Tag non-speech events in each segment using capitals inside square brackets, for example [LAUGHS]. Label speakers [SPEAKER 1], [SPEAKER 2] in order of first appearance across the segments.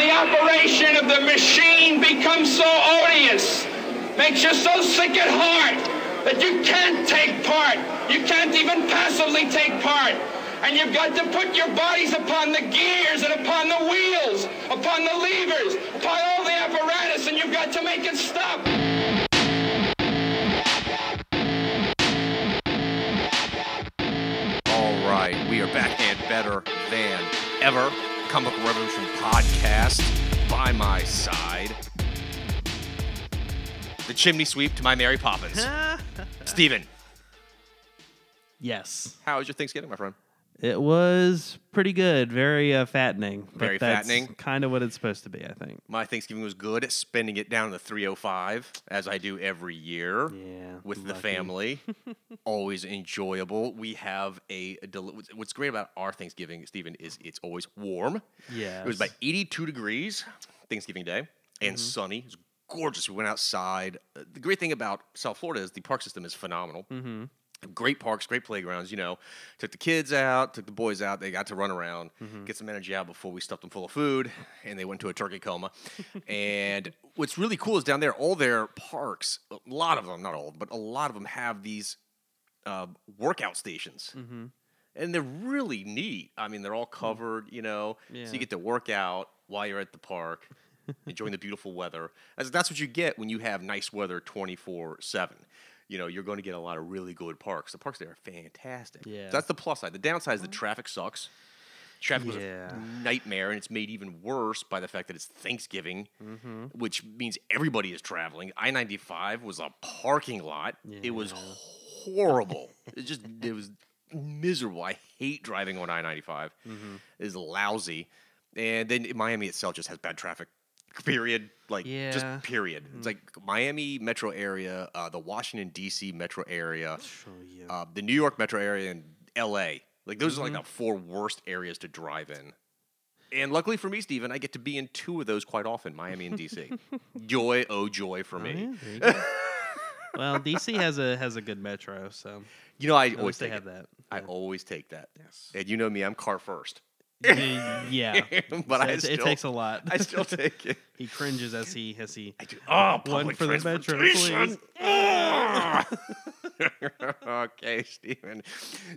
[SPEAKER 1] operation of the machine becomes so odious, makes you so sick at heart that you can't take part. You can't even passively take part. And you've got to put your bodies upon the gears and upon the wheels, upon the levers, upon all the apparatus, and you've got to make it stop.
[SPEAKER 2] All right, we are back and better than ever. Comic Book Revolution podcast by my side. The chimney sweep to my Mary
[SPEAKER 3] [LAUGHS]
[SPEAKER 2] Poppins. Steven,
[SPEAKER 3] Yes.
[SPEAKER 2] how was your Thanksgiving, my friend?
[SPEAKER 3] It was pretty good. Very uh, fattening. but
[SPEAKER 2] Very
[SPEAKER 3] that's
[SPEAKER 2] fattening.
[SPEAKER 3] Kind of what it's supposed to be, I think.
[SPEAKER 2] My Thanksgiving was good, spending it down in the 305 as I do every year
[SPEAKER 3] Yeah,
[SPEAKER 2] with the
[SPEAKER 3] lucky. [LAUGHS]
[SPEAKER 2] family. always enjoyable. We have a deli- what's- what's great about our Thanksgiving, Stephen, is it's always warm.
[SPEAKER 3] Yeah.
[SPEAKER 2] It was about 82 degrees Thanksgiving Day and sunny. It was gorgeous. We went outside. Uh, The great thing about South Florida is the park system is phenomenal. Mm-hmm. Great parks, great playgrounds. You know, took the kids out, took the boys out. They got to run around, get some energy out before we stuffed them full of food, and they went to a turkey coma. and what's really cool is down there, all their parks, a lot of them, not all, but a lot of them have these uh, workout stations
[SPEAKER 3] Mm-hmm.
[SPEAKER 2] and they're really neat. I mean, they're all covered, you know, so
[SPEAKER 3] Mm. Yeah.
[SPEAKER 2] you get to work out while you're at the
[SPEAKER 3] [LAUGHS]
[SPEAKER 2] park, enjoying the beautiful weather. That's, that's what you get when you have nice weather 24 7. You know, you're going to get a lot of really good parks. The parks there are fantastic. So
[SPEAKER 3] Yeah.
[SPEAKER 2] that's the plus side. The downside is the traffic sucks. Traffic was
[SPEAKER 3] Yeah.
[SPEAKER 2] a nightmare, and it's made even worse by the fact that it's Thanksgiving,
[SPEAKER 3] Mm-hmm.
[SPEAKER 2] which means everybody is traveling. I 95 was a parking lot. It was horrible. it just it was miserable. I hate driving on I 95.
[SPEAKER 3] Mm-hmm.
[SPEAKER 2] It's lousy. And then Miami itself just has bad traffic. Period. Like, just
[SPEAKER 3] Yeah. Mm-hmm.
[SPEAKER 2] period. It's like Miami metro area, uh, the Washington, D.C. metro area, uh, the New York metro area, and L.A. Like, those are
[SPEAKER 3] Mm-hmm.
[SPEAKER 2] like the four worst areas to drive in. And luckily for me, Steven, I get to be in two of those quite often, Miami and
[SPEAKER 3] [LAUGHS]
[SPEAKER 2] DC. joy, oh joy for me.
[SPEAKER 3] Yeah, there you go. well, DC has a has a good metro, so
[SPEAKER 2] [LAUGHS] You know, I
[SPEAKER 3] at
[SPEAKER 2] always
[SPEAKER 3] least they
[SPEAKER 2] take
[SPEAKER 3] have
[SPEAKER 2] it.
[SPEAKER 3] that.
[SPEAKER 2] I always take that.
[SPEAKER 3] Yes.
[SPEAKER 2] And you know me, I'm car first. [LAUGHS]
[SPEAKER 3] Y- yeah.
[SPEAKER 2] But I
[SPEAKER 3] it, it
[SPEAKER 2] still-
[SPEAKER 3] takes a lot.
[SPEAKER 2] I [LAUGHS] still take it.
[SPEAKER 3] [LAUGHS] he cringes as he as he
[SPEAKER 2] I do. Oh,
[SPEAKER 3] one
[SPEAKER 2] public
[SPEAKER 3] for the metro,
[SPEAKER 2] transportation. Ah!
[SPEAKER 3] please.
[SPEAKER 2] [LAUGHS] okay, Stephen.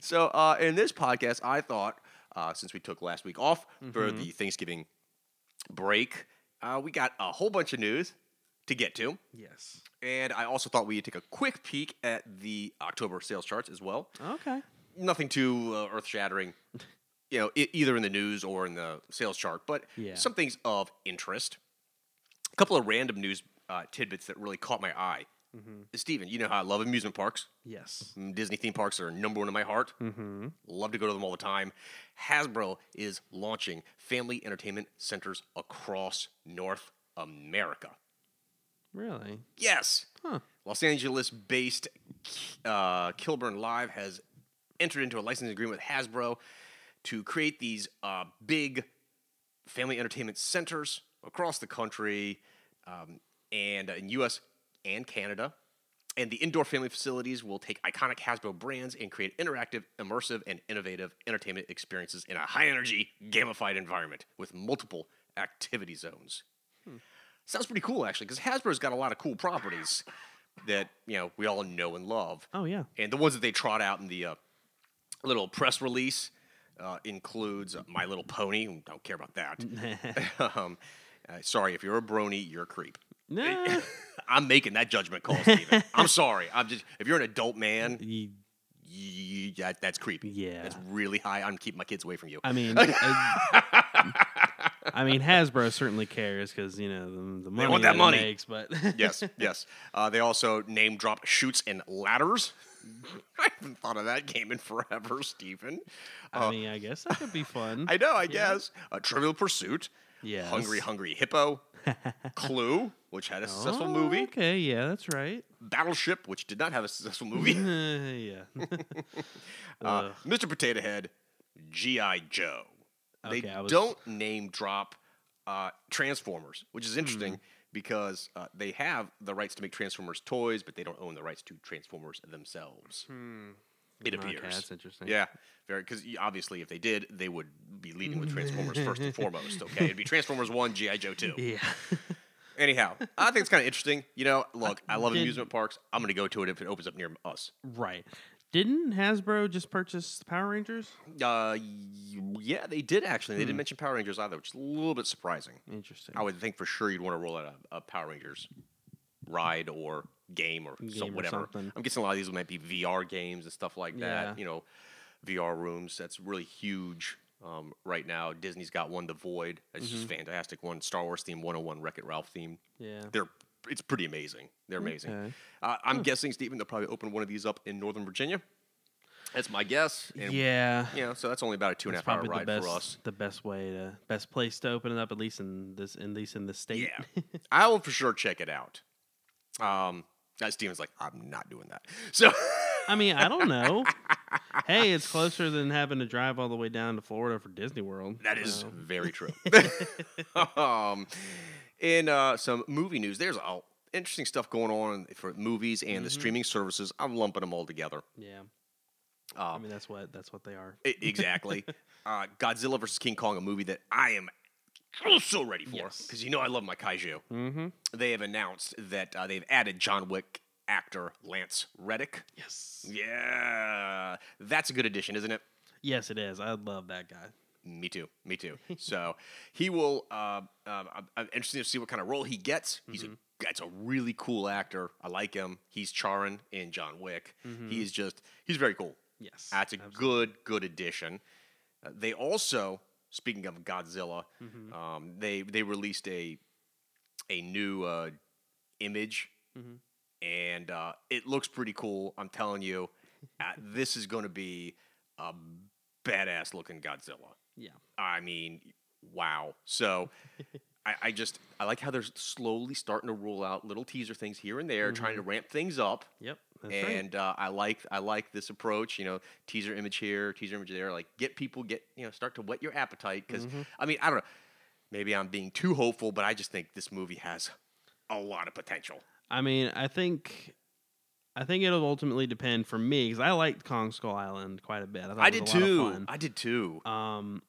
[SPEAKER 2] So, uh, in this podcast, I thought uh, since we took last week off for
[SPEAKER 3] Mm-hmm.
[SPEAKER 2] the Thanksgiving break, uh, we got a whole bunch of news to get to.
[SPEAKER 3] Yes.
[SPEAKER 2] And I also thought we'd take a quick peek at the October sales charts as well.
[SPEAKER 3] Okay.
[SPEAKER 2] Nothing too uh, earth shattering, you know, e- either in the news or in the sales chart, but
[SPEAKER 3] Yeah.
[SPEAKER 2] some things of interest. A couple of random news uh, tidbits that really caught my eye. Steven, you know how I love amusement parks.
[SPEAKER 3] Mm-hmm. Yes.
[SPEAKER 2] Mm, Disney theme parks are number one in my heart.
[SPEAKER 3] Mm-hmm.
[SPEAKER 2] Love to go to them all the time. Hasbro is launching family entertainment centers across North America.
[SPEAKER 3] Really?
[SPEAKER 2] Yes.
[SPEAKER 3] Huh.
[SPEAKER 2] Los Angeles based uh, Kilburn Live has entered into a licensing agreement with Hasbro to create these uh, big family entertainment centers across the country um, and uh, in US and Canada. And the indoor family facilities will take iconic Hasbro brands and create interactive, immersive, and innovative entertainment experiences in a high energy, gamified environment with multiple activity zones. Sounds pretty cool, actually, because Hasbro's got a lot of cool properties that you know we all know and love, [LAUGHS]
[SPEAKER 3] Oh yeah.
[SPEAKER 2] and the ones that they trot out in the uh, little press release uh, includes My Little Pony. Don't care about
[SPEAKER 3] [LAUGHS]
[SPEAKER 2] that. [LAUGHS] um, uh, sorry, if you're a brony, you're a creep. [LAUGHS]
[SPEAKER 3] Nah.
[SPEAKER 2] I'm making that judgment call,
[SPEAKER 3] [LAUGHS]
[SPEAKER 2] Steven. I'm sorry. I'm just if you're an adult man,
[SPEAKER 3] Y-
[SPEAKER 2] y- that, that's creepy.
[SPEAKER 3] Yeah.
[SPEAKER 2] that's really high. I'm keeping my kids away from you. [LAUGHS]
[SPEAKER 3] I [LAUGHS] mean, I, I mean Hasbro certainly cares because you know the, the money
[SPEAKER 2] want that
[SPEAKER 3] it
[SPEAKER 2] money.
[SPEAKER 3] makes, but
[SPEAKER 2] yes, yes. Uh, they also name drop shoots and ladders. [LAUGHS] I haven't thought of that game in forever, Stephen.
[SPEAKER 3] I mean, I guess that could be fun.
[SPEAKER 2] Oh. [LAUGHS] I know, I guess. Uh, Trivial Pursuit,
[SPEAKER 3] yeah.
[SPEAKER 2] Hungry Hungry
[SPEAKER 3] [LAUGHS]
[SPEAKER 2] Hippo, Clue, which had a successful movie,
[SPEAKER 3] Oh, Okay, yeah, that's right. [LAUGHS]
[SPEAKER 2] Battleship, which did not have a successful
[SPEAKER 3] Uh,
[SPEAKER 2] movie,
[SPEAKER 3] [LAUGHS] yeah.
[SPEAKER 2] uh, Mr. Potato Head, G.I. Joe. they
[SPEAKER 3] Okay, I was-
[SPEAKER 2] don't name drop uh, Transformers, which is interesting
[SPEAKER 3] Mm.
[SPEAKER 2] because uh, they have the rights to make Transformers toys, but they don't own the rights to Transformers themselves. It
[SPEAKER 3] Hmm. Okay,
[SPEAKER 2] appears.
[SPEAKER 3] that's interesting.
[SPEAKER 2] Yeah, very because obviously, if they did, they would be leading with Transformers first
[SPEAKER 3] [LAUGHS]
[SPEAKER 2] and foremost. Okay, it'd be Transformers One, GI Joe Two.
[SPEAKER 3] Yeah. [LAUGHS]
[SPEAKER 2] Anyhow, I think it's kind of interesting. You know, look, I love
[SPEAKER 3] Did-
[SPEAKER 2] amusement parks. I'm going to go to it if it opens up near us.
[SPEAKER 3] right. Didn't Hasbro just purchase the Power Rangers?
[SPEAKER 2] Uh, y- yeah, they did actually. They
[SPEAKER 3] Hmm.
[SPEAKER 2] didn't mention Power Rangers either, which is a little bit surprising.
[SPEAKER 3] Interesting.
[SPEAKER 2] I would think for sure you'd want to roll out a, a Power Rangers ride or game or so,
[SPEAKER 3] Game or
[SPEAKER 2] whatever.
[SPEAKER 3] something.
[SPEAKER 2] I'm guessing a lot of these might be VR games and stuff like that.
[SPEAKER 3] Yeah.
[SPEAKER 2] You know, VR rooms. That's really huge um, right now. Disney's got one, The Void. That's just
[SPEAKER 3] Mm-hmm.
[SPEAKER 2] fantastic. One Star Wars themed, 101 Wreck It Ralph themed.
[SPEAKER 3] yeah.
[SPEAKER 2] They're it's pretty amazing. They're amazing.
[SPEAKER 3] Okay.
[SPEAKER 2] Uh, I'm guessing Stephen they'll probably open one of these up in Northern Virginia. That's my guess. [LAUGHS] And,
[SPEAKER 3] yeah.
[SPEAKER 2] You know, so that's only about a two and a
[SPEAKER 3] That's
[SPEAKER 2] half hour
[SPEAKER 3] probably the
[SPEAKER 2] ride
[SPEAKER 3] best,
[SPEAKER 2] for us.
[SPEAKER 3] the best way to, best place to open it up, at least in this, at least in the state.
[SPEAKER 2] Yeah, I will for sure check it out. Um, uh, Steven's like, I'm not doing that. [LAUGHS] So
[SPEAKER 3] [LAUGHS] I mean, I
[SPEAKER 2] [LAUGHS]
[SPEAKER 3] don't know. hey, it's closer than having to drive all the way down to Florida for Disney World.
[SPEAKER 2] that is
[SPEAKER 3] so.
[SPEAKER 2] very
[SPEAKER 3] [LAUGHS]
[SPEAKER 2] true. [LAUGHS] um, in uh, some movie news, there's all interesting stuff going on for movies and
[SPEAKER 3] Mm-hmm.
[SPEAKER 2] the streaming services. I'm lumping them all together.
[SPEAKER 3] yeah. I
[SPEAKER 2] Um,
[SPEAKER 3] mean, that's what that's what they are.
[SPEAKER 2] E- Exactly. uh, Godzilla versus King Kong, a movie that I am so ready for because
[SPEAKER 3] Yes.
[SPEAKER 2] you know I love my kaiju.
[SPEAKER 3] Mm-hmm.
[SPEAKER 2] They have announced that uh, they've added John Wick actor Lance Reddick.
[SPEAKER 3] Yes.
[SPEAKER 2] Yeah, that's a good addition, isn't it?
[SPEAKER 3] Yes, it is. I love that guy.
[SPEAKER 2] Me too. Me too. so he will. Uh, um, I'm, I'm interested to see what kind of role he gets. He's a that's a really cool actor. I like him. He's Charon in John Wick.
[SPEAKER 3] Mm-hmm.
[SPEAKER 2] He is just he's very cool.
[SPEAKER 3] Yes.
[SPEAKER 2] That's a good, good addition. Uh, they also, speaking of Godzilla,
[SPEAKER 3] mm-hmm.
[SPEAKER 2] um, they they released a a new uh, image,
[SPEAKER 3] Mhm.
[SPEAKER 2] and uh, it looks pretty cool. I'm telling you, uh, this is going to be a badass looking Godzilla.
[SPEAKER 3] yeah.
[SPEAKER 2] I mean, wow. So I, I just I like how they're slowly starting to roll out little teaser things here and there, trying to ramp things up
[SPEAKER 3] Yep. That's right.
[SPEAKER 2] and uh, I like I like this approach. You know, teaser image here, teaser image there. Like get people get you know start to whet your appetite
[SPEAKER 3] Mm-hmm.
[SPEAKER 2] because I mean I don't know. Maybe I'm being too hopeful, but I just think this movie has a lot of potential.
[SPEAKER 3] I mean, I think. I think it'll ultimately depend for me because I liked Kong Skull Island quite a bit. I, thought
[SPEAKER 2] I
[SPEAKER 3] it
[SPEAKER 2] did
[SPEAKER 3] was a lot of
[SPEAKER 2] too.
[SPEAKER 3] fun.
[SPEAKER 2] I did too.
[SPEAKER 3] Um,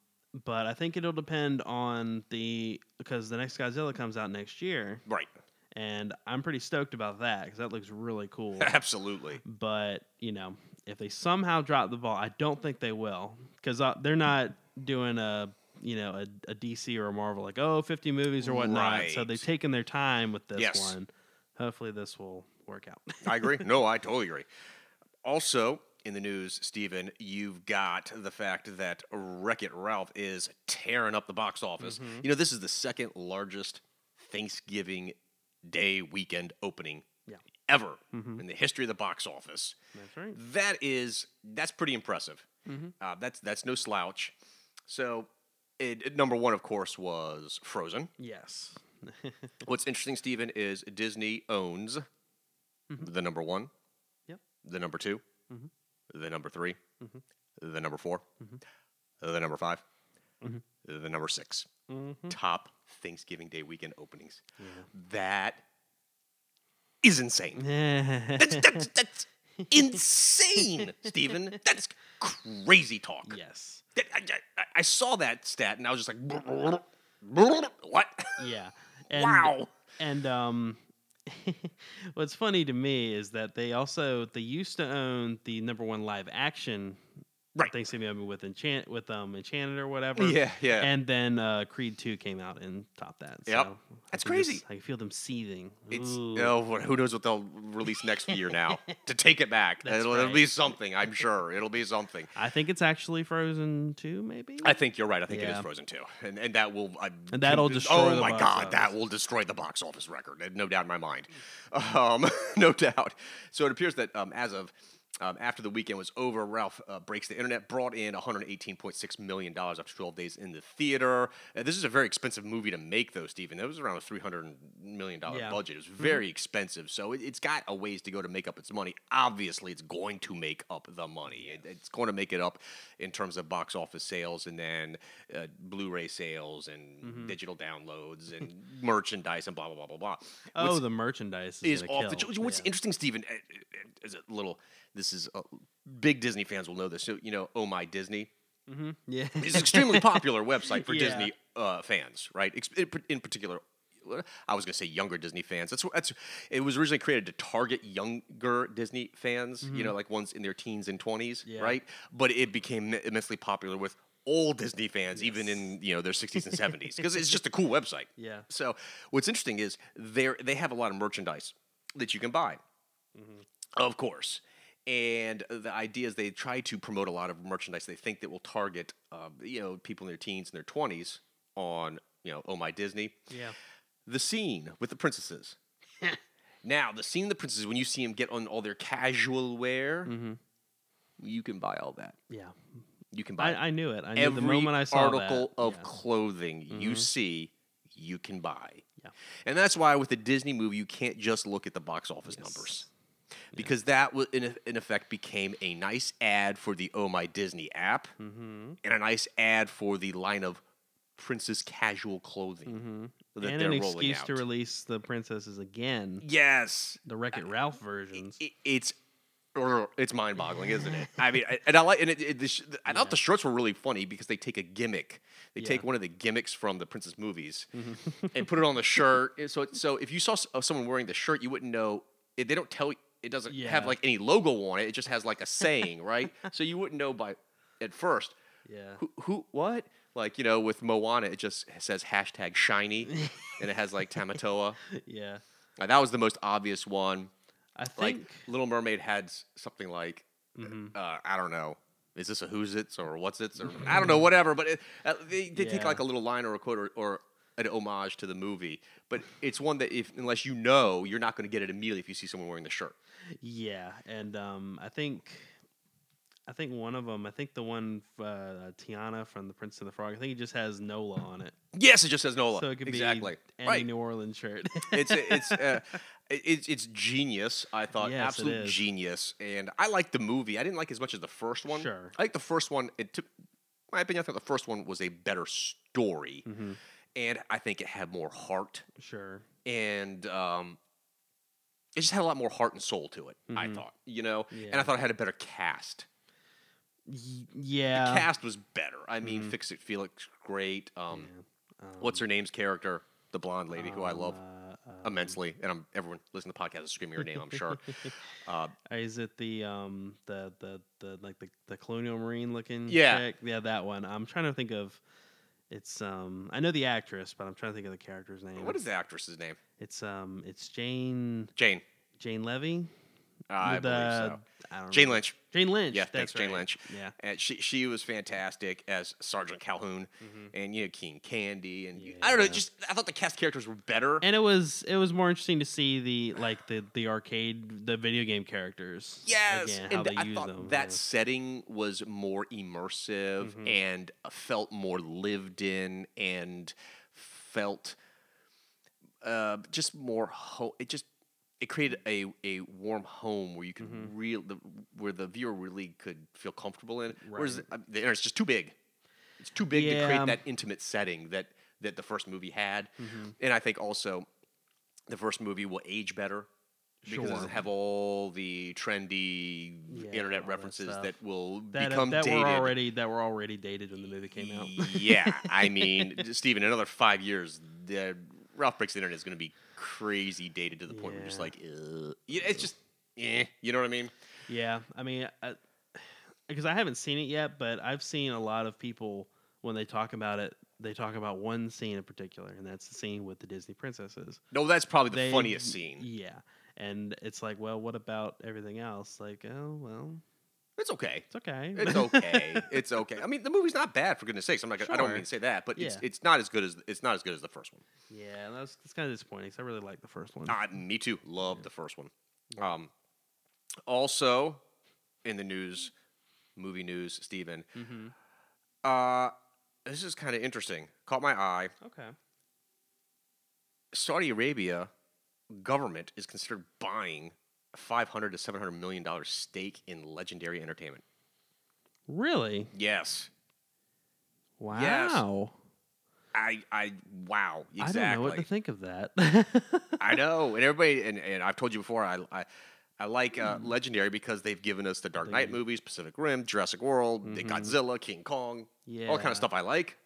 [SPEAKER 3] but I think it'll depend on the because the next Godzilla comes out next year,
[SPEAKER 2] Right.
[SPEAKER 3] and I'm pretty stoked about that because that looks really cool.
[SPEAKER 2] [LAUGHS] Absolutely.
[SPEAKER 3] but you know, if they somehow drop the ball, I don't think they will because uh, they're not doing a you know a, a DC or a Marvel like oh 50 movies or whatnot. So
[SPEAKER 2] Right.
[SPEAKER 3] they've taken their time with this
[SPEAKER 2] Yes.
[SPEAKER 3] one. Hopefully, this will work
[SPEAKER 2] [LAUGHS]
[SPEAKER 3] out.
[SPEAKER 2] I agree. No, I totally agree. Also in the news, Steven, you've got the fact that Wreck It Ralph is tearing up the box office. You know, this is the second largest Thanksgiving Day weekend opening
[SPEAKER 3] Yeah.
[SPEAKER 2] ever
[SPEAKER 3] Mhm.
[SPEAKER 2] in the history of the box office.
[SPEAKER 3] That's right.
[SPEAKER 2] That is that's pretty impressive.
[SPEAKER 3] Mhm.
[SPEAKER 2] Uh, that's that's no slouch. So, it, it- number one, of course, was Frozen.
[SPEAKER 3] Yes.
[SPEAKER 2] What's interesting, Steven, is Disney owns
[SPEAKER 3] Mhm.
[SPEAKER 2] the number one,
[SPEAKER 3] Yep.
[SPEAKER 2] the number 2
[SPEAKER 3] Mhm.
[SPEAKER 2] the number 3
[SPEAKER 3] Mhm.
[SPEAKER 2] the number 4
[SPEAKER 3] Mhm.
[SPEAKER 2] the number 5
[SPEAKER 3] Mhm.
[SPEAKER 2] the number 6
[SPEAKER 3] hmm
[SPEAKER 2] Top Thanksgiving Day weekend openings.
[SPEAKER 3] Yeah.
[SPEAKER 2] That is insane. That's, that's, [LAUGHS] that's insane, Steven. That's crazy talk.
[SPEAKER 3] [LAUGHS] yes.
[SPEAKER 2] That- I, I- I saw that stat and I was just like, [LAUGHS] what?
[SPEAKER 3] Yeah. And,
[SPEAKER 2] wow.
[SPEAKER 3] And um, [LAUGHS] what's funny to me is that they also they used to own the number one live action
[SPEAKER 2] Right.
[SPEAKER 3] Thanksgiving movie with Enchant with um Enchanted or whatever.
[SPEAKER 2] yeah.
[SPEAKER 3] And then uh, Creed two came out and topped that.
[SPEAKER 2] Yep.
[SPEAKER 3] So I
[SPEAKER 2] That's
[SPEAKER 3] can just-
[SPEAKER 2] crazy.
[SPEAKER 3] I can feel them seething.
[SPEAKER 2] It's
[SPEAKER 3] Ooh.
[SPEAKER 2] oh, wh- who knows what they'll release next year
[SPEAKER 3] [LAUGHS]
[SPEAKER 2] now to take it back.
[SPEAKER 3] That's
[SPEAKER 2] It'll, it'll be
[SPEAKER 3] right.
[SPEAKER 2] something,
[SPEAKER 3] [LAUGHS]
[SPEAKER 2] I'm sure. It'll be something.
[SPEAKER 3] I think it's actually Frozen two, maybe.
[SPEAKER 2] I think you're right. I think it is
[SPEAKER 3] Yeah.
[SPEAKER 2] Frozen too, and and that will I,
[SPEAKER 3] And that'll
[SPEAKER 2] Oh
[SPEAKER 3] destroy the
[SPEAKER 2] my
[SPEAKER 3] box
[SPEAKER 2] God, that
[SPEAKER 3] office.
[SPEAKER 2] will destroy the box office record. uh, No doubt in my mind, um, [LAUGHS] no doubt. So it appears that um, as of um, after the weekend was over, Ralph uh, breaks the internet, brought in 118.6 million dollars after 12 days in the theater. Uh, this is a very expensive movie to make, though, Stephen. That was around a 300 million dollar
[SPEAKER 3] Yeah.
[SPEAKER 2] budget. It was very expensive, so it, it's got a ways to go to make up its money. Obviously, it's going to make up the money. It- it's going to make it up in terms of box office sales, and then uh, Blu-ray sales, and
[SPEAKER 3] Mm-hmm.
[SPEAKER 2] digital downloads, and merchandise, and blah blah blah blah blah.
[SPEAKER 3] oh,
[SPEAKER 2] What's-
[SPEAKER 3] the merchandise
[SPEAKER 2] is
[SPEAKER 3] is, gonna
[SPEAKER 2] off the
[SPEAKER 3] kill.
[SPEAKER 2] charts. What's
[SPEAKER 3] Yeah.
[SPEAKER 2] interesting, Stephen, uh, uh, uh, is a little. This is a big Disney fans will know this. So, you know, Oh My Disney
[SPEAKER 3] hmm Yeah.
[SPEAKER 2] is an extremely popular website for
[SPEAKER 3] [LAUGHS] Yeah.
[SPEAKER 2] Disney uh, fans, right? Ex- in par- In particular, I was going to say younger Disney fans. That's wh- that's. It was originally created to target younger Disney fans, you know, like ones in their teens and twenties,
[SPEAKER 3] Mm-hmm. Yeah.
[SPEAKER 2] right? But it became im- immensely popular with old Disney fans, even in you know their sixties and seventies, because
[SPEAKER 3] [LAUGHS]
[SPEAKER 2] it's just a cool website. [LAUGHS]
[SPEAKER 3] Yeah.
[SPEAKER 2] So what's interesting is they they have a lot of merchandise that you can buy, of course. And the idea is they try to promote a lot of merchandise they think that will target, um, you know, people in their teens and their twenties on, you know, oh my Disney.
[SPEAKER 3] Yeah.
[SPEAKER 2] The scene with the princesses. now the scene of the princesses when you see them get on all their casual wear, you can buy all that.
[SPEAKER 3] Yeah.
[SPEAKER 2] You can buy
[SPEAKER 3] I, I knew it. I knew
[SPEAKER 2] every
[SPEAKER 3] the moment I saw
[SPEAKER 2] article
[SPEAKER 3] that.
[SPEAKER 2] of
[SPEAKER 3] yeah. Mm-hmm.
[SPEAKER 2] clothing you see, you can buy.
[SPEAKER 3] Yeah.
[SPEAKER 2] And that's why with a Disney movie, you can't just look at the box office numbers. Because that was in, eff- in effect became a nice ad for the Oh My Disney app
[SPEAKER 3] Mm-hmm.
[SPEAKER 2] and a nice ad for the line of princess casual clothing that
[SPEAKER 3] Mm-hmm. and
[SPEAKER 2] they're
[SPEAKER 3] an
[SPEAKER 2] rolling
[SPEAKER 3] excuse
[SPEAKER 2] out.
[SPEAKER 3] to release the princesses again,
[SPEAKER 2] yes,
[SPEAKER 3] the Wreck
[SPEAKER 2] [LAUGHS]
[SPEAKER 3] It Ralph versions.
[SPEAKER 2] i- it's er, it's mind boggling, isn't it? I mean, I- and I like, and it, it, the sh- I thought the shorts were really funny because they take a gimmick. They take one of the gimmicks from the princess movies [LAUGHS] and put it on the shirt. And So, so if you saw s- uh, someone wearing the shirt, you wouldn't know. It, they don't tell. you- It doesn't have
[SPEAKER 3] Yeah.
[SPEAKER 2] like any logo on it. It just has like a saying, right? [LAUGHS] So you wouldn't know by at first
[SPEAKER 3] Yeah.
[SPEAKER 2] who, who what like you know with moana it just says hashtag shiny and it has like tamatoa
[SPEAKER 3] Yeah.
[SPEAKER 2] Uh, that was the most obvious one
[SPEAKER 3] I
[SPEAKER 2] like
[SPEAKER 3] think Mm-hmm.
[SPEAKER 2] Little Mermaid had s- something like uh, I don't know. Is this a who's it's or what's it's or I don't know whatever. But it, uh, they, they take
[SPEAKER 3] Yeah.
[SPEAKER 2] like a little line or a quote or, or an homage to the movie. But it's one that if unless you know, you're not going to get it immediately if you see someone wearing the shirt.
[SPEAKER 3] Yeah, and um, I think, I think one of them. I think the one uh, Tiana from The Prince and the Frog. I think it just has Nola on it,
[SPEAKER 2] Yes, it just says Nola.
[SPEAKER 3] so it could
[SPEAKER 2] exactly
[SPEAKER 3] be any
[SPEAKER 2] right.
[SPEAKER 3] New Orleans shirt.
[SPEAKER 2] [LAUGHS]
[SPEAKER 3] [LAUGHS]
[SPEAKER 2] it's it's uh, it- it's it's genius. I thought
[SPEAKER 3] Yes, it
[SPEAKER 2] absolute
[SPEAKER 3] is.
[SPEAKER 2] genius, and I liked the movie. I didn't like it as much as the first one.
[SPEAKER 3] Sure.
[SPEAKER 2] I like the first one. It took my opinion. I thought the first one was a better story, and I think it had more heart,
[SPEAKER 3] Mm-hmm. sure.
[SPEAKER 2] and um, it just had a lot more heart and soul to it. I thought, you know, and I
[SPEAKER 3] Mm-hmm. Yeah.
[SPEAKER 2] thought it had a better cast.
[SPEAKER 3] Y-
[SPEAKER 2] The
[SPEAKER 3] yeah. Mm-hmm.
[SPEAKER 2] cast was better. I mean, Fix It Felix, great. Um, what's her name's character? The blonde lady who I love
[SPEAKER 3] Uh, uh,
[SPEAKER 2] immensely, and I'm, everyone listening to the podcast is screaming her name. I'm
[SPEAKER 3] [LAUGHS]
[SPEAKER 2] sure. Uh,
[SPEAKER 3] is it the um the the the like the, the colonial marine looking?
[SPEAKER 2] Yeah.
[SPEAKER 3] chick? yeah, that one. I'm trying to think of. It's um I know the actress, but I'm trying to think of the character's name.
[SPEAKER 2] what is the actress's name?
[SPEAKER 3] It's um it's Jane
[SPEAKER 2] Jane.
[SPEAKER 3] Jane Levy.
[SPEAKER 2] I believe so.
[SPEAKER 3] The- I don't
[SPEAKER 2] Jane
[SPEAKER 3] know.
[SPEAKER 2] Lynch.
[SPEAKER 3] Jane Lynch.
[SPEAKER 2] Yeah, thanks,
[SPEAKER 3] that's
[SPEAKER 2] Jane
[SPEAKER 3] right.
[SPEAKER 2] Lynch.
[SPEAKER 3] Yeah.
[SPEAKER 2] And she she was fantastic as Sergeant Calhoun, and you know King Candy, and I don't know.
[SPEAKER 3] Mm-hmm. Yeah.
[SPEAKER 2] Just I thought the cast characters were better.
[SPEAKER 3] And it was it was more interesting to see the like the the arcade the video game characters.
[SPEAKER 2] yes,
[SPEAKER 3] again, how
[SPEAKER 2] and
[SPEAKER 3] they
[SPEAKER 2] I
[SPEAKER 3] use
[SPEAKER 2] thought
[SPEAKER 3] them.
[SPEAKER 2] that setting was more immersive
[SPEAKER 3] Mm-hmm.
[SPEAKER 2] and felt more lived in and felt uh, just more ho- it just it created a, a warm home where you could
[SPEAKER 3] Mm-hmm.
[SPEAKER 2] real the, where the viewer really could feel comfortable in. Whereas
[SPEAKER 3] Right.
[SPEAKER 2] uh, the internet's just too big. It's too big to
[SPEAKER 3] Yeah.
[SPEAKER 2] create that intimate setting that that the first movie had,
[SPEAKER 3] Mm-hmm.
[SPEAKER 2] and I think also the first movie will age better because it
[SPEAKER 3] Sure.
[SPEAKER 2] doesn't have all the trendy
[SPEAKER 3] Yeah, all
[SPEAKER 2] internet
[SPEAKER 3] that
[SPEAKER 2] references
[SPEAKER 3] stuff.
[SPEAKER 2] that, will
[SPEAKER 3] yeah. that, uh,
[SPEAKER 2] become
[SPEAKER 3] that
[SPEAKER 2] dated.
[SPEAKER 3] were already that were already dated when the movie came out.
[SPEAKER 2] yeah, [LAUGHS]
[SPEAKER 3] [LAUGHS]
[SPEAKER 2] I mean, Steven, in another five years, the Ralph Breaks the Internet is going to be crazy dated to the point where you're just
[SPEAKER 3] Yeah.
[SPEAKER 2] like, Ugh. Yeah, it's just, eh, you know what I mean?
[SPEAKER 3] yeah, I mean, uh, because I, haven't seen it yet, but I've seen a lot of people when they talk about it, they talk about one scene in particular, and that's the scene with the Disney princesses.
[SPEAKER 2] No, that's probably the
[SPEAKER 3] They-
[SPEAKER 2] funniest scene.
[SPEAKER 3] Yeah, and it's like, well, what about everything else? Like, oh well,
[SPEAKER 2] It's
[SPEAKER 3] [LAUGHS]
[SPEAKER 2] okay.
[SPEAKER 3] it's okay.
[SPEAKER 2] It's okay. it's okay. I mean, the movie's not bad for goodness sakes. I'm not. Gonna, I don't
[SPEAKER 3] Sure.
[SPEAKER 2] mean to say that, but it's
[SPEAKER 3] Yeah.
[SPEAKER 2] it's not as good as it's not as good as the first one.
[SPEAKER 3] Yeah, that's that's kind of disappointing. 'cause I really like the first one.
[SPEAKER 2] Ah, me too. Love the first one. Um, also, in the news, movie news, Steven,
[SPEAKER 3] Mhm.
[SPEAKER 2] uh, this is kind of interesting. Caught my eye.
[SPEAKER 3] Okay.
[SPEAKER 2] Saudi Arabia government is considered buying 500 to 700 million dollar stake in Legendary Entertainment.
[SPEAKER 3] Really?
[SPEAKER 2] Yes.
[SPEAKER 3] Wow.
[SPEAKER 2] I I wow,
[SPEAKER 3] I
[SPEAKER 2] exactly.
[SPEAKER 3] [LAUGHS] don't know what to think of that.
[SPEAKER 2] I know, and everybody, and, and I've told you before, I, I I like uh, Legendary because they've given us the Dark
[SPEAKER 3] Mm. They
[SPEAKER 2] Knight
[SPEAKER 3] do.
[SPEAKER 2] movies, Pacific Rim, Jurassic World, they-
[SPEAKER 3] Mhm.
[SPEAKER 2] Godzilla, King Kong,
[SPEAKER 3] Yeah,
[SPEAKER 2] all kind of stuff I like.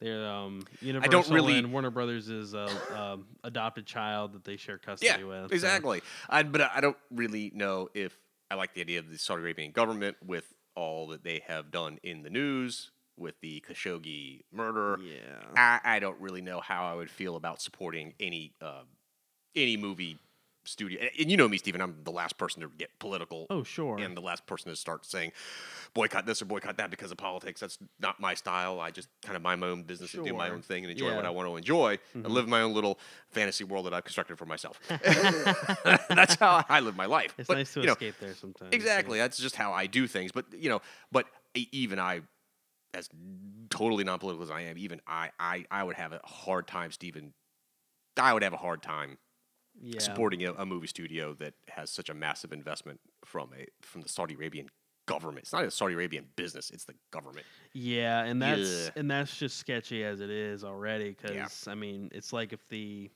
[SPEAKER 3] They're um, Universal
[SPEAKER 2] really-
[SPEAKER 3] and Warner Brothers is a um, adopted child that they share custody
[SPEAKER 2] Yeah,
[SPEAKER 3] with. so-
[SPEAKER 2] exactly. I, but I don't really know if I like the idea of the Saudi Arabian government with all that they have done in the news with the Khashoggi murder.
[SPEAKER 3] Yeah.
[SPEAKER 2] I, I don't really know how I would feel about supporting any uh, any movie studio. And, and you know me, Stephen. I'm the last person to get political.
[SPEAKER 3] Oh sure.
[SPEAKER 2] And the last person to start saying, boycott this or boycott that because of politics. That's not my style. I just kind of mind my own business and do my
[SPEAKER 3] Sure.
[SPEAKER 2] own thing and enjoy what
[SPEAKER 3] Yeah. Mm-hmm.
[SPEAKER 2] I want to enjoy and live my own little fantasy world that I've constructed for
[SPEAKER 3] [LAUGHS]
[SPEAKER 2] myself. [LAUGHS] That's how I live my life.
[SPEAKER 3] it's
[SPEAKER 2] But,
[SPEAKER 3] nice to
[SPEAKER 2] you know,
[SPEAKER 3] escape there sometimes. yeah.
[SPEAKER 2] Exactly. That's just how I do things. But you know, but e- even I, as totally non-political as I am, even I, I, I would have a hard time, Stephen. I would have a hard time
[SPEAKER 3] Yeah.
[SPEAKER 2] supporting a, a movie studio that has such a massive investment from a from the Saudi Arabian government. It's not a Saudi Arabian business; it's the government.
[SPEAKER 3] Yeah, and that's
[SPEAKER 2] Yeah.
[SPEAKER 3] and that's just sketchy as it is already. Because I mean, it's like if the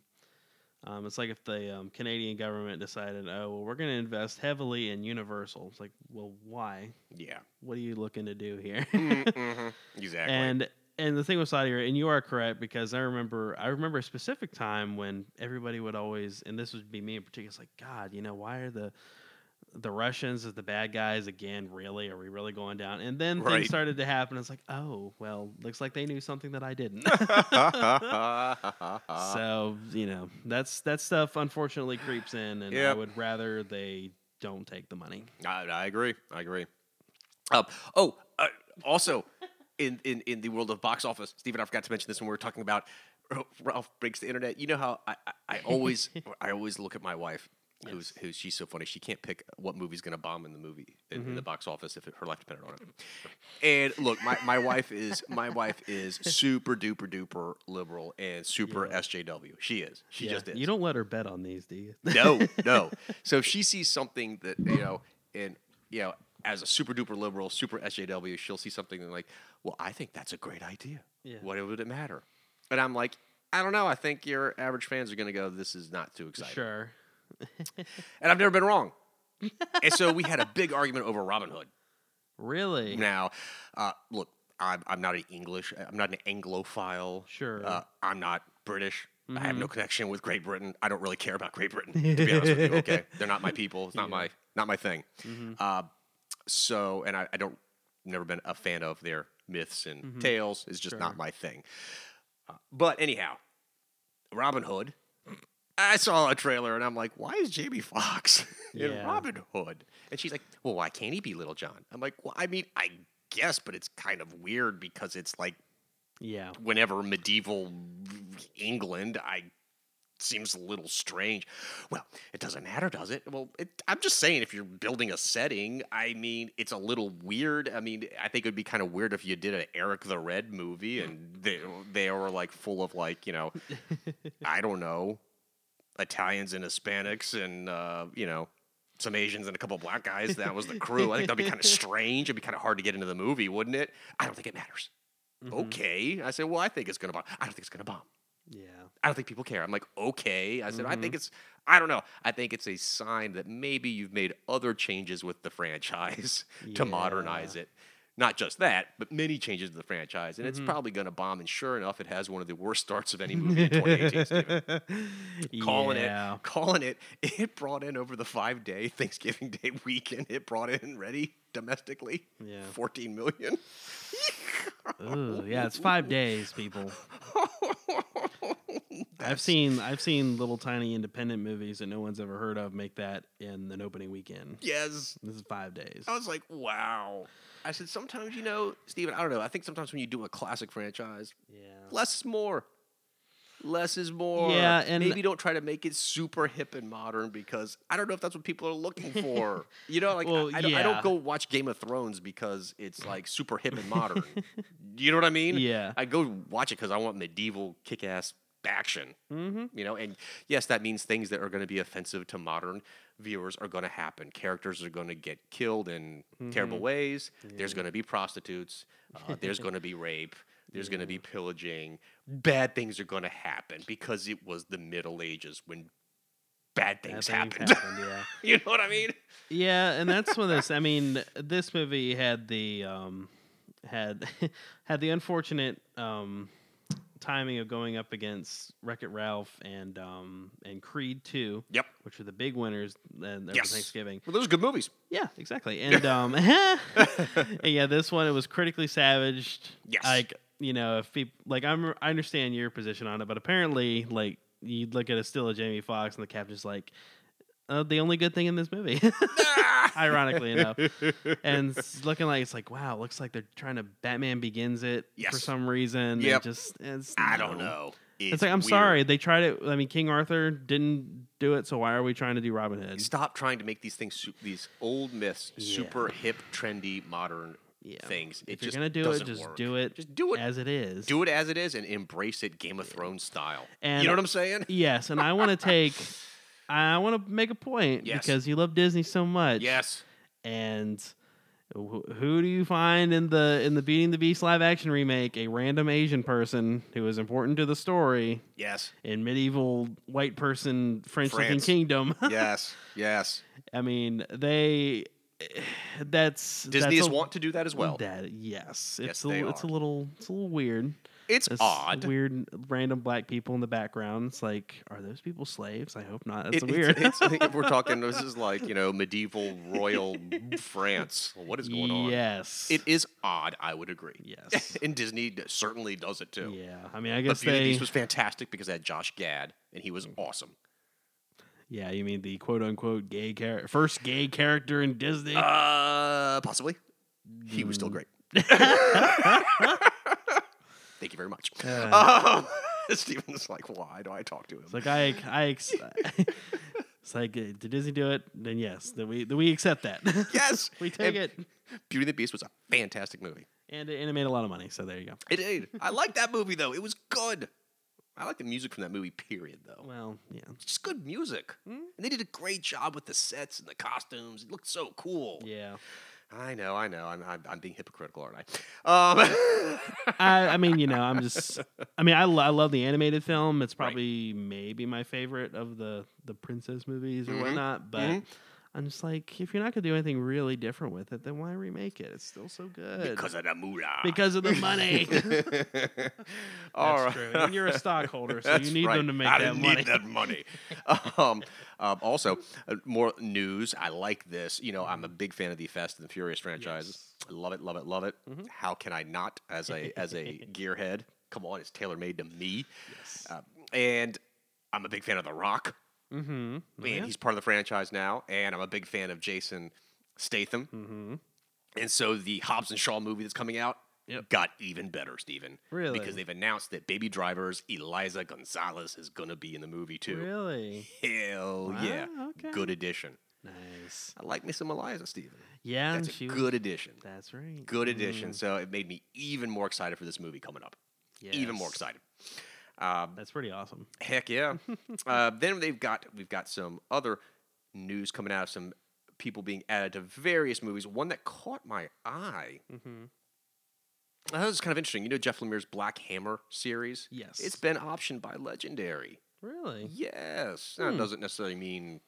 [SPEAKER 3] um, it's like if the um, Canadian government decided, oh, well, we're going to invest heavily in Universal. It's like, well, why?
[SPEAKER 2] Yeah,
[SPEAKER 3] What are you looking to do here?
[SPEAKER 2] Mhm. exactly.
[SPEAKER 3] and and the thing with Saudi Arabia, and you are correct because I remember I remember a specific time when everybody would always, and this would be me in particular, it's like God, you know, why are the the Russians as the bad guys again? Really, are we really going down? And then
[SPEAKER 2] Right.
[SPEAKER 3] things started to happen. It's like, oh well, looks like they knew something that
[SPEAKER 2] [LAUGHS]
[SPEAKER 3] I didn't. [LAUGHS] so you know, that's that stuff unfortunately creeps in, and I
[SPEAKER 2] Yep.
[SPEAKER 3] would rather they don't take the money.
[SPEAKER 2] I, I agree. I agree. Um, oh, uh, also, in, in, in the world of box office, Stephen, I forgot to mention this when we were talking about Ralph breaks the internet. You know how I, I,
[SPEAKER 3] [LAUGHS]
[SPEAKER 2] I always I always look at my wife, who's who's she's so funny. She can't pick what movie's going to bomb in the movie in,
[SPEAKER 3] Mm-hmm.
[SPEAKER 2] in the box office if it, her life depended on it. And look, my, my wife is my wife is super duper duper liberal and super
[SPEAKER 3] Yeah.
[SPEAKER 2] SJW. She is. She
[SPEAKER 3] Yeah.
[SPEAKER 2] just is.
[SPEAKER 3] You don't let her bet on these, do you?
[SPEAKER 2] No,
[SPEAKER 3] [LAUGHS]
[SPEAKER 2] no. So if she sees something that you know, and you know, as a super duper liberal, super SJW, she'll see something and like, well, I think that's a great idea.
[SPEAKER 3] Yeah.
[SPEAKER 2] What would it matter? And I'm like, I don't know. I think your average fans are going to go, this is not too exciting.
[SPEAKER 3] sure.
[SPEAKER 2] And I've never been wrong. and so we had a big argument over Robin Hood.
[SPEAKER 3] Really?
[SPEAKER 2] Now, uh, look, I'm, I'm not an English, I'm not an Anglophile.
[SPEAKER 3] Sure.
[SPEAKER 2] Uh, I'm not British. I have no connection with Great Britain. I don't really care about Great Britain, to be honest with you. Okay, they're not my people. It's not my not my thing. Uh, so, and I, I don't never been a fan of their myths and tales. It's just not my thing. Uh, but anyhow, Robin Hood. I saw a trailer and I'm like, why is Jamie Foxx [LAUGHS] in
[SPEAKER 3] Yeah.
[SPEAKER 2] Robin Hood? And she's like, well, why can't he be Little John? I'm like, well, I mean, I guess, but it's kind of weird because it's like
[SPEAKER 3] Yeah.
[SPEAKER 2] whenever medieval England, I seems a little strange. Well, it doesn't matter, does it? Well, it, I'm just saying if you're building a setting, I mean, it's a little weird. I mean, I think it would be kind of weird if you did an Eric the Red movie and they they were like full of like, you know, I don't know, Italians and Hispanics and uh, you know, some Asians and a couple black guys. That was the crew. I think that'd be kind of strange. It'd be kind of hard to get into the movie, wouldn't it? I don't think it matters.
[SPEAKER 3] Mm-hmm.
[SPEAKER 2] Okay. I said, well, I think it's gonna bomb. I don't think it's gonna bomb.
[SPEAKER 3] Yeah.
[SPEAKER 2] I don't think people care. I'm like, okay. I said, I
[SPEAKER 3] Mm-hmm.
[SPEAKER 2] think it's, I don't know. I think it's a sign that maybe you've made other changes with the franchise [LAUGHS] to modernize it. Not just that, but many changes to the franchise. And it's
[SPEAKER 3] Mm-hmm.
[SPEAKER 2] probably going to bomb. And sure enough, it has one of the worst starts
[SPEAKER 3] [LAUGHS]
[SPEAKER 2] of any movie in 2018, Steven. Calling
[SPEAKER 3] yeah.
[SPEAKER 2] it, calling it. [LAUGHS] It brought in over the five day Thanksgiving Day weekend, it brought in ready domestically
[SPEAKER 3] Yeah.
[SPEAKER 2] 14 million. [LAUGHS]
[SPEAKER 3] Ooh, yeah, it's five days,
[SPEAKER 2] [LAUGHS]
[SPEAKER 3] people. I've seen I've seen little tiny independent movies that no one's ever heard of make that in an opening weekend.
[SPEAKER 2] Yes.
[SPEAKER 3] This is five days.
[SPEAKER 2] I was like, wow. I said, sometimes, you know, Steven, I don't know. I think sometimes when you do a classic franchise,
[SPEAKER 3] Yeah.
[SPEAKER 2] less is more. Less is more.
[SPEAKER 3] Yeah, and-
[SPEAKER 2] maybe don't try to make it super hip and modern because I don't know if that's what people are looking
[SPEAKER 3] [LAUGHS]
[SPEAKER 2] for. you know, like I-
[SPEAKER 3] Well,
[SPEAKER 2] I, don't, I don't
[SPEAKER 3] yeah.
[SPEAKER 2] go watch Game of Thrones because it's like super hip and
[SPEAKER 3] [LAUGHS]
[SPEAKER 2] modern. you know what I mean?
[SPEAKER 3] Yeah.
[SPEAKER 2] I go watch it because I want medieval kick ass action
[SPEAKER 3] Mm-hmm.
[SPEAKER 2] you know and yes that means things that are going to be offensive to modern viewers are going to happen characters are going to get killed in
[SPEAKER 3] Mm-hmm.
[SPEAKER 2] terrible ways there's going to be prostitutes uh, there's going to
[SPEAKER 3] [LAUGHS]
[SPEAKER 2] be rape there's going to be pillaging bad things are going to happen because it was the middle ages when bad
[SPEAKER 3] Bad
[SPEAKER 2] things
[SPEAKER 3] things
[SPEAKER 2] happened.
[SPEAKER 3] happened, yeah.
[SPEAKER 2] [LAUGHS] you know what I mean?
[SPEAKER 3] [LAUGHS] Yeah, and that's when this. I mean, this movie had the um, had [LAUGHS] had the unfortunate um, timing of going up against Wreck It Ralph and um, and Creed Two.
[SPEAKER 2] Yep.
[SPEAKER 3] which were the big winners and
[SPEAKER 2] Yes.
[SPEAKER 3] for Thanksgiving.
[SPEAKER 2] Well, those are good movies.
[SPEAKER 3] Yeah, exactly. And um, [LAUGHS] and yeah, this one it was critically savaged.
[SPEAKER 2] Yes.
[SPEAKER 3] like you know, if people like I'm, I understand your position on it, but apparently, like you look at a still of Jamie Foxx and the caption's like, uh, the only good thing in this
[SPEAKER 2] [LAUGHS]
[SPEAKER 3] movie. [LAUGHS] Ironically enough, and it's looking like it's like wow, looks like they're trying to Batman Begins it for
[SPEAKER 2] Yes.
[SPEAKER 3] some reason. Yeah,
[SPEAKER 2] Yep.
[SPEAKER 3] just it's,
[SPEAKER 2] I don't
[SPEAKER 3] no.
[SPEAKER 2] know.
[SPEAKER 3] It's, like I'm
[SPEAKER 2] weird.
[SPEAKER 3] sorry they tried it. I mean, King Arthur didn't do it, so why are we trying to do Robin Hood?
[SPEAKER 2] Stop trying to make these things, su- these old myths,
[SPEAKER 3] Yeah.
[SPEAKER 2] super hip, trendy, modern
[SPEAKER 3] Yeah.
[SPEAKER 2] things. It
[SPEAKER 3] if you're
[SPEAKER 2] just
[SPEAKER 3] gonna do it,
[SPEAKER 2] doesn't
[SPEAKER 3] just
[SPEAKER 2] work.
[SPEAKER 3] do it.
[SPEAKER 2] Just do it.
[SPEAKER 3] as it is.
[SPEAKER 2] do it as it is and embrace it Game of Thrones style.
[SPEAKER 3] And-
[SPEAKER 2] you know what I'm
[SPEAKER 3] [LAUGHS]
[SPEAKER 2] saying?
[SPEAKER 3] Yes, and I want
[SPEAKER 2] [LAUGHS]
[SPEAKER 3] to take. I want to make a point
[SPEAKER 2] Yes.
[SPEAKER 3] because you love Disney so much.
[SPEAKER 2] Yes.
[SPEAKER 3] And who, who do you find in the in the Beating the Beast live action remake? A random Asian person who is important to the story [LAUGHS]
[SPEAKER 2] Yes.
[SPEAKER 3] in medieval white person French looking
[SPEAKER 2] France.
[SPEAKER 3] kingdom. [LAUGHS]
[SPEAKER 2] yes. Yes.
[SPEAKER 3] I mean, they. eh, That's
[SPEAKER 2] Disney is
[SPEAKER 3] that's a-
[SPEAKER 2] want to do that as well.
[SPEAKER 3] That yes,
[SPEAKER 2] Yes,
[SPEAKER 3] it's a,
[SPEAKER 2] they
[SPEAKER 3] it's a
[SPEAKER 2] are.
[SPEAKER 3] little it's a little weird.
[SPEAKER 2] it's
[SPEAKER 3] It's
[SPEAKER 2] odd.
[SPEAKER 3] Weird, random black people in the background. It's like, are those people slaves? I hope not. That's
[SPEAKER 2] It-
[SPEAKER 3] weird.
[SPEAKER 2] It's, it's, if we're talking,
[SPEAKER 3] [LAUGHS]
[SPEAKER 2] this is like you know medieval royal France. What
[SPEAKER 3] [LAUGHS]
[SPEAKER 2] is going on?
[SPEAKER 3] yes.
[SPEAKER 2] It is odd. I would agree. [LAUGHS]
[SPEAKER 3] Yes.
[SPEAKER 2] and Disney d- certainly does it too.
[SPEAKER 3] yeah. I mean, I
[SPEAKER 2] But Beauty and
[SPEAKER 3] guess
[SPEAKER 2] the
[SPEAKER 3] they. Mm.
[SPEAKER 2] Beast was fantastic because it had Josh Gad, and he was awesome.
[SPEAKER 3] yeah, you mean the quote unquote gay character, first gay character in Disney?
[SPEAKER 2] Uh, possibly. He was
[SPEAKER 3] Mm.
[SPEAKER 2] still great.
[SPEAKER 3] [LAUGHS]
[SPEAKER 2] Thank you very much.
[SPEAKER 3] Uh.
[SPEAKER 2] Um, [LAUGHS] Steven's like, why do I talk to him?
[SPEAKER 3] it's like [LAUGHS] I, I.
[SPEAKER 2] [LAUGHS]
[SPEAKER 3] Ex- it's like, uh, did Disney do it? Then yes, then we, then we accept that. [LAUGHS]
[SPEAKER 2] yes,
[SPEAKER 3] we take
[SPEAKER 2] And
[SPEAKER 3] it.
[SPEAKER 2] Beauty and the Beast was a fantastic movie.
[SPEAKER 3] And it, and it made a lot of money, so there you go.
[SPEAKER 2] It did. I like that movie though. It was good. I like the music from that movie. Period though.
[SPEAKER 3] Well, yeah.
[SPEAKER 2] It's just good music,
[SPEAKER 3] Hmm?
[SPEAKER 2] and they did a great job with the sets and the costumes. It looked so cool.
[SPEAKER 3] Yeah.
[SPEAKER 2] I know, I know. I'm, I'm, I'm being hypocritical, aren't [LAUGHS] I? Um,
[SPEAKER 3] I, I mean, you know, I'm just. I mean, I, lo- I love the animated film. It's probably maybe my favorite of the the princess movies or
[SPEAKER 2] Mhm.
[SPEAKER 3] whatnot. But
[SPEAKER 2] Mhm.
[SPEAKER 3] I'm just like, if you're not gonna do anything really different with it, then why remake it? It's still so good
[SPEAKER 2] because [LAUGHS] of the moolah.
[SPEAKER 3] Because of
[SPEAKER 2] [LAUGHS]
[SPEAKER 3] the money. [LAUGHS]
[SPEAKER 2] All
[SPEAKER 3] That's
[SPEAKER 2] right. [LAUGHS]
[SPEAKER 3] true. And you're a stockholder, so
[SPEAKER 2] That's
[SPEAKER 3] you need
[SPEAKER 2] right.
[SPEAKER 3] them to make
[SPEAKER 2] I
[SPEAKER 3] that
[SPEAKER 2] need
[SPEAKER 3] money.
[SPEAKER 2] that
[SPEAKER 3] [LAUGHS]
[SPEAKER 2] money. um, um, also, uh, more news. I like this. You know, I'm a big fan of the Fast and the Furious franchises.
[SPEAKER 3] Yes.
[SPEAKER 2] I love it, love it, love it.
[SPEAKER 3] Mhm.
[SPEAKER 2] How can I not as a as
[SPEAKER 3] [LAUGHS]
[SPEAKER 2] a gearhead? Come on, it's tailor made to me.
[SPEAKER 3] Yes.
[SPEAKER 2] Uh, and I'm a big fan of The Rock.
[SPEAKER 3] [LAUGHS] mm-hmm.
[SPEAKER 2] and he's part of the franchise now. And I'm a big fan of Jason Statham.
[SPEAKER 3] mm-hmm.
[SPEAKER 2] And so the Hobbs and Shaw movie that's coming out
[SPEAKER 3] Yep.
[SPEAKER 2] got even better, Steven.
[SPEAKER 3] Really?
[SPEAKER 2] Because they've announced that Baby Driver's Eliza Gonzalez is going to be in the movie too.
[SPEAKER 3] Really?
[SPEAKER 2] Hell yeah.
[SPEAKER 3] Wow, okay.
[SPEAKER 2] Good addition.
[SPEAKER 3] Nice.
[SPEAKER 2] I like me some Eliza, Steven.
[SPEAKER 3] Yeah.
[SPEAKER 2] That's
[SPEAKER 3] and
[SPEAKER 2] a
[SPEAKER 3] she was-
[SPEAKER 2] good addition.
[SPEAKER 3] That's right. Mm-hmm.
[SPEAKER 2] Good addition. So it made me even more excited for this movie coming up.
[SPEAKER 3] Mm,
[SPEAKER 2] Even more
[SPEAKER 3] yes.
[SPEAKER 2] excited. Um,
[SPEAKER 3] That's pretty awesome.
[SPEAKER 2] Heck yeah.
[SPEAKER 3] [LAUGHS]
[SPEAKER 2] uh, then they've got we've got some other news coming out of some people being added to various movies. One that caught my eye.
[SPEAKER 3] Mm-hmm.
[SPEAKER 2] That was kind of interesting. You know Jeff Lemire's Black Hammer series?
[SPEAKER 3] Yes.
[SPEAKER 2] It's been optioned by Legendary.
[SPEAKER 3] Really?
[SPEAKER 2] Yes. That
[SPEAKER 3] Hmm.
[SPEAKER 2] doesn't necessarily mean,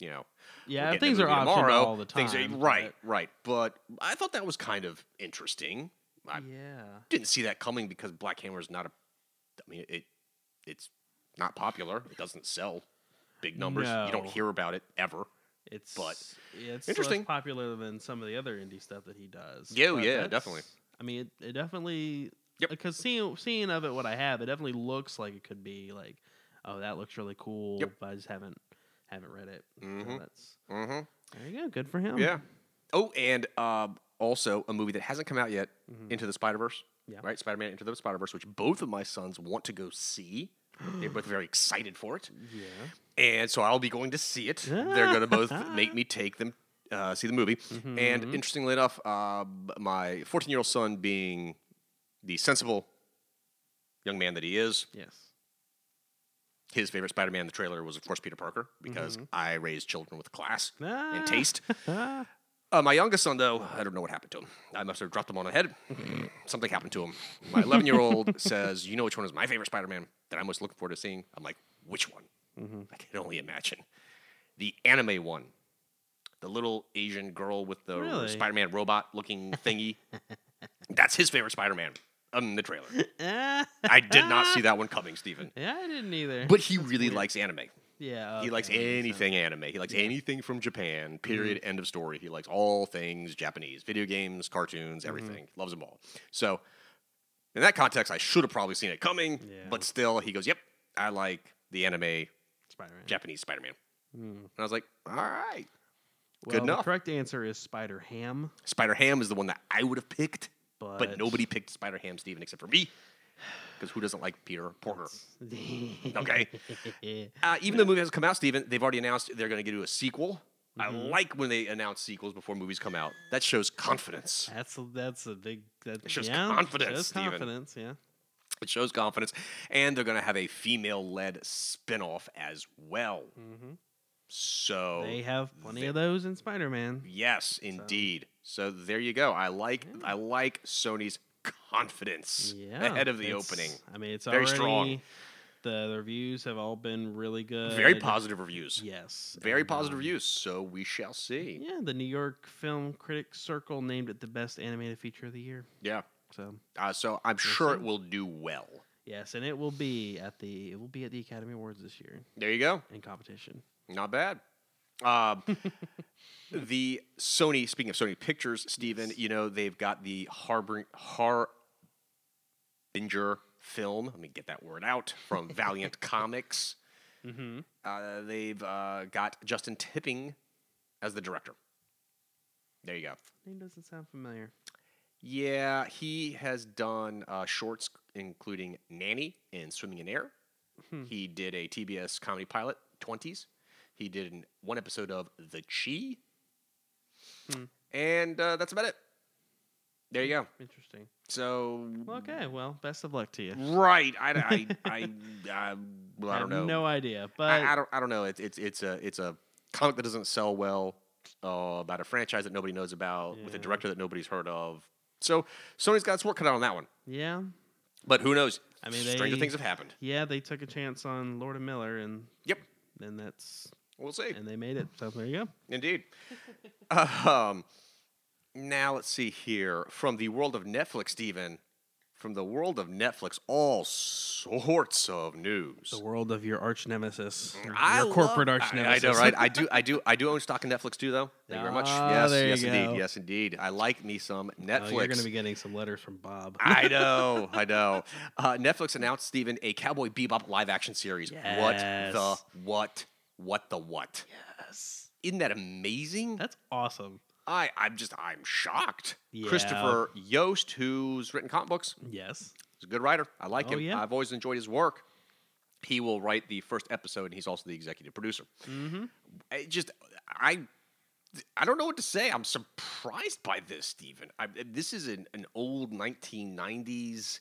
[SPEAKER 2] you know, we're
[SPEAKER 3] Yeah,
[SPEAKER 2] getting the
[SPEAKER 3] things are
[SPEAKER 2] movie
[SPEAKER 3] optional
[SPEAKER 2] tomorrow.
[SPEAKER 3] all the time.
[SPEAKER 2] Things are, right, right. But I thought that was kind of interesting. I
[SPEAKER 3] but- yeah.
[SPEAKER 2] didn't see that coming because Black Hammer is not a. I mean, it it's not popular. It doesn't sell big numbers. You don't
[SPEAKER 3] No.
[SPEAKER 2] hear about it ever.
[SPEAKER 3] It's it's
[SPEAKER 2] interesting.
[SPEAKER 3] less popular than some of the other indie stuff that he does.
[SPEAKER 2] Yeah, oh
[SPEAKER 3] but
[SPEAKER 2] yeah,
[SPEAKER 3] that's-
[SPEAKER 2] definitely.
[SPEAKER 3] I mean, it, it definitely
[SPEAKER 2] Yep.
[SPEAKER 3] because seeing seeing of it what I have, it definitely looks like it could be like, oh, that looks really cool,
[SPEAKER 2] Yep.
[SPEAKER 3] but I just haven't haven't read it. So
[SPEAKER 2] Mhm.
[SPEAKER 3] that's
[SPEAKER 2] Mm-hmm.
[SPEAKER 3] there you go. Good for him.
[SPEAKER 2] Yeah. Oh, and um, also a movie that hasn't come out yet,
[SPEAKER 3] Mhm.
[SPEAKER 2] Into the Spider Verse.
[SPEAKER 3] Yeah.
[SPEAKER 2] Right, Spider Man Into the Spider Verse, which both of my sons want to go see. They're both very excited for it,
[SPEAKER 3] Yeah.
[SPEAKER 2] and so I'll be going to see it. They're going to both make me take them uh, see the movie. And
[SPEAKER 3] Mhm.
[SPEAKER 2] interestingly enough, uh, my 14 year old son, being the sensible young man that he is,
[SPEAKER 3] Yes.
[SPEAKER 2] his favorite Spider Man in the trailer was, of course, Peter Parker, because I raise children with class
[SPEAKER 3] Ah.
[SPEAKER 2] and taste.
[SPEAKER 3] Ah.
[SPEAKER 2] Uh, my youngest son, though, I don't know what happened to him. I must have dropped him on the head. Something happened to him. My 11 year old says, You know which one is my favorite Spider Man that I'm most looking forward to seeing? I'm like, Which one?
[SPEAKER 3] Mm-hmm. [LAUGHS]
[SPEAKER 2] I can only imagine. The anime one, the little Asian girl with the
[SPEAKER 3] Really?
[SPEAKER 2] Spider-Man
[SPEAKER 3] [LAUGHS]
[SPEAKER 2] robot-looking thingy. That's his favorite Spider-Man in the trailer. I did not see that one coming, Steven.
[SPEAKER 3] Ah. Yeah, I didn't either.
[SPEAKER 2] But he really likes anime.
[SPEAKER 3] yeah,
[SPEAKER 2] He likes
[SPEAKER 3] okay, that makes sense. Mm-hmm.
[SPEAKER 2] anything anime. He likes anything from Japan. Period. End of story. He likes all things Japanese, video games, cartoons,
[SPEAKER 3] Mm-hmm.
[SPEAKER 2] everything. Loves them all. So, in that context, I should have probably seen it coming.
[SPEAKER 3] Yeah.
[SPEAKER 2] But still, he goes, "Yep, I like the anime
[SPEAKER 3] Spider-Man.
[SPEAKER 2] Japanese Spider-Man."
[SPEAKER 3] Mm.
[SPEAKER 2] And I was like, "All right."
[SPEAKER 3] Well, The
[SPEAKER 2] enough.
[SPEAKER 3] correct answer is Spider Ham,
[SPEAKER 2] Spider Ham is the one that I would have picked,
[SPEAKER 3] but
[SPEAKER 2] but
[SPEAKER 3] [LAUGHS]
[SPEAKER 2] nobody picked Spider Ham, Steven, except for me. Because who doesn't like Peter Porker? Okay. Uh, even though the movie hasn't come out, Steven, they've already announced they're going to do a sequel.
[SPEAKER 3] Mm-hmm.
[SPEAKER 2] I like when they announce sequels before movies come out. That shows confidence.
[SPEAKER 3] [LAUGHS] That's a, that's a big that
[SPEAKER 2] It shows
[SPEAKER 3] yeah,
[SPEAKER 2] confidence,
[SPEAKER 3] shows
[SPEAKER 2] Steven.
[SPEAKER 3] confidence, yeah.
[SPEAKER 2] It shows confidence. And they're going to have a female led spin off as well. So,
[SPEAKER 3] They have plenty
[SPEAKER 2] Oh, they-
[SPEAKER 3] of those in Spider Man.
[SPEAKER 2] yes, indeed. So, there you go. I like, I like Sony's confidence
[SPEAKER 3] Yeah,
[SPEAKER 2] ahead of the
[SPEAKER 3] it's-
[SPEAKER 2] opening.
[SPEAKER 3] I mean, it's
[SPEAKER 2] Very
[SPEAKER 3] very
[SPEAKER 2] strong.
[SPEAKER 3] strong. The, the reviews have all been really good.
[SPEAKER 2] Very positive reviews.
[SPEAKER 3] Yes,
[SPEAKER 2] Very
[SPEAKER 3] and,
[SPEAKER 2] positive
[SPEAKER 3] um,
[SPEAKER 2] reviews. So, we shall see.
[SPEAKER 3] Yeah, the New York Film Critics Circle named it the best animated feature of the year.
[SPEAKER 2] Yeah.
[SPEAKER 3] So
[SPEAKER 2] Uh, so, I'm sure it
[SPEAKER 3] see.
[SPEAKER 2] will do well.
[SPEAKER 3] yes, and it will be at the it will be at the Academy Awards this year
[SPEAKER 2] There you go.
[SPEAKER 3] in competition.
[SPEAKER 2] Not bad. Um, the Sony, speaking of Sony Pictures, Steven, you know, they've got the Harbor, Harbinger film. Let me get that word out from Valiant Comics.
[SPEAKER 3] Mm-hmm.
[SPEAKER 2] Uh, they've uh, got Justin Tipping as the director. There you go.
[SPEAKER 3] Name doesn't sound familiar.
[SPEAKER 2] Yeah, he has done uh, shorts, including Nanny and Swimming in Air.
[SPEAKER 3] Hmm.
[SPEAKER 2] He did a TBS comedy pilot, 20s. He did an, one episode of The Chi.
[SPEAKER 3] Hmm.
[SPEAKER 2] And uh, that's about it. There you go.
[SPEAKER 3] Interesting.
[SPEAKER 2] So,
[SPEAKER 3] Well, okay, well, best of luck to you.
[SPEAKER 2] right.
[SPEAKER 3] [LAUGHS]
[SPEAKER 2] I, I, I, I, well, I don't
[SPEAKER 3] have
[SPEAKER 2] know.
[SPEAKER 3] No idea, but
[SPEAKER 2] I, I don't. I don't know. It's it's it's a it's a comic that doesn't sell well. Uh, about a franchise that nobody knows about with a
[SPEAKER 3] Yeah.
[SPEAKER 2] director that nobody's heard of. So Sony's got its work cut out on that one.
[SPEAKER 3] yeah,
[SPEAKER 2] But who knows?
[SPEAKER 3] I mean,
[SPEAKER 2] stranger
[SPEAKER 3] they-
[SPEAKER 2] things have happened.
[SPEAKER 3] yeah, they took a chance on Lord and Miller, and
[SPEAKER 2] Yep,
[SPEAKER 3] then that's
[SPEAKER 2] we'll see.
[SPEAKER 3] and they made it. So there you go.
[SPEAKER 2] Indeed. um, now let's see here from the world of Netflix, Stephen. From the world of Netflix, all sorts of news.
[SPEAKER 3] The world of your arch nemesis, your
[SPEAKER 2] Mm, I love-
[SPEAKER 3] corporate arch
[SPEAKER 2] I- I
[SPEAKER 3] nemesis.
[SPEAKER 2] know, right?
[SPEAKER 3] [LAUGHS]
[SPEAKER 2] I do, I do, I do own stock in Netflix too, though. Thank you very much.
[SPEAKER 3] Ah,
[SPEAKER 2] Yes,
[SPEAKER 3] there you
[SPEAKER 2] yes,
[SPEAKER 3] go.
[SPEAKER 2] indeed, yes, indeed. I like me some Netflix.
[SPEAKER 3] Oh, you're going to be getting some letters from Bob. [LAUGHS]
[SPEAKER 2] I know, I know. Uh, Netflix announced Steven a Cowboy Bebop live action series. What
[SPEAKER 3] Yes.
[SPEAKER 2] the what? What the what?
[SPEAKER 3] yes,
[SPEAKER 2] Isn't that amazing?
[SPEAKER 3] that's awesome.
[SPEAKER 2] I I'm just I'm shocked.
[SPEAKER 3] Yeah.
[SPEAKER 2] Christopher Yost, who's written comic books,
[SPEAKER 3] Yes.
[SPEAKER 2] he's a good writer. I like
[SPEAKER 3] Oh,
[SPEAKER 2] him.
[SPEAKER 3] yeah.
[SPEAKER 2] I've always enjoyed his work. He will write the first episode, and he's also the executive producer.
[SPEAKER 3] Mm-hmm.
[SPEAKER 2] I just I I don't know what to say. I'm surprised by this, Stephen. I, this is an, an old 1990s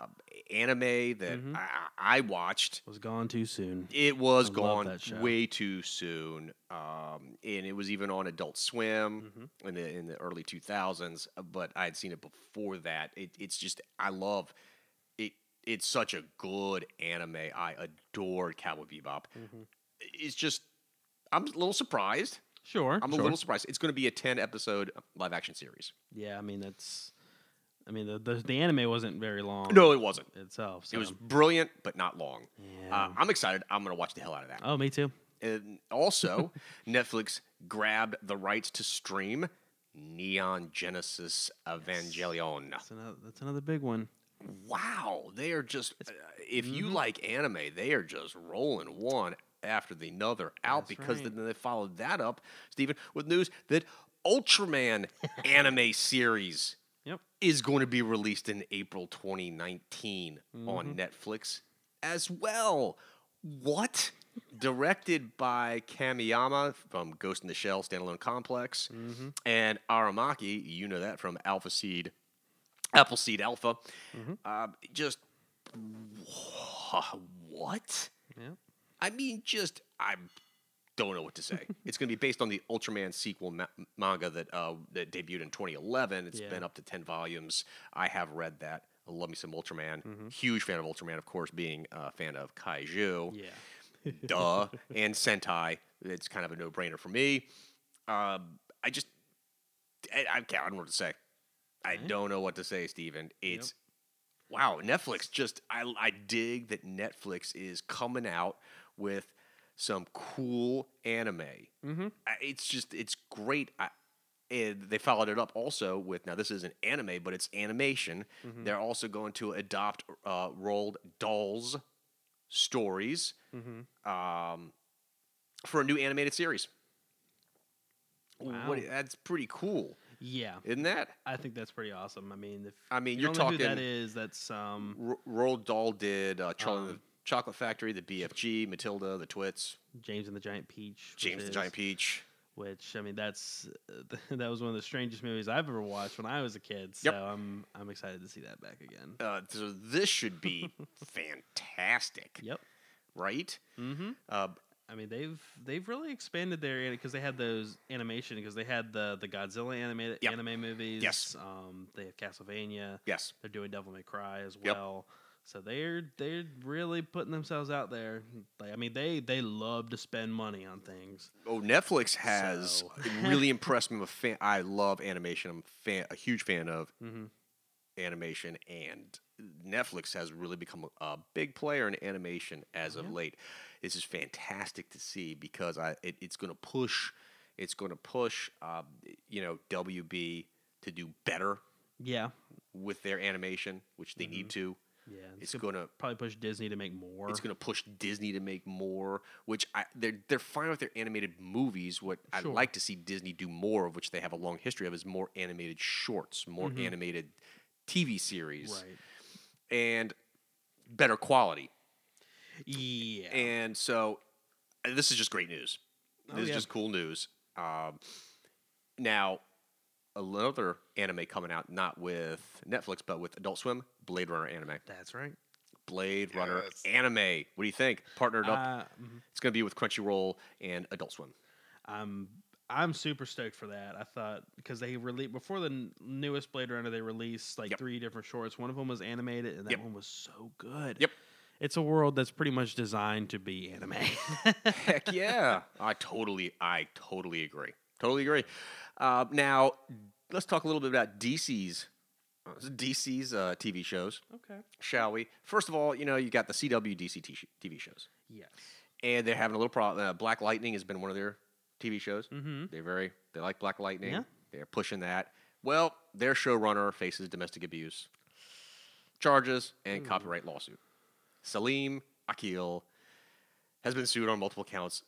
[SPEAKER 2] um, anime that
[SPEAKER 3] Mhm.
[SPEAKER 2] I, I watched.
[SPEAKER 3] Was gone too soon.
[SPEAKER 2] It was
[SPEAKER 3] I love
[SPEAKER 2] gone
[SPEAKER 3] that show.
[SPEAKER 2] way too soon, um, and it was even on Adult Swim
[SPEAKER 3] Mhm.
[SPEAKER 2] in the in the early two thousands. uh, But I had seen it before that. It, it's just I love it. It's such a good anime. I adored Cowboy Bebop.
[SPEAKER 3] Mhm.
[SPEAKER 2] It's just I'm a little surprised.
[SPEAKER 3] Sure.
[SPEAKER 2] I'm a
[SPEAKER 3] sure.
[SPEAKER 2] little surprised. It's going to be a ten episode live action series.
[SPEAKER 3] Yeah, I mean that's. I mean the the, the anime wasn't very long.
[SPEAKER 2] No, it wasn't.
[SPEAKER 3] itself. So.
[SPEAKER 2] It was brilliant, but not long.
[SPEAKER 3] Yeah.
[SPEAKER 2] Uh, I'm excited. I'm going to watch the hell out of that.
[SPEAKER 3] oh, me too.
[SPEAKER 2] And also, [LAUGHS] Netflix grabbed the rights to stream Neon Genesis Evangelion.
[SPEAKER 3] That's another. That's another big one.
[SPEAKER 2] Wow, they are just uh, if you
[SPEAKER 3] mm-hmm.
[SPEAKER 2] like anime, they are just rolling one after the another out
[SPEAKER 3] That's
[SPEAKER 2] because
[SPEAKER 3] right.
[SPEAKER 2] then they followed that up, Stephen, with news that
[SPEAKER 3] [LAUGHS]
[SPEAKER 2] Ultraman anime series
[SPEAKER 3] Yep.
[SPEAKER 2] is going to be released in April 2019
[SPEAKER 3] Mm-hmm.
[SPEAKER 2] on Netflix as well. What? Directed by Kamiyama from Ghost in the Shell Standalone Complex
[SPEAKER 3] Mhm.
[SPEAKER 2] and Aramaki, you know that from Alpha Seed, Appleseed Alpha.
[SPEAKER 3] Mhm.
[SPEAKER 2] Uh, just wha- what?
[SPEAKER 3] Yep.
[SPEAKER 2] I mean, just I don't know what to say. it's going to be based on the Ultraman sequel ma- manga that uh, that debuted in 2011. It's
[SPEAKER 3] Yeah.
[SPEAKER 2] been up to 10 volumes. I have read that. I love me some Ultraman.
[SPEAKER 3] Mhm.
[SPEAKER 2] Huge fan of Ultraman, of course, being a fan of Kaiju.
[SPEAKER 3] Yeah.
[SPEAKER 2] duh, and Sentai. It's kind of a no-brainer for me. Um, I just, I, I, can't- I don't know what to say. I
[SPEAKER 3] Alright.
[SPEAKER 2] don't know what to say, Steven. It's wow, Netflix just I I dig that Netflix is coming out with some cool anime.
[SPEAKER 3] Mm-hmm.
[SPEAKER 2] I- it's just it's great. I, and they followed it up also with now this isn't anime, but it's animation.
[SPEAKER 3] Mhm.
[SPEAKER 2] They're also going to adopt uh, Roald Dahl's stories
[SPEAKER 3] Mm-hmm.
[SPEAKER 2] um, for a new animated series.
[SPEAKER 3] Wow.
[SPEAKER 2] What, that's pretty cool,
[SPEAKER 3] Yeah,
[SPEAKER 2] isn't that?
[SPEAKER 3] I think that's pretty awesome. I mean, if
[SPEAKER 2] I mean,
[SPEAKER 3] you
[SPEAKER 2] you're
[SPEAKER 3] don't know who
[SPEAKER 2] talking.
[SPEAKER 3] that is that's um
[SPEAKER 2] R- Roald Dahl did uh, Charlie and the
[SPEAKER 3] Um,
[SPEAKER 2] Chocolate Factory, the BFG, Matilda, the Twits,
[SPEAKER 3] James and the Giant Peach. which
[SPEAKER 2] James the
[SPEAKER 3] is-
[SPEAKER 2] Giant Peach.
[SPEAKER 3] Which I mean, that's [LAUGHS] that was one of the strangest movies I've ever watched when I was a kid. So
[SPEAKER 2] Yep.
[SPEAKER 3] I'm I'm excited to see that back again.
[SPEAKER 2] Uh, so this should be
[SPEAKER 3] [LAUGHS]
[SPEAKER 2] fantastic,
[SPEAKER 3] Yep.
[SPEAKER 2] right?
[SPEAKER 3] Mm-hmm.
[SPEAKER 2] Uh,
[SPEAKER 3] I mean, they've they've really expanded their because they had those animation because they had the the Godzilla animated
[SPEAKER 2] Yep.
[SPEAKER 3] anime movies.
[SPEAKER 2] Yes.
[SPEAKER 3] Um, they have Castlevania.
[SPEAKER 2] yes,
[SPEAKER 3] They're doing Devil May Cry as
[SPEAKER 2] Yep.
[SPEAKER 3] well. So they're they're really putting themselves out there. Like, I mean, they they love to spend money on things.
[SPEAKER 2] Oh, Netflix has
[SPEAKER 3] So-
[SPEAKER 2] really impressed me. I'm a fan. I love animation. I'm fan, a huge fan of
[SPEAKER 3] Mm-hmm.
[SPEAKER 2] animation, and Netflix has really become a, a big player in animation as of
[SPEAKER 3] Yeah.
[SPEAKER 2] late. This is fantastic to see because I it, it's going to push, it's going to push, um, you know, WB to do better
[SPEAKER 3] Yeah.
[SPEAKER 2] with their animation, which they need to.
[SPEAKER 3] Yeah.
[SPEAKER 2] It's
[SPEAKER 3] Mm-hmm. gonna
[SPEAKER 2] going to
[SPEAKER 3] probably push Disney to make more.
[SPEAKER 2] it's going to push Disney to make more, which I, they're they're fine with their animated movies. What I'd
[SPEAKER 3] Sure.
[SPEAKER 2] like to see Disney do more of, which they have a long history of, is more animated shorts, more
[SPEAKER 3] Mhm.
[SPEAKER 2] animated TV series,
[SPEAKER 3] right.
[SPEAKER 2] and better quality.
[SPEAKER 3] Yeah.
[SPEAKER 2] And so, uh, this is just great news.
[SPEAKER 3] Oh,
[SPEAKER 2] This is
[SPEAKER 3] yeah.
[SPEAKER 2] just cool news. Um, now, another anime coming out, not with Netflix, but with Adult Swim, Blade Runner anime.
[SPEAKER 3] That's right.
[SPEAKER 2] Blade Runner
[SPEAKER 4] Yes.
[SPEAKER 2] anime. What do you think? Partnered up.
[SPEAKER 3] Uh, mhm.
[SPEAKER 2] It's going to be with Crunchyroll and Adult
[SPEAKER 3] [LAUGHS]
[SPEAKER 2] Swim.
[SPEAKER 3] I'm I'm super stoked for that. I thought because they released before the n- newest Blade Runner, they released like
[SPEAKER 2] Yep.
[SPEAKER 3] three different shorts. One of them was animated, and that
[SPEAKER 2] Yep.
[SPEAKER 3] one was so good.
[SPEAKER 2] Yep.
[SPEAKER 3] It's a world that's pretty much designed to
[SPEAKER 2] [LAUGHS]
[SPEAKER 3] be anime. [LAUGHS]
[SPEAKER 2] Heck yeah! I totally, I totally agree. Totally agree. Uh, now let's talk a little bit about DC's uh, DC's uh, TV shows,
[SPEAKER 3] okay.
[SPEAKER 2] shall we? First of all, you know you got the CW DC t- TV shows,
[SPEAKER 3] Yes.
[SPEAKER 2] and they're having a little problem. Uh, Black Lightning has been one of their TV shows.
[SPEAKER 3] Mm-hmm.
[SPEAKER 2] They're very they like Black Lightning.
[SPEAKER 3] Yeah.
[SPEAKER 2] They're pushing that. Well, their showrunner faces domestic abuse charges and
[SPEAKER 3] Ooh.
[SPEAKER 2] copyright lawsuit. Salim Akil has been sued on multiple counts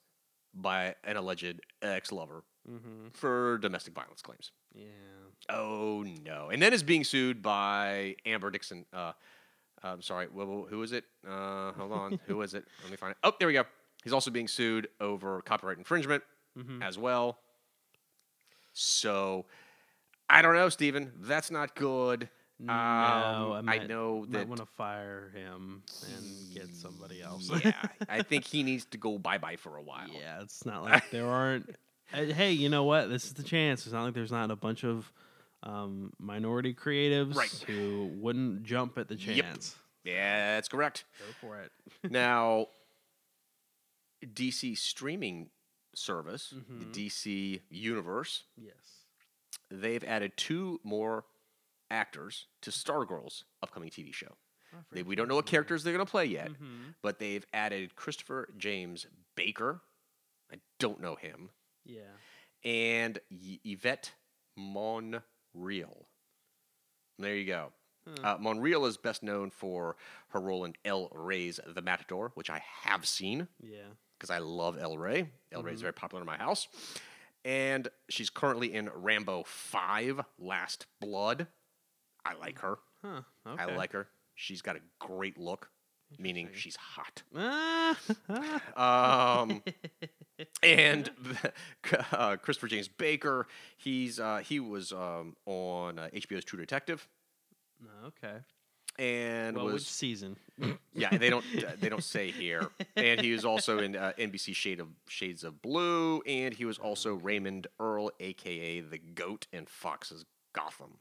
[SPEAKER 2] by an alleged ex-lover
[SPEAKER 3] Mm-hmm.
[SPEAKER 2] for domestic violence claims.
[SPEAKER 3] Yeah.
[SPEAKER 2] Oh no! And then is being sued by Amber Dixon. Uh, I'm sorry. wh- wh- Who is it? Uh, hold
[SPEAKER 3] [LAUGHS]
[SPEAKER 2] on. who is it? Let me find it. Oh, there we go. He's also being sued over copyright infringement
[SPEAKER 3] Mm-hmm.
[SPEAKER 2] as well. So I don't know, Steven. That's not good.
[SPEAKER 3] No,
[SPEAKER 2] I,
[SPEAKER 3] Uh, um, I,
[SPEAKER 2] I
[SPEAKER 3] might,
[SPEAKER 2] know that.
[SPEAKER 3] want to fire him and get somebody else.
[SPEAKER 2] [LAUGHS]
[SPEAKER 3] [LAUGHS]
[SPEAKER 2] yeah, I think he needs to go bye bye for a while.
[SPEAKER 3] Yeah, it's not like there aren't. uh, hey, you know what? This is the chance. It's not like there's not a bunch of um, minority creatives
[SPEAKER 2] Right.
[SPEAKER 3] who wouldn't jump at the
[SPEAKER 2] Yep.
[SPEAKER 3] chance.
[SPEAKER 2] Yeah, that's
[SPEAKER 3] [LAUGHS]
[SPEAKER 2] correct.
[SPEAKER 3] Go for it.
[SPEAKER 2] now, DC streaming service,
[SPEAKER 3] Mhm.
[SPEAKER 2] the DC Universe,
[SPEAKER 3] Yes.
[SPEAKER 2] they've added two more actors to Stargirl's upcoming TV show. They, we don't know what characters they're going to play yet,
[SPEAKER 3] hmm
[SPEAKER 2] but they've added Christopher James Baker. I don't know him.
[SPEAKER 3] Yeah.
[SPEAKER 2] And Y- Yvette Monreal. There you go.
[SPEAKER 3] Huh.
[SPEAKER 2] Uh, Monreal is best known for her role in El Rey's The Matador, which I have seen
[SPEAKER 3] Yeah.
[SPEAKER 2] because I love El Rey. El Rey is
[SPEAKER 3] Mhm.
[SPEAKER 2] very popular in my house. And she's currently in Rambo 5 Last Blood. I like her.
[SPEAKER 3] Huh. Okay.
[SPEAKER 2] I like her. She's got a great look, meaning
[SPEAKER 3] Interesting.
[SPEAKER 2] she's hot.
[SPEAKER 3] Ah, [LAUGHS] ah. [LAUGHS]
[SPEAKER 2] Um, and [LAUGHS] uh, Christopher James Baker, he's uh, he was um, on uh, HBO's True Detective,
[SPEAKER 3] No, okay.
[SPEAKER 2] and
[SPEAKER 3] Well, which
[SPEAKER 2] was
[SPEAKER 3] season?
[SPEAKER 2] yeah they don't uh, they don't say here. And he was also in uh, NBC Shade of Shades of Blue, and he was also Raymond Earl, aka the Goat, in Fox's Gotham.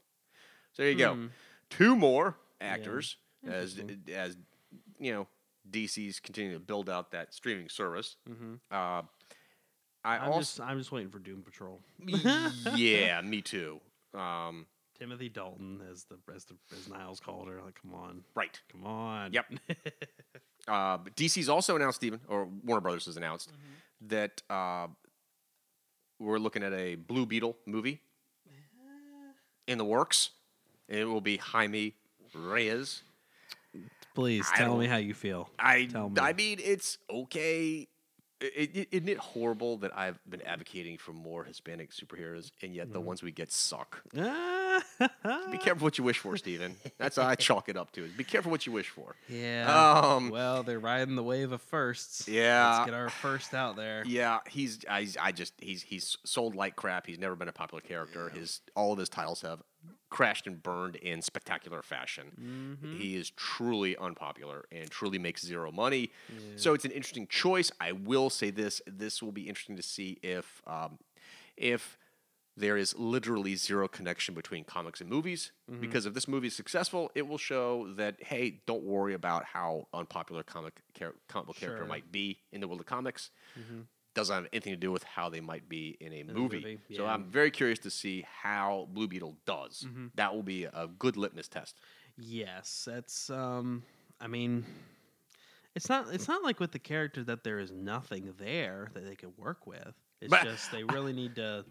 [SPEAKER 2] So there you go,
[SPEAKER 3] Hmm.
[SPEAKER 2] two more actors as
[SPEAKER 3] Interesting.
[SPEAKER 2] as you know DC's continuing to build out that streaming service.
[SPEAKER 3] Mm-hmm.
[SPEAKER 2] Uh, I
[SPEAKER 3] I'm
[SPEAKER 2] also
[SPEAKER 3] just I'm just waiting for Doom
[SPEAKER 2] [LAUGHS]
[SPEAKER 3] Patrol.
[SPEAKER 2] yeah, me too. Um,
[SPEAKER 3] [LAUGHS] Timothy Dalton, as the as the as Niles called her, like come on,
[SPEAKER 2] right.
[SPEAKER 3] come on.
[SPEAKER 2] Yep. Uh, but DC's also announced, Stephen, or Warner Brothers has announced that uh, we're looking at a Blue Beetle movie in the works. It will be Jaime Reyes.
[SPEAKER 3] Please
[SPEAKER 2] I
[SPEAKER 3] tell
[SPEAKER 2] don't-
[SPEAKER 3] me how
[SPEAKER 2] [LAUGHS]
[SPEAKER 3] you feel. [LAUGHS]
[SPEAKER 2] I
[SPEAKER 3] Tell
[SPEAKER 2] I
[SPEAKER 3] me.
[SPEAKER 2] mean, it's okay. I- I- isn't it horrible that I've been advocating for more Hispanic superheroes, and yet the
[SPEAKER 3] Mm-hmm.
[SPEAKER 2] ones we get suck?
[SPEAKER 3] Uh.
[SPEAKER 2] Be careful what you wish for, Steven. That's how I chalk it up to. Is be careful what you wish for.
[SPEAKER 3] [LAUGHS] Yeah.
[SPEAKER 2] Um,
[SPEAKER 3] well, they're riding the wave of firsts.
[SPEAKER 2] Yeah.
[SPEAKER 3] Let's get our first out there.
[SPEAKER 2] Yeah, he's I, I just he's he's sold like crap. He's never been a popular character. His all of his titles have crashed and burned in spectacular fashion.
[SPEAKER 3] Mhm.
[SPEAKER 2] He is truly unpopular and truly makes zero money.
[SPEAKER 3] Yeah.
[SPEAKER 2] So it's an interesting choice. I will say this: this will be interesting to see if um, if there is literally zero connection between comics and movies.
[SPEAKER 3] Mm-hmm.
[SPEAKER 2] Because if this movie is successful, it will show that hey, don't worry about how unpopular comic char- comic book character
[SPEAKER 3] Sure.
[SPEAKER 2] might be in the world of comics.
[SPEAKER 3] Mm-hmm.
[SPEAKER 2] Doesn't have anything to do with how they might be in a
[SPEAKER 3] the
[SPEAKER 2] movie.
[SPEAKER 3] movie,
[SPEAKER 2] So
[SPEAKER 3] yeah. Mm-hmm.
[SPEAKER 2] I'm very curious to see how Blue Beetle does. That will be a good litmus test.
[SPEAKER 3] Yes, that's um I mean it's not it's not like with the character that there is nothing there that they could work with. It's
[SPEAKER 2] But-
[SPEAKER 3] just they really need to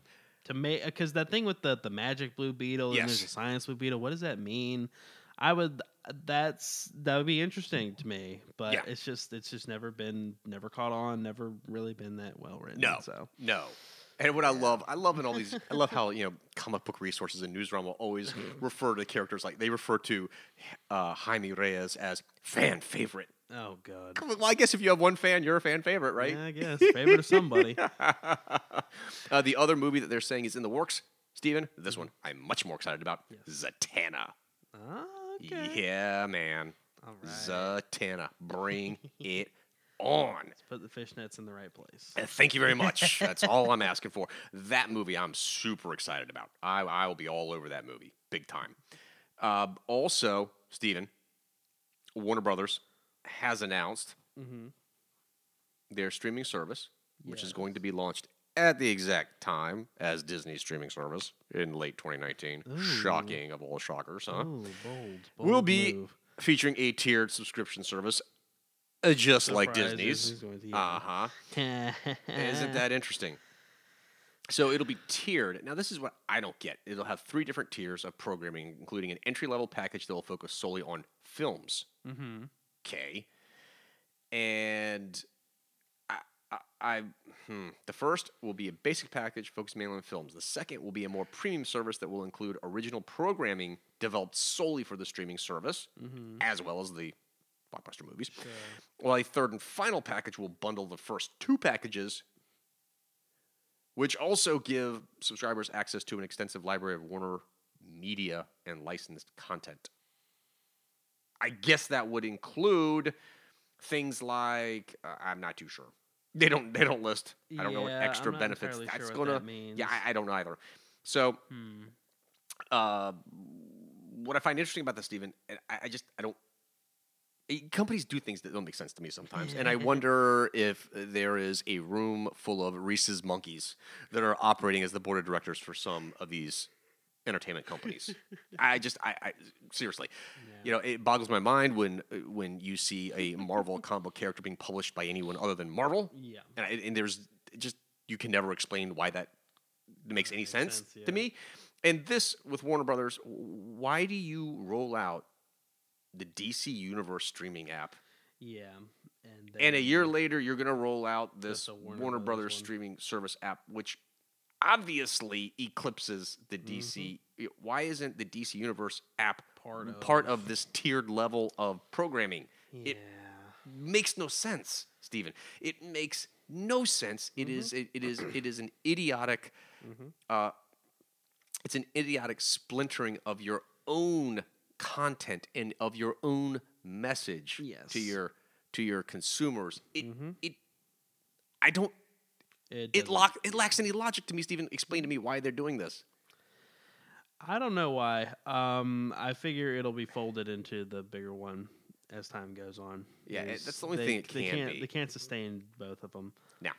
[SPEAKER 3] to make because that thing with the the magic blue beetle and there's a
[SPEAKER 2] Yes.
[SPEAKER 3] science blue beetle. What does that mean? I would that's that would be interesting to me, but
[SPEAKER 2] Yeah.
[SPEAKER 3] it's just it's just never been never caught on, never really been that well written.
[SPEAKER 2] No.
[SPEAKER 3] so
[SPEAKER 2] No. And what I love, I love in all these, I love how you know comic book resources and newsroom will always
[SPEAKER 3] Mm-hmm.
[SPEAKER 2] refer to characters like they refer to uh, Jaime Reyes as fan favorite.
[SPEAKER 3] oh god,
[SPEAKER 2] Well, I guess if you have one fan, you're a fan favorite, right?
[SPEAKER 3] Yeah, I guess favorite of somebody.
[SPEAKER 2] [LAUGHS] uh, the other movie that they're saying is in the works, Steven,
[SPEAKER 3] Mm-hmm.
[SPEAKER 2] This one I'm much more excited about. Zatanna.
[SPEAKER 3] Oh, okay,
[SPEAKER 2] Yeah, man.
[SPEAKER 3] all right.
[SPEAKER 2] Zatanna, bring it on.
[SPEAKER 3] Put the fishnets in the right place.
[SPEAKER 2] Uh, Thank you very much. That's all I'm asking for. That movie I'm super excited about. I, I will be all over that movie, big time. Uh, also, Steven, Warner Brothers has announced
[SPEAKER 3] Mm-hmm.
[SPEAKER 2] their streaming service, which is going to be launched at the exact time as Disney's streaming service in late 2019. Shocking of all shockers, huh?
[SPEAKER 3] Oh, bold, bold
[SPEAKER 2] will be
[SPEAKER 3] move.
[SPEAKER 2] featuring a tiered subscription service, uh, just like
[SPEAKER 3] Surprise,
[SPEAKER 2] Disney's.
[SPEAKER 3] going to-
[SPEAKER 2] Uh
[SPEAKER 3] [LAUGHS]
[SPEAKER 2] huh.
[SPEAKER 3] Uh.
[SPEAKER 2] Isn't that interesting? So it'll be tiered. Now, this is what I don't get. It'll have three different tiers of programming, including an entry level package that will focus solely on films.
[SPEAKER 3] Mhm.
[SPEAKER 2] Okay. And I, I, I hmm. the first will be a basic package focused mainly on films. The second will be a more premium service that will include original programming developed solely for the streaming service, as well as the blockbuster movies. While a third and final package will bundle the first two packages, which also give subscribers access to an extensive library of Warner Media and licensed content. I guess that would include things like uh, I'm not too sure. They don't they don't list. I don't know what
[SPEAKER 3] Yeah,
[SPEAKER 2] extra
[SPEAKER 3] I'm not
[SPEAKER 2] benefits
[SPEAKER 3] entirely sure
[SPEAKER 2] that's
[SPEAKER 3] what
[SPEAKER 2] gonna.
[SPEAKER 3] that means.
[SPEAKER 2] Yeah, I, I don't know either. So
[SPEAKER 3] Hmm.
[SPEAKER 2] uh, what I find interesting about this, Stephen, and I, I just I don't. eh, Companies do things that don't make sense to me sometimes, and I wonder if there is a room full of Reese's monkeys that are operating as the board of directors for some of these entertainment companies. I just, I, I seriously, you know, it boggles my mind when when you see a Marvel comic book character being published by anyone other than Marvel,
[SPEAKER 3] Yeah.
[SPEAKER 2] and, I, and there's just you can never explain why that makes any
[SPEAKER 3] makes
[SPEAKER 2] sense,
[SPEAKER 3] sense, yeah.
[SPEAKER 2] to me. And this with Warner Brothers, w- why do you roll out the DC Universe streaming app,
[SPEAKER 3] Yeah. And,
[SPEAKER 2] and a
[SPEAKER 3] then-
[SPEAKER 2] year later you're going to roll out
[SPEAKER 3] Just
[SPEAKER 2] this
[SPEAKER 3] the
[SPEAKER 2] Warner,
[SPEAKER 3] Warner Brothers
[SPEAKER 2] Brothers,
[SPEAKER 3] one.
[SPEAKER 2] streaming service app, which obviously eclipses the DC. y- Why isn't the DC Universe app
[SPEAKER 3] Mm-hmm. Part of.
[SPEAKER 2] part of this tiered level of programming?
[SPEAKER 3] Yeah.
[SPEAKER 2] it- makes no sense, Stephen. It makes no sense. It is
[SPEAKER 3] Mm-hmm.
[SPEAKER 2] it, it is it is an idiotic. Uh, it's an idiotic splintering of your own content and of your own message
[SPEAKER 3] Yes. Mm-hmm.
[SPEAKER 2] to your to your consumers. It it I don't it
[SPEAKER 3] doesn't-
[SPEAKER 2] lock it lacks any logic to me, Stephen. Explain to me why they're doing this.
[SPEAKER 3] I don't know why. Um, I figure it'll be folded into the bigger one, as time goes on.
[SPEAKER 2] Yeah, it-
[SPEAKER 3] is
[SPEAKER 2] that's the only
[SPEAKER 3] they-
[SPEAKER 2] thing it
[SPEAKER 3] they
[SPEAKER 2] can
[SPEAKER 3] not
[SPEAKER 2] be.
[SPEAKER 3] They can't sustain both of them.
[SPEAKER 2] No.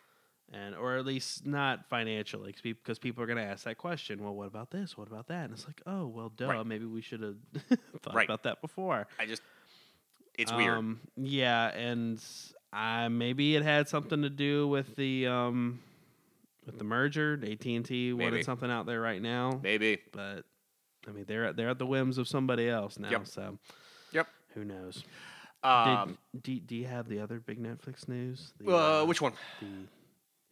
[SPEAKER 3] And or at least not financially, because people are going to ask that question. Well, what about this? What about that? And it's like, oh, well, duh.
[SPEAKER 2] Right.
[SPEAKER 3] Maybe we should have [LAUGHS] thought
[SPEAKER 2] Right.
[SPEAKER 3] about that before.
[SPEAKER 2] I just it's weird.
[SPEAKER 3] Um, yeah, and I maybe it had something to do with the um, with the merger. AT and
[SPEAKER 2] Maybe.
[SPEAKER 3] T wanted something out there right now,
[SPEAKER 2] Maybe.
[SPEAKER 3] but I mean they're at- they're at the whims of somebody else now.
[SPEAKER 2] Yep.
[SPEAKER 3] So
[SPEAKER 2] Yep.
[SPEAKER 3] who knows? Did,
[SPEAKER 2] Um,
[SPEAKER 3] do, do you have the other big Netflix news? The,
[SPEAKER 2] uh, which one?
[SPEAKER 3] the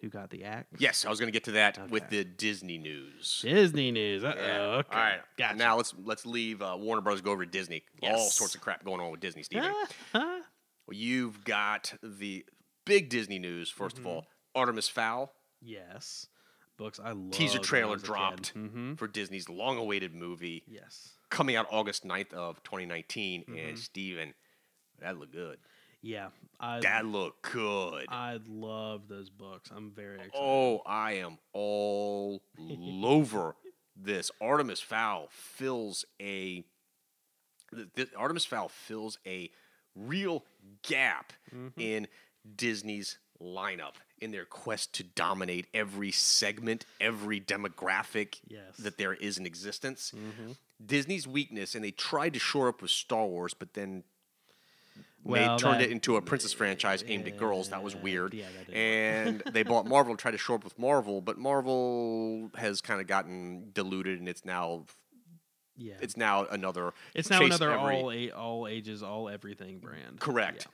[SPEAKER 3] who got the axe?
[SPEAKER 2] Yes, I was going to get to that with
[SPEAKER 3] Okay.
[SPEAKER 2] the Disney news.
[SPEAKER 3] Disney news. Uh oh.
[SPEAKER 2] Yeah.
[SPEAKER 3] Okay.
[SPEAKER 2] All right.
[SPEAKER 3] Gotcha.
[SPEAKER 2] Now let's let's leave uh, Warner Bros. Go over to Disney. All
[SPEAKER 3] Yes. Ah.
[SPEAKER 2] sorts of crap going on with Disney, Steven.
[SPEAKER 3] Huh?
[SPEAKER 2] Well, you've got the big Disney news. 1st of
[SPEAKER 3] Mm-hmm.
[SPEAKER 2] all, Artemis Fowl
[SPEAKER 3] [LAUGHS] yes. Books I love.
[SPEAKER 2] Teaser trailer dropped.
[SPEAKER 3] Mm-hmm.
[SPEAKER 2] for Disney's long-awaited movie
[SPEAKER 3] Yes.
[SPEAKER 2] coming out August 9th of 2019.
[SPEAKER 3] Mhm.
[SPEAKER 2] And Steven, that looked good.
[SPEAKER 3] Yeah. I
[SPEAKER 2] That looked good.
[SPEAKER 3] I love those books. I'm very excited.
[SPEAKER 2] Oh, I am all
[SPEAKER 3] [LAUGHS]
[SPEAKER 2] over this. Artemis Fowl fills a th- th- Artemis Fowl fills a real gap
[SPEAKER 3] Mhm.
[SPEAKER 2] in Disney's lineup in their quest to dominate every segment, every demographic
[SPEAKER 3] yes.
[SPEAKER 2] that there is in existence.
[SPEAKER 3] Mhm.
[SPEAKER 2] Disney's weakness, and they tried to shore up with Star Wars, but then
[SPEAKER 3] Well,
[SPEAKER 2] they turned
[SPEAKER 3] that-
[SPEAKER 2] it into a princess franchise aimed at girls. That was
[SPEAKER 3] Yeah,
[SPEAKER 2] weird.
[SPEAKER 3] yeah, that didn't work.
[SPEAKER 2] and they bought Marvel to try to shore up with Marvel, but Marvel has kind of gotten diluted, and it's now
[SPEAKER 3] [LAUGHS] yeah.
[SPEAKER 2] it's now another
[SPEAKER 3] It's now
[SPEAKER 2] chase
[SPEAKER 3] another
[SPEAKER 2] every-
[SPEAKER 3] all a- all ages, all everything brand.
[SPEAKER 2] Correct.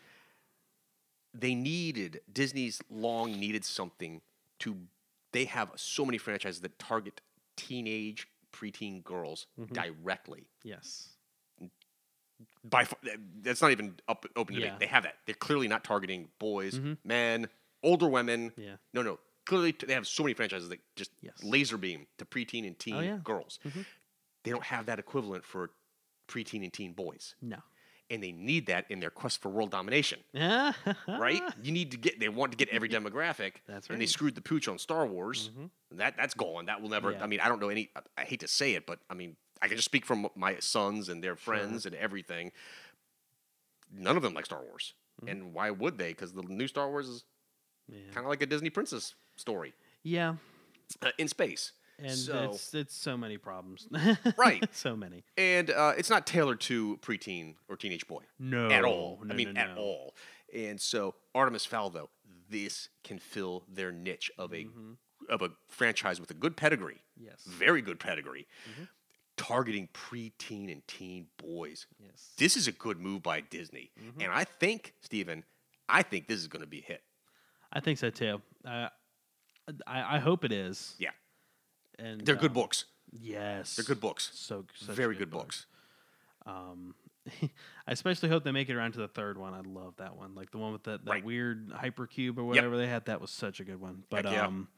[SPEAKER 2] They needed Disney's long needed something to. They have so many franchises that target teenage preteen girls
[SPEAKER 3] Mhm.
[SPEAKER 2] directly.
[SPEAKER 3] Yeah. Yes.
[SPEAKER 2] By far, that's not even up open to
[SPEAKER 3] Yeah.
[SPEAKER 2] debate. They have that. They're clearly not targeting boys,
[SPEAKER 3] Mhm.
[SPEAKER 2] men, older women.
[SPEAKER 3] Yeah.
[SPEAKER 2] No, no. Clearly, t- they have so many franchises that just
[SPEAKER 3] Yes. Oh,
[SPEAKER 2] laser beam to preteen and teen
[SPEAKER 3] yeah.
[SPEAKER 2] girls.
[SPEAKER 3] Mhm.
[SPEAKER 2] They don't have that equivalent for preteen and teen boys,
[SPEAKER 3] No. [LAUGHS]
[SPEAKER 2] and they need that in their quest for world domination. Right? you need to get. They want to get
[SPEAKER 3] [LAUGHS]
[SPEAKER 2] every demographic.
[SPEAKER 3] Ah. That's
[SPEAKER 2] And they
[SPEAKER 3] right.
[SPEAKER 2] screwed the pooch on Star Wars.
[SPEAKER 3] Mm-hmm.
[SPEAKER 2] That that's gone. That will never.
[SPEAKER 3] Yeah.
[SPEAKER 2] I mean, I don't know any. I, I hate to say it, but I mean, I can just speak from my sons and their friends and everything. None of them like Star Wars,
[SPEAKER 3] Mhm.
[SPEAKER 2] and why would they? Because the new Star Wars is
[SPEAKER 3] Yeah.
[SPEAKER 2] kind of like a Disney princess story
[SPEAKER 3] Yeah.
[SPEAKER 2] uh, in
[SPEAKER 3] [LAUGHS]
[SPEAKER 2] space.
[SPEAKER 3] And
[SPEAKER 2] So-
[SPEAKER 3] it's it's so many problems. [LAUGHS]
[SPEAKER 2] Right.
[SPEAKER 3] so many.
[SPEAKER 2] and uh, it's not tailored to preteen or teenage boy
[SPEAKER 3] No.
[SPEAKER 2] at all.
[SPEAKER 3] Oh, No,
[SPEAKER 2] I mean,
[SPEAKER 3] no,
[SPEAKER 2] at
[SPEAKER 3] no.
[SPEAKER 2] all. And so Artemis Fowl, though, this can fill their niche of a
[SPEAKER 3] Mhm.
[SPEAKER 2] of a franchise with a good pedigree,
[SPEAKER 3] Yes.
[SPEAKER 2] very good pedigree,
[SPEAKER 3] Mhm.
[SPEAKER 2] targeting preteen and teen boys.
[SPEAKER 3] yes.
[SPEAKER 2] This is a good move by Disney,
[SPEAKER 3] Mhm.
[SPEAKER 2] and I think Steven, I think this is going to be a hit.
[SPEAKER 3] I think so too. Uh, I I hope it is.
[SPEAKER 2] Yeah.
[SPEAKER 3] And
[SPEAKER 2] They're good
[SPEAKER 3] um,
[SPEAKER 2] books.
[SPEAKER 3] Yes.
[SPEAKER 2] They're good books.
[SPEAKER 3] So such
[SPEAKER 2] very good,
[SPEAKER 3] [LAUGHS]
[SPEAKER 2] books.
[SPEAKER 3] Um, [LAUGHS] I especially hope they make it around to the third one. I love that one, like the one with that, that
[SPEAKER 2] Right.
[SPEAKER 3] weird hypercube or whatever they had. That was such a good one. But
[SPEAKER 2] yeah.
[SPEAKER 3] um,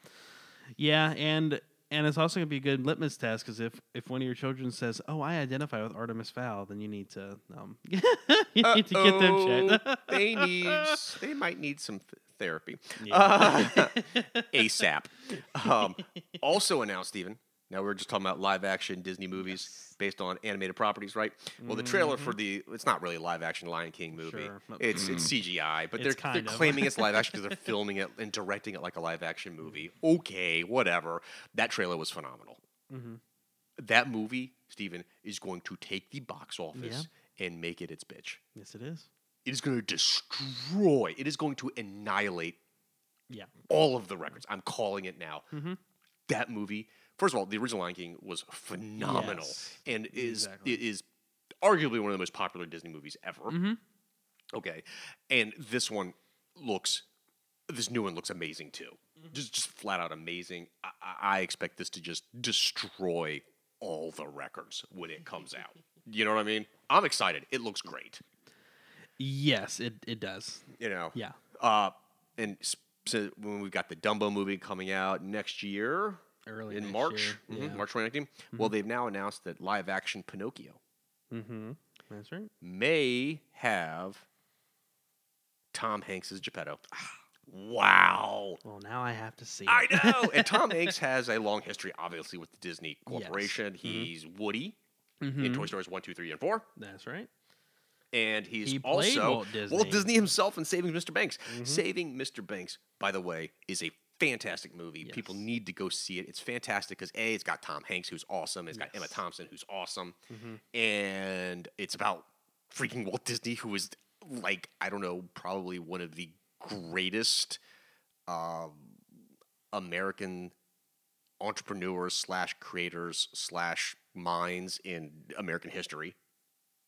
[SPEAKER 3] yeah, and and it's also gonna be a good litmus test because if if one of your children says, "Oh, I identify with Artemis Fowl," then you need to um, [LAUGHS] you need to get them
[SPEAKER 2] Uh-oh,
[SPEAKER 3] [LAUGHS] checked.
[SPEAKER 2] they need. They might need some th- therapy.
[SPEAKER 3] Yeah.
[SPEAKER 2] Uh, [LAUGHS] ASAP.
[SPEAKER 3] [LAUGHS]
[SPEAKER 2] Um, also announced, Steven. Now we were just talking about live action Disney movies
[SPEAKER 3] Yes. Mm-hmm.
[SPEAKER 2] based on animated properties, right? Well, the trailer for the it's not really a live action Lion King movie.
[SPEAKER 3] Sure.
[SPEAKER 2] It's it's CGI, but
[SPEAKER 3] It's
[SPEAKER 2] they're they're
[SPEAKER 3] kind of.
[SPEAKER 2] claiming it's live action because
[SPEAKER 3] [LAUGHS]
[SPEAKER 2] they're filming it and directing it like a live action movie. Okay, whatever. That trailer was phenomenal.
[SPEAKER 3] Mhm.
[SPEAKER 2] That movie, Steven, is going to take the box office and make it its bitch.
[SPEAKER 3] Yes, it is.
[SPEAKER 2] It is going to destroy. It is going to annihilate
[SPEAKER 3] Yeah.
[SPEAKER 2] all of the records. I'm calling it now.
[SPEAKER 3] Mhm.
[SPEAKER 2] That movie, first of all, the original Lion King was phenomenal
[SPEAKER 3] Yes,
[SPEAKER 2] and is
[SPEAKER 3] exactly.
[SPEAKER 2] it is arguably one of the most popular Disney movies ever.
[SPEAKER 3] Mhm.
[SPEAKER 2] Okay, and this one looks, this new one looks amazing too.
[SPEAKER 3] Mm-hmm.
[SPEAKER 2] Just just flat out amazing. I, I I expect this to just destroy all the records when it comes
[SPEAKER 3] [LAUGHS]
[SPEAKER 2] out. you know what I mean? I'm excited. It looks great.
[SPEAKER 3] Yes, it it does.
[SPEAKER 2] You know.
[SPEAKER 3] Yeah.
[SPEAKER 2] Uh, and s- so when we've got the Dumbo movie coming out next year
[SPEAKER 3] Early
[SPEAKER 2] in
[SPEAKER 3] next
[SPEAKER 2] March,
[SPEAKER 3] year.
[SPEAKER 2] mhm,
[SPEAKER 3] Yeah.
[SPEAKER 2] March 2019. Well, they've now announced that live action Pinocchio
[SPEAKER 3] Mm-hmm. That's right.
[SPEAKER 2] may have Tom Hanks as Geppetto. wow.
[SPEAKER 3] Well, now I have to see.
[SPEAKER 2] I
[SPEAKER 3] it.
[SPEAKER 2] know. [LAUGHS] and Tom Hanks has a long history, obviously, with the Disney Corporation.
[SPEAKER 3] Mhm.
[SPEAKER 2] He's Woody in
[SPEAKER 3] Mhm.
[SPEAKER 2] Toy Stories 1, 2, 3, and 4.
[SPEAKER 3] That's right.
[SPEAKER 2] and he's
[SPEAKER 3] He played
[SPEAKER 2] also
[SPEAKER 3] Walt Disney. Mm-hmm.
[SPEAKER 2] himself in Saving Mr. Banks. Saving Mr. Banks, by the way, is a fantastic movie. People
[SPEAKER 3] Yes.
[SPEAKER 2] need to go see it. It's fantastic because a, it's got Tom Hanks who's awesome. It's got Emma
[SPEAKER 3] Yes.
[SPEAKER 2] Thompson who's awesome,
[SPEAKER 3] Mm-hmm.
[SPEAKER 2] and it's about freaking Walt Disney who is like I don't know, probably one of the greatest um, American entrepreneurs slash creators slash minds in American history.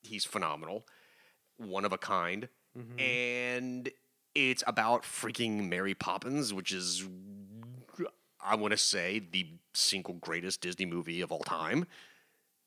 [SPEAKER 2] He's phenomenal, one of a kind,
[SPEAKER 3] Mhm.
[SPEAKER 2] and it's about freaking Mary Poppins, which is I want to say the single greatest Disney movie of all time.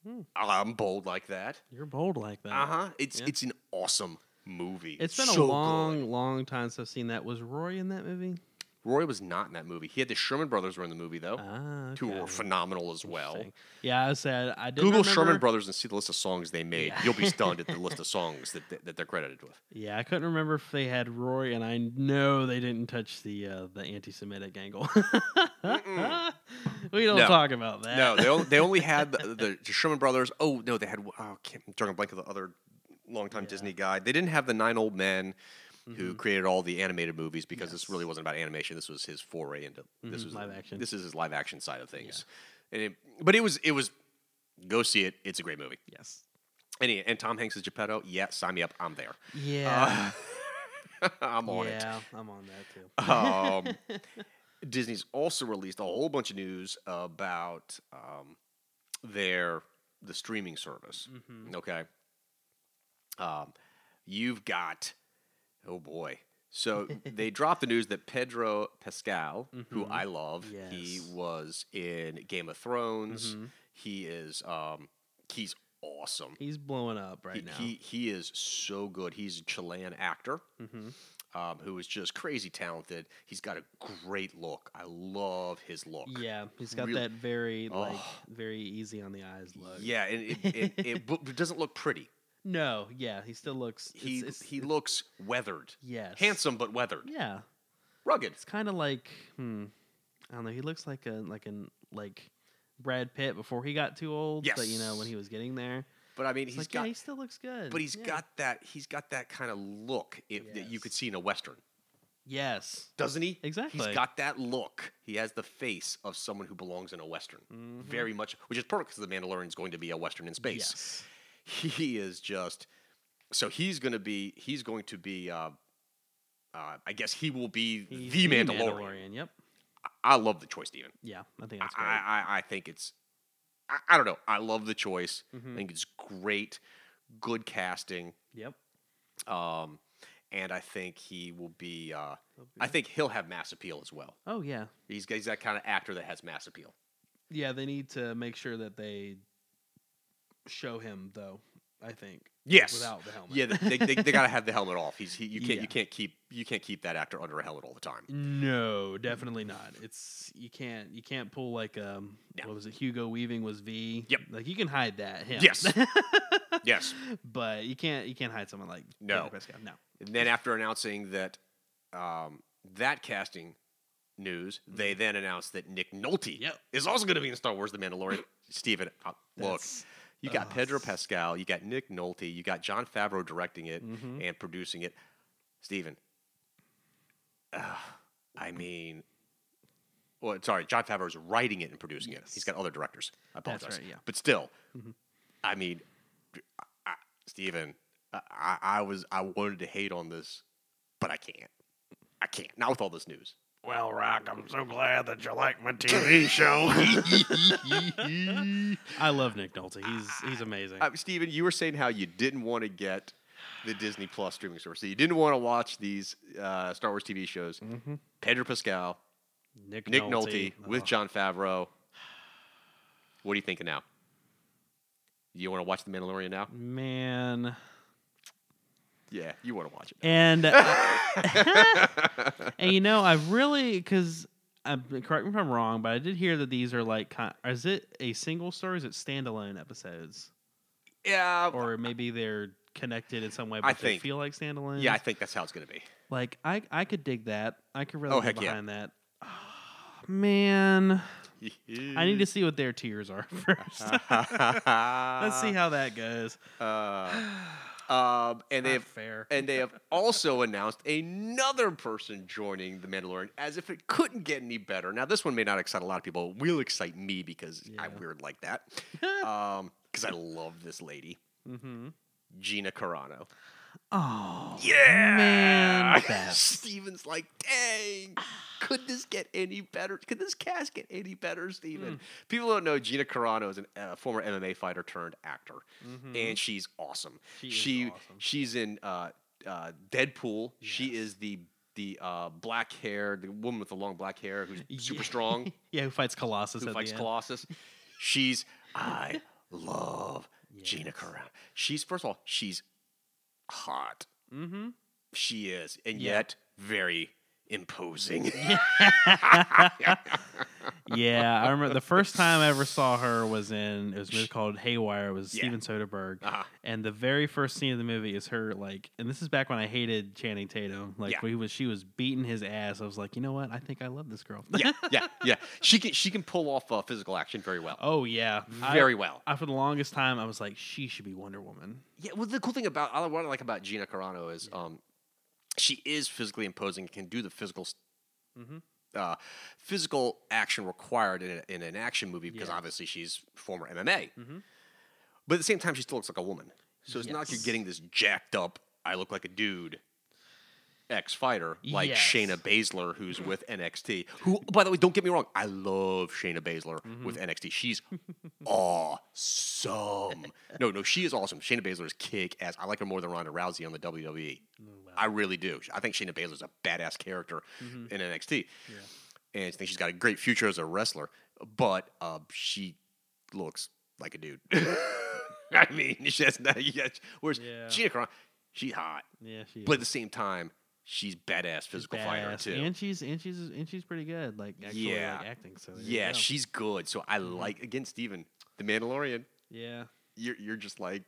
[SPEAKER 3] Hmm.
[SPEAKER 2] I'm bold like that.
[SPEAKER 3] You're bold like that.
[SPEAKER 2] Uh huh. It's
[SPEAKER 3] yeah.
[SPEAKER 2] it's an awesome movie.
[SPEAKER 3] It's been
[SPEAKER 2] So
[SPEAKER 3] a
[SPEAKER 2] good.
[SPEAKER 3] long, long time since I've seen that. Was Roy in that movie?
[SPEAKER 2] Roy was not in that movie. He had the Sherman Brothers were in the movie though,
[SPEAKER 3] Ah,
[SPEAKER 2] who were
[SPEAKER 3] okay.
[SPEAKER 2] phenomenal as well.
[SPEAKER 3] Interesting. Yeah, I said I did.
[SPEAKER 2] Google
[SPEAKER 3] remember,
[SPEAKER 2] Sherman Brothers and see the list of songs they made.
[SPEAKER 3] Yeah.
[SPEAKER 2] You'll
[SPEAKER 3] [LAUGHS]
[SPEAKER 2] be stunned at the list of songs that, that, that they're credited with.
[SPEAKER 3] Yeah, I couldn't remember if they had Roy, and I know they didn't touch the uh, the anti-Semitic angle. [LAUGHS] we don't
[SPEAKER 2] No.
[SPEAKER 3] talk about that.
[SPEAKER 2] No,
[SPEAKER 3] [LAUGHS]
[SPEAKER 2] they only, they only had the, the Sherman Brothers. Oh no, they had oh, I can't- I'm drawing a blank of the other longtime
[SPEAKER 3] Yeah.
[SPEAKER 2] Disney guy. They didn't have the nine old men who
[SPEAKER 3] Mhm.
[SPEAKER 2] created all the animated movies because this
[SPEAKER 3] Yes.
[SPEAKER 2] really wasn't about animation. This was his foray into this
[SPEAKER 3] Mhm,
[SPEAKER 2] was
[SPEAKER 3] live action.
[SPEAKER 2] This is his live action side of things. And it, but it was it was go see it. It's a great movie.
[SPEAKER 3] Yes.
[SPEAKER 2] And, he- and Tom Hanks is Geppetto. Yeah, sign me up. I'm there.
[SPEAKER 3] Yeah.
[SPEAKER 2] Uh, [LAUGHS] I'm on it.
[SPEAKER 3] yeah, I'm on that too. [LAUGHS]
[SPEAKER 2] Um, Disney's also released a whole bunch of news about um, their the streaming service.
[SPEAKER 3] Mhm.
[SPEAKER 2] Okay, um, you've got oh boy.
[SPEAKER 3] [LAUGHS]
[SPEAKER 2] So they dropped the news that Pedro Pascal, who
[SPEAKER 3] Mhm.
[SPEAKER 2] I love, he
[SPEAKER 3] Yes.
[SPEAKER 2] was in Game of Thrones.
[SPEAKER 3] Mhm.
[SPEAKER 2] He is um, he's awesome.
[SPEAKER 3] He's blowing up right
[SPEAKER 2] He-
[SPEAKER 3] now.
[SPEAKER 2] he he is so good. He's a Chilean actor
[SPEAKER 3] hmm
[SPEAKER 2] um, who is just crazy talented. He's got a great look. I love his look.
[SPEAKER 3] Yeah, he's got
[SPEAKER 2] Really-
[SPEAKER 3] that very like
[SPEAKER 2] Oh.
[SPEAKER 3] very easy on the eyes look.
[SPEAKER 2] Yeah, and it, it,
[SPEAKER 3] [LAUGHS]
[SPEAKER 2] it, bu- it doesn't look pretty.
[SPEAKER 3] No, yeah, he still looks. it's-
[SPEAKER 2] He
[SPEAKER 3] it's-
[SPEAKER 2] he looks weathered,
[SPEAKER 3] yes
[SPEAKER 2] handsome but weathered,
[SPEAKER 3] Yeah,
[SPEAKER 2] rugged.
[SPEAKER 3] it's kind of like hmm, I don't know. He looks like a like an like Brad Pitt before he got too old. But you know
[SPEAKER 2] Yes.
[SPEAKER 3] when he was getting there,
[SPEAKER 2] But I mean,
[SPEAKER 3] it's
[SPEAKER 2] he's
[SPEAKER 3] like
[SPEAKER 2] got,
[SPEAKER 3] yeah, he still looks good.
[SPEAKER 2] but he's
[SPEAKER 3] yeah.
[SPEAKER 2] got that he's got that kind of look it, that you could
[SPEAKER 3] Yes.
[SPEAKER 2] see in a western,
[SPEAKER 3] yes,
[SPEAKER 2] doesn't he?
[SPEAKER 3] exactly.
[SPEAKER 2] He's got that look. He has the face of someone who belongs in a western.
[SPEAKER 3] Mhm.
[SPEAKER 2] Very much, which is perfect because the Mandalorian is going to be a western in space.
[SPEAKER 3] Yes.
[SPEAKER 2] he is just so he's going to be he's going to be uh, uh, i guess he will be
[SPEAKER 3] He's
[SPEAKER 2] the mandalorian.
[SPEAKER 3] Yep.
[SPEAKER 2] i love the choice steven
[SPEAKER 3] Yeah, I think
[SPEAKER 2] I,
[SPEAKER 3] that's great.
[SPEAKER 2] I, I- I think it's I, I don't know i love the choice i
[SPEAKER 3] Mhm.
[SPEAKER 2] think it's great good casting
[SPEAKER 3] Yep.
[SPEAKER 2] um, and i think he will be uh,
[SPEAKER 3] That'll be
[SPEAKER 2] i
[SPEAKER 3] good.
[SPEAKER 2] think he'll have mass appeal as well
[SPEAKER 3] Oh yeah.
[SPEAKER 2] he's, he's that kind of actor that has mass appeal
[SPEAKER 3] Yeah, they need to make sure that they show him though. I think
[SPEAKER 2] yes
[SPEAKER 3] without the helmet.
[SPEAKER 2] yeah they, they, they gotta have the helmet off he's he, you can't
[SPEAKER 3] Yeah.
[SPEAKER 2] you can't keep you can't keep that actor under a helmet all the time
[SPEAKER 3] no, definitely not. It's you can't you can't pull like um
[SPEAKER 2] No.
[SPEAKER 3] what was it? Hugo Weaving was V.
[SPEAKER 2] Yep.
[SPEAKER 3] Like you can hide that. Him. [LAUGHS]
[SPEAKER 2] Yes. yes
[SPEAKER 3] but you can't you can't hide someone like
[SPEAKER 2] No.
[SPEAKER 3] Pedro Pascal. No.
[SPEAKER 2] And then after announcing that um, that casting news, they then announced that Nick Nolte
[SPEAKER 3] Mm-hmm. Yep.
[SPEAKER 2] is also going to be in Star Wars: The Mandalorian. Steven, uh, look,
[SPEAKER 3] That's-
[SPEAKER 2] you got
[SPEAKER 3] ugh.
[SPEAKER 2] Pedro Pascal, you got Nick Nolte, you got John Favreau directing it
[SPEAKER 3] Mhm.
[SPEAKER 2] and producing it. Steven, ugh, I mean, well, sorry, John Favreau is writing it and producing it. He's
[SPEAKER 3] Yes.
[SPEAKER 2] got other directors. I
[SPEAKER 3] That's
[SPEAKER 2] apologize,
[SPEAKER 3] right, yeah.
[SPEAKER 2] but still,
[SPEAKER 3] Mhm.
[SPEAKER 2] I mean, I, I- Steven, I, I I was I wanted to hate on this, but I can't. I can't. Not with all this
[SPEAKER 3] [LAUGHS]
[SPEAKER 2] news. [LAUGHS]
[SPEAKER 4] Well, Rock, I'm so glad that you like my TV show.
[SPEAKER 3] I love Nick Nolte. He's he's amazing.
[SPEAKER 2] Uh, Steven, you were saying how you didn't want to get the Disney Plus streaming service. So you didn't want to watch these uh, Star Wars TV shows.
[SPEAKER 3] Mhm.
[SPEAKER 2] Pedro Pascal,
[SPEAKER 3] Nick,
[SPEAKER 2] Nick Nolte, with
[SPEAKER 3] Oh.
[SPEAKER 2] John Favreau. What are you thinking now? You want to watch The Mandalorian now?
[SPEAKER 3] Man.
[SPEAKER 2] Yeah, you want to watch it. [LAUGHS]
[SPEAKER 3] And and you know, I've really because I'm correct me if I'm wrong, but I did hear that these are like, kind, is it a single story? Is it standalone episodes,
[SPEAKER 2] yeah,
[SPEAKER 3] or maybe they're connected in some way? But
[SPEAKER 2] I
[SPEAKER 3] they
[SPEAKER 2] think-
[SPEAKER 3] feel like standalone.
[SPEAKER 2] yeah, I think that's how it's gonna be.
[SPEAKER 3] like I I could dig that. I could really
[SPEAKER 2] Oh, heck
[SPEAKER 3] get
[SPEAKER 2] yeah.
[SPEAKER 3] behind that. Ah, Man, [LAUGHS]
[SPEAKER 2] [LAUGHS]
[SPEAKER 3] I need to see what their [LAUGHS]
[SPEAKER 2] Uh-huh.
[SPEAKER 3] tears are first. Let's see how that goes.
[SPEAKER 2] Uh,
[SPEAKER 3] [SIGHS]
[SPEAKER 2] Um, and they
[SPEAKER 3] Not
[SPEAKER 2] have
[SPEAKER 3] Ah, fair. [LAUGHS]
[SPEAKER 2] and they have also announced another person joining the Mandalorian, as if it couldn't get any better. Now, this one may not excite a lot of people. It will excite me because I'm
[SPEAKER 3] Yeah.
[SPEAKER 2] weird like that.
[SPEAKER 3] [LAUGHS]
[SPEAKER 2] Um, because I love this lady,
[SPEAKER 3] Mm-hmm.
[SPEAKER 2] Gina Carano.
[SPEAKER 3] Oh
[SPEAKER 2] Yeah, [LAUGHS]
[SPEAKER 3] man, that's
[SPEAKER 2] Steven's like, dang, could this get any better? Could this cast get any better,
[SPEAKER 3] Hmm.
[SPEAKER 2] Steven? People don't know Gina Carano is a uh, former MMA fighter turned actor,
[SPEAKER 3] Mhm.
[SPEAKER 2] and she's awesome.
[SPEAKER 3] She is awesome.
[SPEAKER 2] she's in uh, uh, Deadpool. She is the the uh, black hair, the woman with the long black hair who's super
[SPEAKER 3] [LAUGHS] Yeah.
[SPEAKER 2] strong,
[SPEAKER 3] yeah. Who fights Colossus?
[SPEAKER 2] who
[SPEAKER 3] at
[SPEAKER 2] fights
[SPEAKER 3] the end.
[SPEAKER 2] Colossus. She's
[SPEAKER 3] [LAUGHS]
[SPEAKER 2] I love Gina
[SPEAKER 3] Yes.
[SPEAKER 2] Carano. She's first of all, she's hot
[SPEAKER 3] Mm-hmm.
[SPEAKER 2] she is, and
[SPEAKER 3] Yeah.
[SPEAKER 2] yet very [LAUGHS] imposing.
[SPEAKER 3] yeah, I remember the first time I ever saw her was in it was a movie called Haywire. It was
[SPEAKER 2] Yeah.
[SPEAKER 3] Steven Soderbergh,
[SPEAKER 2] Uh-huh.
[SPEAKER 3] and the very first scene of the movie is her like, and this is back when I hated Channing Tatum. Like
[SPEAKER 2] Yeah.
[SPEAKER 3] when he was, she was beating his ass. I was like, you know what? I think I love this girl.
[SPEAKER 2] yeah, yeah, yeah. She can she can pull off uh, physical action very well,
[SPEAKER 3] [LAUGHS] oh yeah, I-
[SPEAKER 2] very well.
[SPEAKER 3] I, for the longest time, I was like, she should be Wonder Woman.
[SPEAKER 2] Yeah. Well, the cool thing about I- what I like about Gina Carano is um, she is physically imposing, can do the physical. s-
[SPEAKER 3] Mhm.
[SPEAKER 2] Uh, physical action required in, a, in an action movie because
[SPEAKER 3] Yeah.
[SPEAKER 2] obviously she's former MMA,
[SPEAKER 3] Mhm.
[SPEAKER 2] but at the same time she still looks like a woman. So it's not like you're
[SPEAKER 3] Yes.
[SPEAKER 2] getting this jacked up. I look like a dude. ex fighter like
[SPEAKER 3] Yes.
[SPEAKER 2] Shayna Baszler, who's with NXT. Who, by the way, don't get me wrong, I love Shayna Baszler
[SPEAKER 3] Mm-hmm.
[SPEAKER 2] with NXT. She's
[SPEAKER 3] [LAUGHS]
[SPEAKER 2] awesome. No, no, she is awesome. Shayna Baszler is kick ass. I like her more than Ronda Rousey on the WWE.
[SPEAKER 3] Mm-hmm.
[SPEAKER 2] I really do. I think Shayna Baszler's a badass character in NXT, and I think she's got a great future as a wrestler. But uh, she looks like a dude. [LAUGHS] I mean, she has not. Yes, whereas
[SPEAKER 3] Yeah.
[SPEAKER 2] Gina Carano, she's hot.
[SPEAKER 3] Yeah, she.
[SPEAKER 2] But
[SPEAKER 3] is.
[SPEAKER 2] at the same time, she's badass physical fighter
[SPEAKER 3] Badass.
[SPEAKER 2] too.
[SPEAKER 3] and she's and she's and she's pretty good. Like actually,
[SPEAKER 2] Yeah.
[SPEAKER 3] like, acting. So there you
[SPEAKER 2] yeah,
[SPEAKER 3] go.
[SPEAKER 2] she's good. So I like again, Steven, the Mandalorian.
[SPEAKER 3] yeah.
[SPEAKER 2] You're you're just like,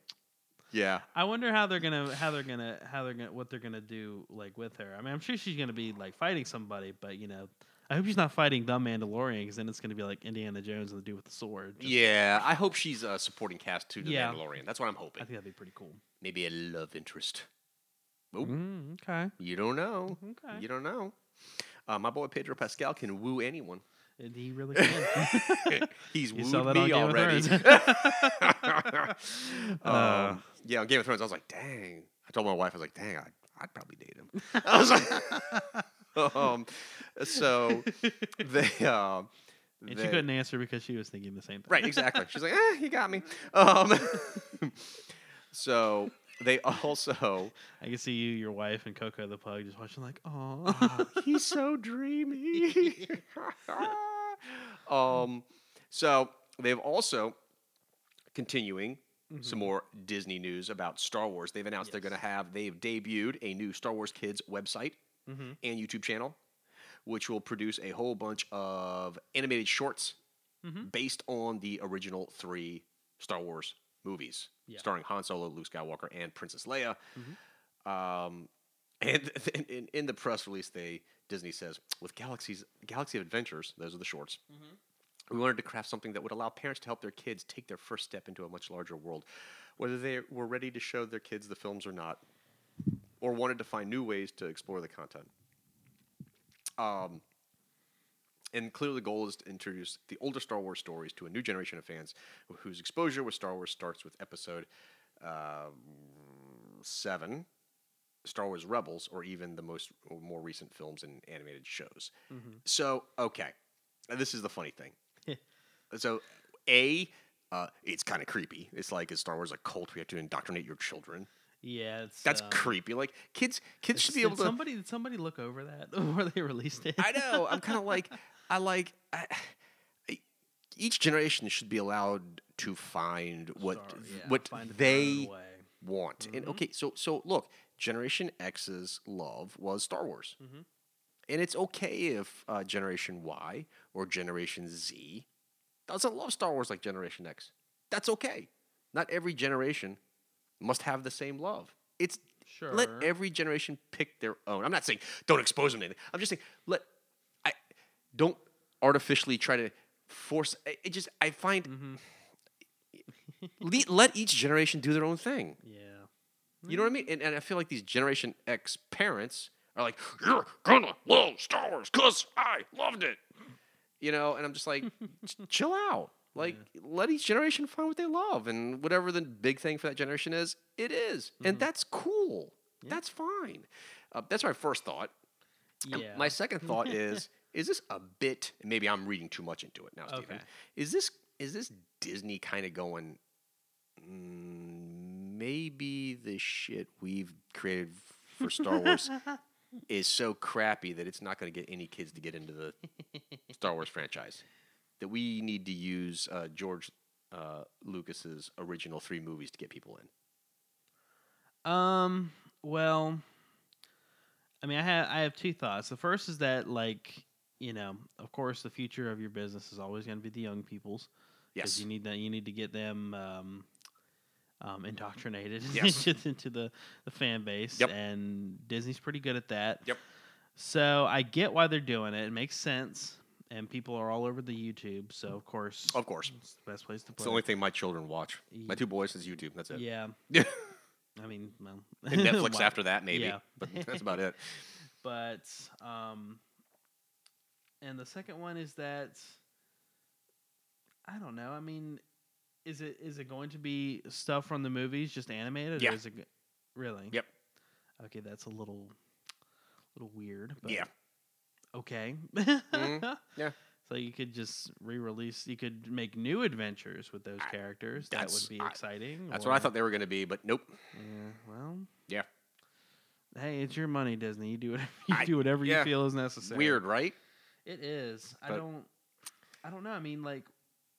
[SPEAKER 2] yeah,
[SPEAKER 3] I wonder how they're gonna how they're gonna how they're gonna what they're gonna do like with her. I mean, I'm sure she's gonna be like fighting somebody, but you know, I hope she's not fighting the Mandalorian because then it's gonna be like Indiana Jones and the dude with the sword. Just-
[SPEAKER 2] yeah. I hope she's a supporting cast too to
[SPEAKER 3] Yeah.
[SPEAKER 2] the Mandalorian. That's what I'm hoping.
[SPEAKER 3] I think that'd be pretty cool.
[SPEAKER 2] Maybe a love interest. Oh.
[SPEAKER 3] Mm, okay,
[SPEAKER 2] You don't know.
[SPEAKER 3] Mm-hmm, okay,
[SPEAKER 2] You don't know. Uh, my boy Pedro Pascal can woo
[SPEAKER 3] [LAUGHS]
[SPEAKER 2] anyone.
[SPEAKER 3] And he really can.
[SPEAKER 2] [LAUGHS] He's
[SPEAKER 3] You
[SPEAKER 2] wooed
[SPEAKER 3] saw that
[SPEAKER 2] me
[SPEAKER 3] on Game
[SPEAKER 2] already.
[SPEAKER 3] of
[SPEAKER 2] [LAUGHS]
[SPEAKER 3] [LAUGHS]
[SPEAKER 2] um,
[SPEAKER 3] Uh.
[SPEAKER 2] yeah, on Game of Thrones, I was like, dang. I told my wife, I was like, dang, I'd, I'd probably date
[SPEAKER 3] [LAUGHS]
[SPEAKER 2] him. I was like, [LAUGHS] um,
[SPEAKER 3] [LAUGHS]
[SPEAKER 2] so they, um,
[SPEAKER 3] and
[SPEAKER 2] they-
[SPEAKER 3] she couldn't answer because she was thinking the same thing.
[SPEAKER 2] right, exactly. She's like, eh, you got me. Um, [LAUGHS] so they also,
[SPEAKER 3] I can see you, your wife, and Coco the pug just watching like, [LAUGHS] oh,
[SPEAKER 2] he's so dreamy. [LAUGHS] um, so they've also continuing
[SPEAKER 3] Mm-hmm,
[SPEAKER 2] some more Disney news about Star Wars. They've announced they're
[SPEAKER 3] Yes.
[SPEAKER 2] going to have they've debuted a new Star Wars Kids website
[SPEAKER 3] Mhm.
[SPEAKER 2] and YouTube channel, which will produce a whole bunch of animated shorts
[SPEAKER 3] Mhm.
[SPEAKER 2] based on the original three Star Wars movies,
[SPEAKER 3] Yeah.
[SPEAKER 2] starring Han Solo, Luke Skywalker, and Princess Leia.
[SPEAKER 3] Mhm.
[SPEAKER 2] Um, [LAUGHS] and in, in, in the press release, they Disney says with Galaxy's Galaxy of Adventures, those are the shorts. We wanted to craft something that would allow parents to help their kids take their first step into a much larger world, whether they were ready to show their kids the films or not, or wanted to find new ways to explore the content. Um, and clearly, the goal is to introduce the older Star Wars stories to a new generation of fans whose exposure with Star Wars starts with Episode um Seven, Star Wars Rebels, or even the most or more recent films and animated shows.
[SPEAKER 3] Mhm.
[SPEAKER 2] So, okay, and this is the funny thing. so, a uh, it's kind of creepy. It's like is Star Wars a cult? We have to indoctrinate your children.
[SPEAKER 3] yeah, it's,
[SPEAKER 2] That's
[SPEAKER 3] um,
[SPEAKER 2] creepy. Like kids, kids should be
[SPEAKER 3] did
[SPEAKER 2] able to.
[SPEAKER 3] Somebody, did somebody look over that [LAUGHS] before they released it?
[SPEAKER 2] I know. I'm kind of like, I like. I, I- each generation should be allowed to find what
[SPEAKER 3] Sorry, yeah,
[SPEAKER 2] what
[SPEAKER 3] find their own
[SPEAKER 2] they
[SPEAKER 3] way. Mm-hmm.
[SPEAKER 2] want. And okay, so so look, Generation X's love was Star Wars,
[SPEAKER 3] Mhm.
[SPEAKER 2] and it's okay if uh, Generation Y or Generation Z doesn't love Star Wars like Generation X. That's okay. Not every generation must have the same love. It's
[SPEAKER 3] Sure.
[SPEAKER 2] let every generation pick their own. I'm not saying don't expose them to anything. I'm just saying let I don't artificially try to force. I- It just I find
[SPEAKER 3] Mhm.
[SPEAKER 2] le- let each generation do their own thing.
[SPEAKER 3] Yeah.
[SPEAKER 2] You know what I mean? And, and I feel like these Generation X parents are like, "You're gonna love Star Wars because I loved it," you know. And I'm just like, "Ch- chill out. Like, let each generation find what they love, and whatever the big thing for that generation is, it is. and that's cool. That's fine. Uh, that's my first thought. And
[SPEAKER 3] Yeah.
[SPEAKER 2] My
[SPEAKER 3] [LAUGHS]
[SPEAKER 2] second thought is: Is this a bit? Maybe I'm reading too much into it now, Stephen.
[SPEAKER 3] Okay.
[SPEAKER 2] Is this is this Disney kind of going? "Mm, Maybe the shit we've created for Star
[SPEAKER 3] [LAUGHS]
[SPEAKER 2] Wars is so crappy that it's not going to get any kids to get into
[SPEAKER 3] [LAUGHS]
[SPEAKER 2] the Star Wars franchise. That we need to use uh, George uh, Lucas's original three movies to get people in.
[SPEAKER 3] Um. Well, I mean, I have I have two thoughts. The first is that, like, you know, of course, the future of your business is always going to be the young people's. 'cause
[SPEAKER 2] Yes,
[SPEAKER 3] You need that. You need to get them um, um, indoctrinated [LAUGHS]
[SPEAKER 2] Yes.
[SPEAKER 3] into, into the the fan base.
[SPEAKER 2] Yep.
[SPEAKER 3] And Disney's pretty good at that.
[SPEAKER 2] Yep.
[SPEAKER 3] So I get why they're doing it. It makes sense. And people are all over the YouTube. So of course,
[SPEAKER 2] of course.
[SPEAKER 3] it's the best place to
[SPEAKER 2] It's
[SPEAKER 3] play.
[SPEAKER 2] the only thing my children watch. My
[SPEAKER 3] Ye-
[SPEAKER 2] two boys is YouTube. That's it.
[SPEAKER 3] yeah.
[SPEAKER 2] [LAUGHS]
[SPEAKER 3] I mean, well, [LAUGHS]
[SPEAKER 2] and Netflix
[SPEAKER 3] why-
[SPEAKER 2] after that, maybe.
[SPEAKER 3] Yeah. [LAUGHS]
[SPEAKER 2] But that's about it.
[SPEAKER 3] but um and the second one is that i don't know i mean is it is it going to be stuff from the movies just animated
[SPEAKER 2] Yeah.
[SPEAKER 3] or is it go- really
[SPEAKER 2] Yep.
[SPEAKER 3] okay that's a little little weird but
[SPEAKER 2] Yeah. Mm-hmm.
[SPEAKER 3] okay [LAUGHS]
[SPEAKER 2] yeah.
[SPEAKER 3] so you could just re-release you could make new adventures with those
[SPEAKER 2] I-
[SPEAKER 3] characters that
[SPEAKER 2] that's-
[SPEAKER 3] would be
[SPEAKER 2] I-
[SPEAKER 3] exciting
[SPEAKER 2] That's what I
[SPEAKER 3] or-
[SPEAKER 2] thought they were going to be, but nope.
[SPEAKER 3] yeah well
[SPEAKER 2] Yeah.
[SPEAKER 3] hey it's your money disney you do whatever [LAUGHS] you
[SPEAKER 2] I-
[SPEAKER 3] do whatever
[SPEAKER 2] yeah.
[SPEAKER 3] you feel is necessary
[SPEAKER 2] Weird, right?
[SPEAKER 3] It is. I
[SPEAKER 2] But-
[SPEAKER 3] don't. I don't know. I mean, like,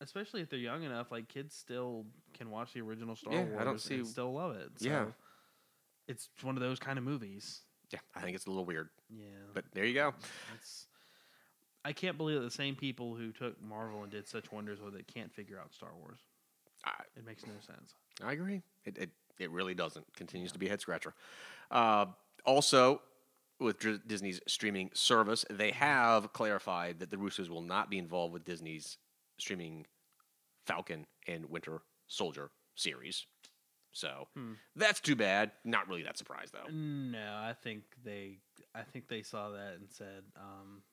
[SPEAKER 3] especially if they're young enough, like kids still can watch the original Star
[SPEAKER 2] Yeah, I
[SPEAKER 3] Wars.
[SPEAKER 2] don't see-
[SPEAKER 3] and still love it. So
[SPEAKER 2] Yeah.
[SPEAKER 3] it's one of those kind of movies.
[SPEAKER 2] Yeah, I think it's a little weird,
[SPEAKER 3] Yeah,
[SPEAKER 2] but there you go.
[SPEAKER 3] it's. I can't believe that the same people who took Marvel and did such wonders with it can't figure out Star Wars.
[SPEAKER 2] I-
[SPEAKER 3] It makes no sense.
[SPEAKER 2] I agree. It it, it really doesn't. Continues to be a head scratcher. Uh, also, with Dr- Disney's streaming service, they have clarified that the Russos will not be involved with Disney's streaming Falcon and Winter Soldier series. So
[SPEAKER 3] Hmm.
[SPEAKER 2] that's too bad. Not really that surprised though.
[SPEAKER 3] No, I think they. I think they saw that and said, um,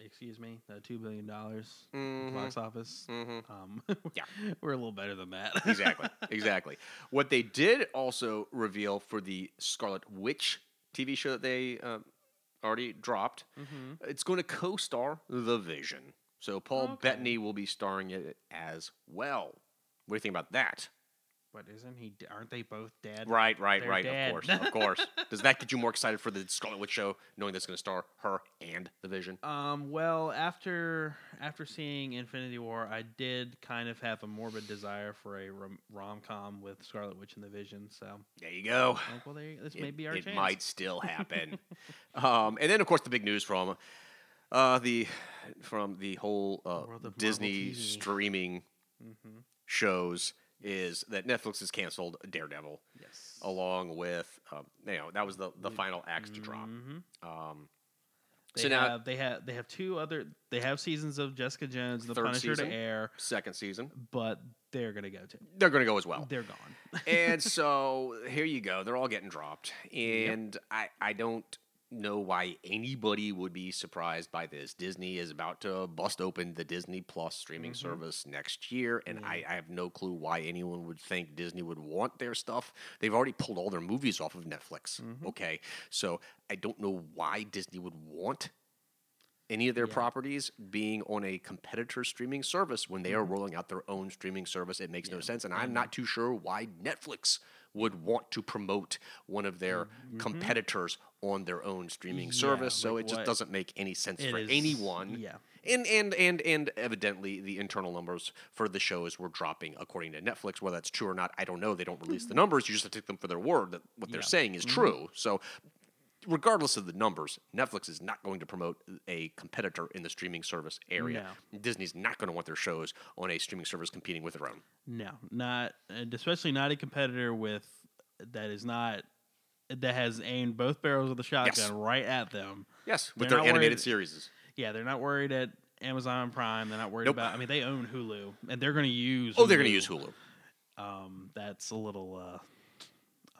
[SPEAKER 3] "Excuse me, the two billion dollars
[SPEAKER 2] Mm-hmm.
[SPEAKER 3] box office.
[SPEAKER 2] Mhm.
[SPEAKER 3] Um, [LAUGHS]
[SPEAKER 2] Yeah.
[SPEAKER 3] we're a little better than that. [LAUGHS]
[SPEAKER 2] exactly, exactly. What they did also reveal for the Scarlet Witch TV show that they uh, already dropped,
[SPEAKER 3] Mhm.
[SPEAKER 2] it's going to co-star The Vision. So Paul
[SPEAKER 3] Okay.
[SPEAKER 2] Bettany will be starring it as well. What do you think about that?
[SPEAKER 3] But isn't he? d- Aren't they both dead?
[SPEAKER 2] Right, right,
[SPEAKER 3] They're
[SPEAKER 2] right.
[SPEAKER 3] dead.
[SPEAKER 2] Of course, of
[SPEAKER 3] [LAUGHS]
[SPEAKER 2] course. Does that get you more excited for the Scarlet Witch show, knowing that's going to star her and The Vision?
[SPEAKER 3] Um. Well, after after seeing Infinity War, I did kind of have a morbid desire for a rom com with Scarlet Witch and the Vision. So,
[SPEAKER 2] There you go.
[SPEAKER 3] I'm like, well, there, this
[SPEAKER 2] It-
[SPEAKER 3] may be our
[SPEAKER 2] it
[SPEAKER 3] chance.
[SPEAKER 2] might still
[SPEAKER 3] [LAUGHS]
[SPEAKER 2] happen. um, and then, of course, the big news from uh, the from the whole uh,
[SPEAKER 3] World of Marvel
[SPEAKER 2] Disney
[SPEAKER 3] TV.
[SPEAKER 2] streaming
[SPEAKER 3] hmm
[SPEAKER 2] shows is that Netflix has canceled Daredevil,
[SPEAKER 3] Yes.
[SPEAKER 2] along with um, you know that was the,
[SPEAKER 3] Mm.
[SPEAKER 2] the final axe to drop.
[SPEAKER 3] Mhm.
[SPEAKER 2] Um,
[SPEAKER 3] They
[SPEAKER 2] So now-
[SPEAKER 3] have, they have they have two other they have seasons of Jessica Jones and the
[SPEAKER 2] Third
[SPEAKER 3] Punisher
[SPEAKER 2] season?
[SPEAKER 3] to air,
[SPEAKER 2] second season,
[SPEAKER 3] but they're gonna go to.
[SPEAKER 2] they're going to go as well.
[SPEAKER 3] They're gone.
[SPEAKER 2] and so here you go. They're all getting dropped. And I, I don't know why anybody would be surprised by this. Disney is about to bust open the Disney Plus streaming
[SPEAKER 3] Mhm.
[SPEAKER 2] service next year. And
[SPEAKER 3] Yeah.
[SPEAKER 2] I, I have no clue why anyone would think Disney would want their stuff. They've already pulled all their movies off of Netflix.
[SPEAKER 3] Mhm.
[SPEAKER 2] Okay. So I don't know why Disney would want any of their
[SPEAKER 3] Yeah.
[SPEAKER 2] properties being on a competitor streaming service when they are rolling out their own streaming service. It makes no
[SPEAKER 3] Mm-hmm. Yeah.
[SPEAKER 2] sense. And I'm not too sure why Netflix would want to promote one of their
[SPEAKER 3] Mhm.
[SPEAKER 2] competitors on their own streaming
[SPEAKER 3] Yeah,
[SPEAKER 2] service. So
[SPEAKER 3] like
[SPEAKER 2] it just
[SPEAKER 3] what-
[SPEAKER 2] doesn't make any sense
[SPEAKER 3] It
[SPEAKER 2] for
[SPEAKER 3] is-
[SPEAKER 2] anyone.
[SPEAKER 3] Yeah.
[SPEAKER 2] And, and and and evidently the internal numbers for the shows were dropping according to Netflix. Whether that's true or not, I don't know. They don't release the numbers. You just have to take them for their word that what they're
[SPEAKER 3] Mm-hmm. Yeah. Mm-hmm.
[SPEAKER 2] saying is true. So regardless of the numbers, Netflix is not going to promote a competitor in the streaming service area. Disney's not going to want their shows on a streaming service competing with their own.
[SPEAKER 3] No, not and especially not a competitor with that is not that has aimed both barrels of the shotgun right at them.
[SPEAKER 2] Yes, with
[SPEAKER 3] They're
[SPEAKER 2] their
[SPEAKER 3] not
[SPEAKER 2] animated
[SPEAKER 3] worried-
[SPEAKER 2] series.
[SPEAKER 3] Yeah, they're not worried at Amazon Prime. They're not worried
[SPEAKER 2] Nope.
[SPEAKER 3] about. I mean, they own Hulu, and they're going to use.
[SPEAKER 2] Oh, they're going to use Hulu.
[SPEAKER 3] Um, that's a little. Uh,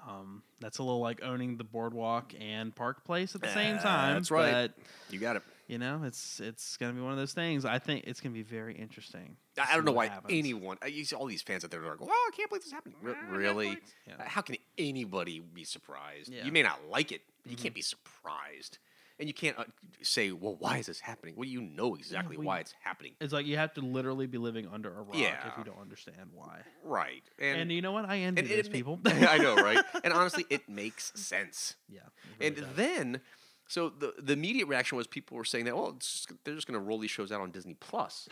[SPEAKER 3] Um, that's a little like owning the boardwalk and Park Place at the same time.
[SPEAKER 2] That's right.
[SPEAKER 3] But
[SPEAKER 2] You got it.
[SPEAKER 3] you know, it's it's gonna be one of those things. I think it's gonna be very interesting. to
[SPEAKER 2] I, I
[SPEAKER 3] see
[SPEAKER 2] don't know
[SPEAKER 3] what
[SPEAKER 2] why
[SPEAKER 3] happens. Ah,
[SPEAKER 2] anyone. I- You see all these fans out there that are like, "Wow, I can't believe this happened." Re- really?
[SPEAKER 3] Yeah.
[SPEAKER 2] Uh, How can anybody be surprised?
[SPEAKER 3] Yeah. Mm-hmm.
[SPEAKER 2] You may not like it, but you can't be surprised, and you can't uh, say, "Well, why is this happening?" Well, you know exactly
[SPEAKER 3] well,
[SPEAKER 2] why
[SPEAKER 3] you-
[SPEAKER 2] it's happening,
[SPEAKER 3] It's like you have to literally be living under a rock if
[SPEAKER 2] Yeah.
[SPEAKER 3] you don't understand why.
[SPEAKER 2] right? [LAUGHS]
[SPEAKER 3] And, you know what? I envy
[SPEAKER 2] and
[SPEAKER 3] those
[SPEAKER 2] it ma- [LAUGHS]
[SPEAKER 3] people.
[SPEAKER 2] I know, right? And honestly, it makes sense.
[SPEAKER 3] yeah. it
[SPEAKER 2] and
[SPEAKER 3] really does.
[SPEAKER 2] then so the the immediate reaction was people were saying that well it's just, they're just going to roll these shows out on disney plus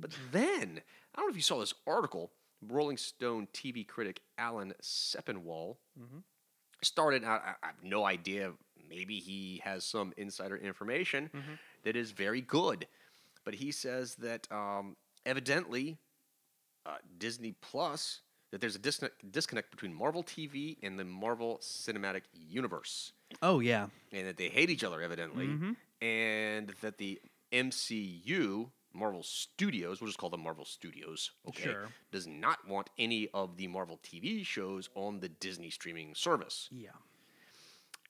[SPEAKER 2] but then i don't know if you saw this article rolling stone tv critic alan sepinwall
[SPEAKER 3] Mhm.
[SPEAKER 2] started out I, I have no idea maybe he has some insider information
[SPEAKER 3] Mhm.
[SPEAKER 2] that is very good but he says that um, evidently uh, disney plus that there's a disconnect, disconnect between marvel tv and the marvel cinematic universe
[SPEAKER 3] oh yeah.
[SPEAKER 2] and that they hate each other evidently,
[SPEAKER 3] Mhm.
[SPEAKER 2] and that the MCU Marvel Studios, we'll just call them Marvel Studios, okay,
[SPEAKER 3] Sure.
[SPEAKER 2] does not want any of the Marvel TV shows on the Disney streaming service,
[SPEAKER 3] Yeah.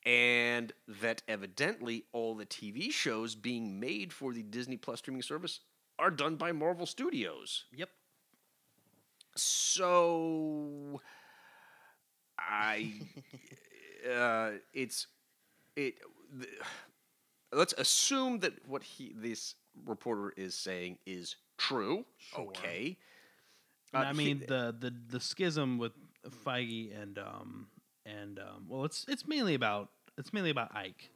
[SPEAKER 2] and that evidently all the TV shows being made for the Disney Plus streaming service are done by Marvel Studios.
[SPEAKER 3] Yep.
[SPEAKER 2] So I uh, it's it th- let's assume that what he this reporter is saying is true.
[SPEAKER 3] Sure.
[SPEAKER 2] Okay.
[SPEAKER 3] And
[SPEAKER 2] Uh,
[SPEAKER 3] I
[SPEAKER 2] he-
[SPEAKER 3] mean the, the the schism with Feige and um and um well it's it's mainly about it's mainly about Ike.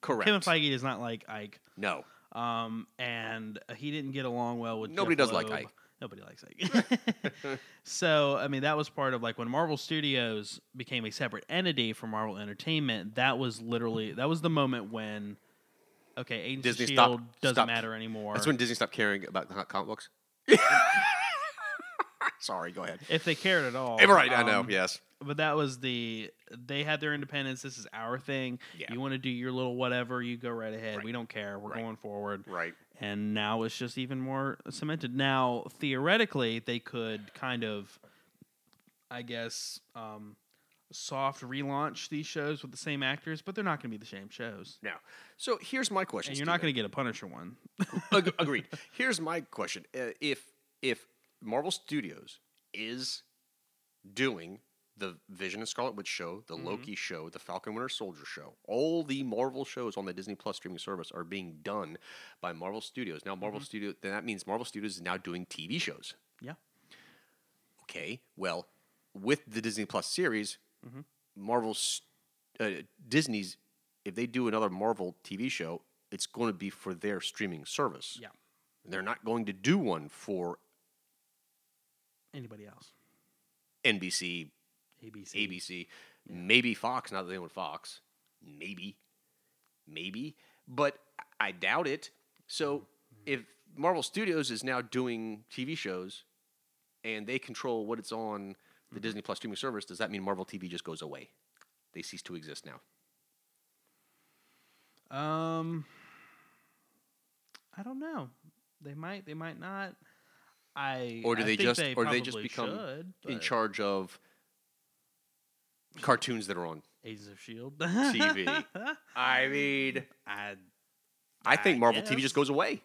[SPEAKER 2] correct.
[SPEAKER 3] Kevin Feige does not like Ike.
[SPEAKER 2] No.
[SPEAKER 3] Um and he didn't get along well with
[SPEAKER 2] Nobody
[SPEAKER 3] Jeff
[SPEAKER 2] does like
[SPEAKER 3] Loeb.
[SPEAKER 2] Ike.
[SPEAKER 3] Nobody likes Ike. [LAUGHS] so I mean that was part of like when Marvel Studios became a separate entity from Marvel Entertainment. That was literally that was the moment when okay Agents of
[SPEAKER 2] Disney, stop-
[SPEAKER 3] Shield E doesn't
[SPEAKER 2] stop.
[SPEAKER 3] matter anymore.
[SPEAKER 2] That's when Disney stopped caring about the comic books. [LAUGHS] Sorry, go ahead.
[SPEAKER 3] if they cared at all,
[SPEAKER 2] right, I know.
[SPEAKER 3] um,
[SPEAKER 2] Yes.
[SPEAKER 3] but that was the they had their independence. This is our thing.
[SPEAKER 2] Yeah.
[SPEAKER 3] You want to do your little whatever, you go right ahead.
[SPEAKER 2] Right.
[SPEAKER 3] We don't care. We're
[SPEAKER 2] Right.
[SPEAKER 3] going forward.
[SPEAKER 2] Right.
[SPEAKER 3] And now it's just even more cemented. Now theoretically, they could kind of, I guess, um, soft relaunch these shows with the same actors, but they're not going to be the same shows.
[SPEAKER 2] Now, so here's my question.
[SPEAKER 3] And you're not
[SPEAKER 2] Steven.
[SPEAKER 3] going to get a Punisher one.
[SPEAKER 2] Ag- agreed. Here's my question: Uh, If if Marvel Studios is doing the Vision and Scarlet Witch show, the Loki show, the Falcon Winter Soldier show, all the Marvel shows on the Disney Plus streaming service are being done by Marvel Studios. Now, Marvel Studio then that means Marvel Studios is now doing TV shows.
[SPEAKER 3] Yeah.
[SPEAKER 2] Okay. Well, with the Disney Plus series,
[SPEAKER 3] Mhm.
[SPEAKER 2] Marvel's uh, Disney's if they do another Marvel TV show, it's going to be for their streaming service.
[SPEAKER 3] Yeah.
[SPEAKER 2] They're not going to do one for
[SPEAKER 3] Anybody else?
[SPEAKER 2] NBC,
[SPEAKER 3] ABC.
[SPEAKER 2] ABC, maybe Fox, not that they own Fox. Maybe. Maybe. But I doubt it. So if Marvel Studios is now doing TV shows and they control what it's on the Disney Plus streaming service, does that mean Marvel TV just goes away? They cease to exist now.
[SPEAKER 3] Um, I don't know. They might. They might not. I
[SPEAKER 2] Or do
[SPEAKER 3] I
[SPEAKER 2] they
[SPEAKER 3] think
[SPEAKER 2] just- or do they just
[SPEAKER 3] probably
[SPEAKER 2] become
[SPEAKER 3] should,
[SPEAKER 2] In
[SPEAKER 3] but-
[SPEAKER 2] charge of cartoons that are on.
[SPEAKER 3] Agents of Shield
[SPEAKER 2] TV.
[SPEAKER 3] [LAUGHS]
[SPEAKER 2] I mean,
[SPEAKER 3] I
[SPEAKER 2] I think
[SPEAKER 3] I
[SPEAKER 2] Marvel TV
[SPEAKER 3] guess.
[SPEAKER 2] just goes away.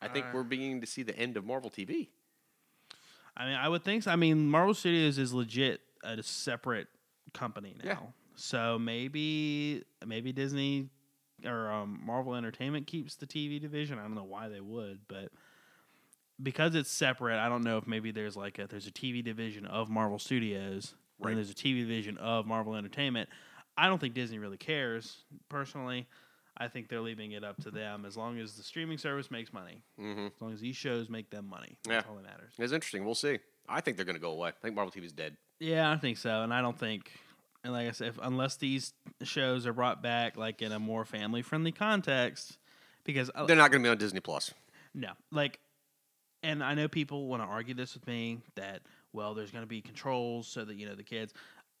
[SPEAKER 2] I think
[SPEAKER 3] Uh,
[SPEAKER 2] we're beginning to see the end of Marvel TV.
[SPEAKER 3] I mean, I would think. So. I mean, Marvel Studios is legit a separate company now.
[SPEAKER 2] Yeah.
[SPEAKER 3] So maybe maybe Disney or um, Marvel Entertainment keeps the TV division. I don't know why they would, but because it's separate, I don't know if maybe there's like a there's a TV division of Marvel Studios
[SPEAKER 2] Right.
[SPEAKER 3] and there's a TV division of Marvel Entertainment. I don't think Disney really cares personally. I think they're leaving it up to them as long as the streaming service makes money.
[SPEAKER 2] Mm-hmm.
[SPEAKER 3] As long as these shows make them money. That's
[SPEAKER 2] Yeah.
[SPEAKER 3] all that matters.
[SPEAKER 2] It's interesting. We'll see. I think they're going to go away. I think Marvel TV is dead.
[SPEAKER 3] Yeah, I think so, and I don't think, and like I said, if, unless these shows are brought back like in a more family friendly context, because I,
[SPEAKER 2] They're not going to be on Disney Plus.
[SPEAKER 3] no, like, and I know people want to argue this with me that well, there's going to be controls so that you know the kids.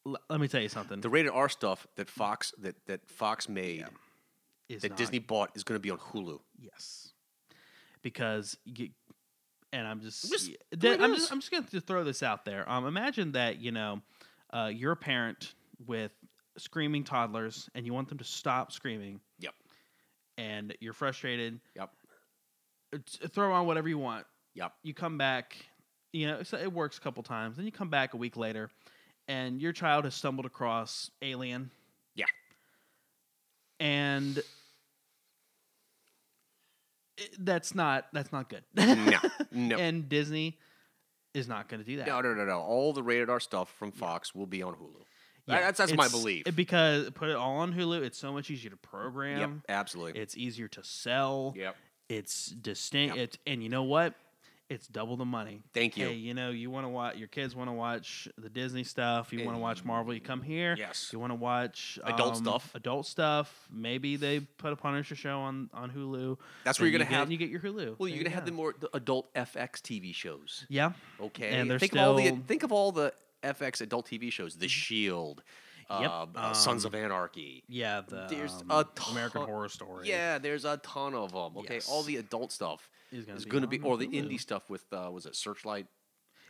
[SPEAKER 3] L- let me tell you something.
[SPEAKER 2] The rated R stuff that Fox that that Fox made
[SPEAKER 3] It's
[SPEAKER 2] that
[SPEAKER 3] not-
[SPEAKER 2] Disney bought is going to be on
[SPEAKER 3] [LAUGHS]
[SPEAKER 2] Hulu.
[SPEAKER 3] yes, because you, and I'm just,
[SPEAKER 2] Just
[SPEAKER 3] yeah,
[SPEAKER 2] the
[SPEAKER 3] that-
[SPEAKER 2] way it
[SPEAKER 3] I'm
[SPEAKER 2] is.
[SPEAKER 3] just I'm just going to throw this out there. Um, imagine that you know, uh, you're a parent with screaming toddlers and you want them to stop screaming.
[SPEAKER 2] Yep.
[SPEAKER 3] And you're frustrated.
[SPEAKER 2] Yep.
[SPEAKER 3] It's- throw on whatever you want.
[SPEAKER 2] Yep.
[SPEAKER 3] You come back, you know, so it works a couple times. Then you come back a week later and your child has stumbled across Alien.
[SPEAKER 2] Yeah.
[SPEAKER 3] And it- that's not that's not good. [LAUGHS]
[SPEAKER 2] No, no.
[SPEAKER 3] And Disney is not going to do that.
[SPEAKER 2] No, no, no, no. All the rated R stuff from Fox will be on Hulu.
[SPEAKER 3] Yeah,
[SPEAKER 2] that's that's my
[SPEAKER 3] it's-
[SPEAKER 2] belief.
[SPEAKER 3] Because put it all on Hulu, it's so much easier to
[SPEAKER 2] Yep,
[SPEAKER 3] program.
[SPEAKER 2] absolutely.
[SPEAKER 3] It's easier to sell.
[SPEAKER 2] yep.
[SPEAKER 3] It's distinct.
[SPEAKER 2] Yep.
[SPEAKER 3] It's and you know what? It's double the money.
[SPEAKER 2] Thank you.
[SPEAKER 3] Hey, you know, you want to watch your kids want to watch the Disney stuff. You want to watch Marvel. You come here.
[SPEAKER 2] Mm. Yes.
[SPEAKER 3] You want to watch
[SPEAKER 2] Adult
[SPEAKER 3] um,
[SPEAKER 2] stuff.
[SPEAKER 3] Adult stuff. Maybe they put a Punisher show on on Hulu.
[SPEAKER 2] That's where you're
[SPEAKER 3] Then you
[SPEAKER 2] gonna
[SPEAKER 3] get-
[SPEAKER 2] have-
[SPEAKER 3] you get your Hulu.
[SPEAKER 2] Well,
[SPEAKER 3] There
[SPEAKER 2] you're
[SPEAKER 3] you
[SPEAKER 2] gonna have
[SPEAKER 3] go.
[SPEAKER 2] the more the adult FX TV shows.
[SPEAKER 3] Yeah.
[SPEAKER 2] Okay.
[SPEAKER 3] And they're
[SPEAKER 2] think of all the
[SPEAKER 3] still- Mm-hmm.
[SPEAKER 2] think of all the FX adult TV shows. The Shield.
[SPEAKER 3] Yep,
[SPEAKER 2] uh, uh, Sons of
[SPEAKER 3] um,
[SPEAKER 2] Anarchy.
[SPEAKER 3] Yeah. The
[SPEAKER 2] There's
[SPEAKER 3] um,
[SPEAKER 2] a ton-
[SPEAKER 3] American Horror Story.
[SPEAKER 2] Yeah, there's a ton of them. Okay, all
[SPEAKER 3] Yes.
[SPEAKER 2] the adult stuff
[SPEAKER 3] Is gonna
[SPEAKER 2] is
[SPEAKER 3] be
[SPEAKER 2] going to be,
[SPEAKER 3] on
[SPEAKER 2] or the
[SPEAKER 3] Hulu.
[SPEAKER 2] indie stuff with uh, was it Searchlight,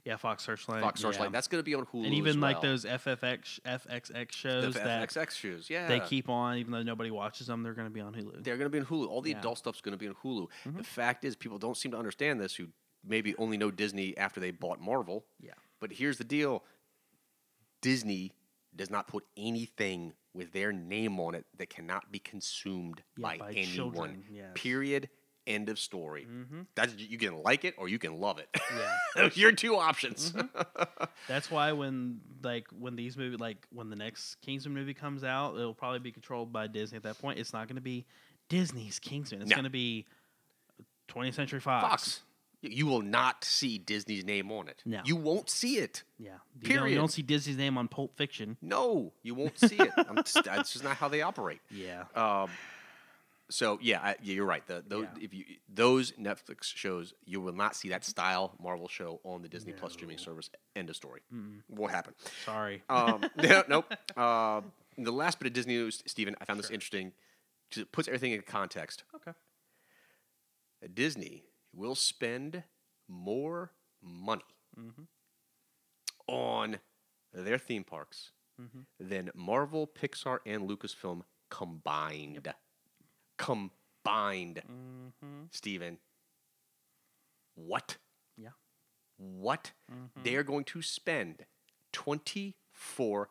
[SPEAKER 3] Yeah. Fox Searchlight.
[SPEAKER 2] Fox Searchlight.
[SPEAKER 3] yeah.
[SPEAKER 2] That's going to be on Hulu,
[SPEAKER 3] and even
[SPEAKER 2] as
[SPEAKER 3] like
[SPEAKER 2] well.
[SPEAKER 3] those FFX FXX
[SPEAKER 2] the
[SPEAKER 3] shows that
[SPEAKER 2] FXX shows. Yeah,
[SPEAKER 3] they keep on, even though nobody watches them, they're going to be on Hulu.
[SPEAKER 2] They're going to be in Hulu. All the
[SPEAKER 3] Yeah. Mm-hmm.
[SPEAKER 2] adult stuff's going to be in Hulu. The fact is, people don't seem to understand this. Who maybe only know Disney after they bought Marvel.
[SPEAKER 3] Yeah.
[SPEAKER 2] But here's the deal: Disney does not put anything with their name on it that cannot be consumed
[SPEAKER 3] Yeah,
[SPEAKER 2] by,
[SPEAKER 3] by
[SPEAKER 2] anyone.
[SPEAKER 3] children, yes.
[SPEAKER 2] Period. End of story.
[SPEAKER 3] Mhm.
[SPEAKER 2] That's you can like it or you can love it.
[SPEAKER 3] [LAUGHS]
[SPEAKER 2] [LAUGHS]
[SPEAKER 3] Yeah,
[SPEAKER 2] Those are your two options.
[SPEAKER 3] Mm-hmm. that's why when like when these movie like when the next Kingsman movie comes out, it'll probably be controlled by Disney at that point. It's not going to be Disney's Kingsman. It's
[SPEAKER 2] No.
[SPEAKER 3] going to be 20th Century Fox.
[SPEAKER 2] Fox. y- You will not see Disney's name on it.
[SPEAKER 3] No.
[SPEAKER 2] You won't see it.
[SPEAKER 3] Yeah, you don't, you
[SPEAKER 2] Period.
[SPEAKER 3] don't see Disney's name on Pulp Fiction.
[SPEAKER 2] No, you won't see
[SPEAKER 3] [LAUGHS]
[SPEAKER 2] it. I'm just, that's just not how they operate.
[SPEAKER 3] Yeah,
[SPEAKER 2] Um, so yeah, I, yeah, you're right. The, those,
[SPEAKER 3] Yeah. Mm-hmm.
[SPEAKER 2] If you those Netflix shows, you will not see that style Marvel show on the Disney Plus streaming service. End of story. Won't happen.
[SPEAKER 3] sorry. [LAUGHS]
[SPEAKER 2] Um, [LAUGHS] no, nope. Uh, the last bit of Disney news, Stephen, I found this interesting because it puts everything in context.
[SPEAKER 3] okay.
[SPEAKER 2] Disney will spend more money
[SPEAKER 3] Mhm.
[SPEAKER 2] on their theme parks
[SPEAKER 3] Mhm.
[SPEAKER 2] than Marvel, Pixar, and Lucasfilm combined. Combined,
[SPEAKER 3] Mm-hmm.
[SPEAKER 2] Steven. What?
[SPEAKER 3] Yeah. Hmm.
[SPEAKER 2] What?
[SPEAKER 3] Mm-hmm.
[SPEAKER 2] They're going to spend $24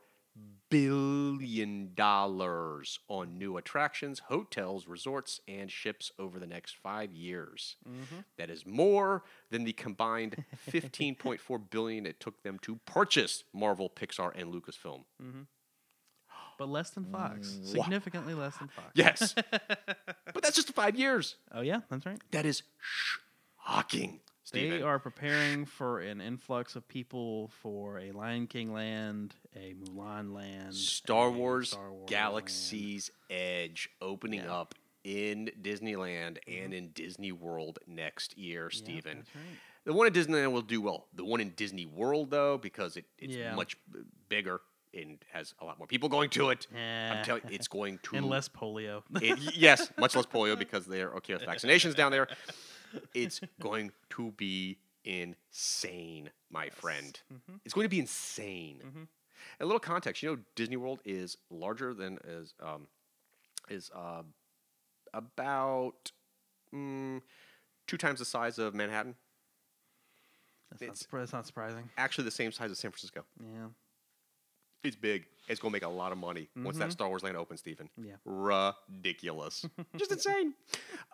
[SPEAKER 2] billion on new attractions, hotels, resorts, and ships over the next five years.
[SPEAKER 3] Mm-hmm.
[SPEAKER 2] That is more than the combined 15.4 billion it took them to purchase Marvel, Pixar, and Lucasfilm.
[SPEAKER 3] But less than Fox, significantly less than Fox.
[SPEAKER 2] Yes, but that's just five years.
[SPEAKER 3] Oh yeah, that's right.
[SPEAKER 2] That is shocking, Steven.
[SPEAKER 3] They are preparing for an influx of people for a Lion King land, a Mulan land,
[SPEAKER 2] Star
[SPEAKER 3] a
[SPEAKER 2] Wars,
[SPEAKER 3] Mm, Star Wars land.
[SPEAKER 2] Galaxy's Edge opening
[SPEAKER 3] Yeah. Mm-hmm.
[SPEAKER 2] up in Disneyland and in Disney World next year,
[SPEAKER 3] Yeah,
[SPEAKER 2] Steven.
[SPEAKER 3] that's right.
[SPEAKER 2] The one in Disneyland will do well. The one in Disney World, though, because it, it's
[SPEAKER 3] Yeah.
[SPEAKER 2] much b- bigger and has a lot more people going to it.
[SPEAKER 3] Yeah.
[SPEAKER 2] I'm
[SPEAKER 3] [LAUGHS]
[SPEAKER 2] telling you, it's going to.
[SPEAKER 3] and less polio. [LAUGHS]
[SPEAKER 2] it- y- yes, much less polio because there are okay with vaccinations down there. It's going to be insane, my friend.
[SPEAKER 3] mm-hmm.
[SPEAKER 2] It's going to be insane. A little context, you know, Disney World is larger than is um, is uh, about mm, two times the size of Manhattan.
[SPEAKER 3] that's, not
[SPEAKER 2] it's-
[SPEAKER 3] surpri- that's not surprising.
[SPEAKER 2] Actually, the same size as San Francisco.
[SPEAKER 3] Yeah.
[SPEAKER 2] It's big. It's going to make a lot of money once that Star Wars land opens, Stephen.
[SPEAKER 3] Mm-hmm. Yeah. [LAUGHS]
[SPEAKER 2] Ridiculous. Just insane.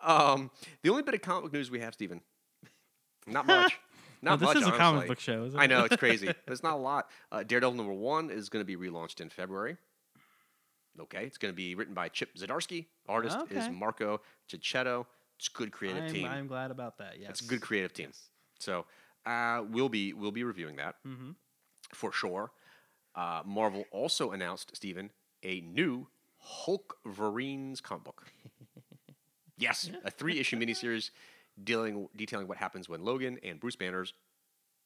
[SPEAKER 2] Um, the only bit of comic book news we have, Stephen,
[SPEAKER 3] [LAUGHS]
[SPEAKER 2] not much. Not
[SPEAKER 3] No, this
[SPEAKER 2] much,
[SPEAKER 3] is a comic
[SPEAKER 2] honestly.
[SPEAKER 3] book show, isn't
[SPEAKER 2] I
[SPEAKER 3] it?
[SPEAKER 2] know, it's crazy.
[SPEAKER 3] [LAUGHS]
[SPEAKER 2] but it's not a lot. Uh, Daredevil number one is going to be relaunched in February. Okay. It's going to be written by Chip Zdarsky. Artist is
[SPEAKER 3] Okay.
[SPEAKER 2] Marco Cicchetto. It's a good creative
[SPEAKER 3] I'm,
[SPEAKER 2] team.
[SPEAKER 3] I'm glad about that. Yes.
[SPEAKER 2] It's a good creative team. So uh, we'll be we'll be reviewing that
[SPEAKER 3] Mhm.
[SPEAKER 2] for sure. Uh, Marvel also announced Steven, a new Hulk Verines comic book. yes, a three issue miniseries dealing detailing what happens when Logan and Bruce Banner's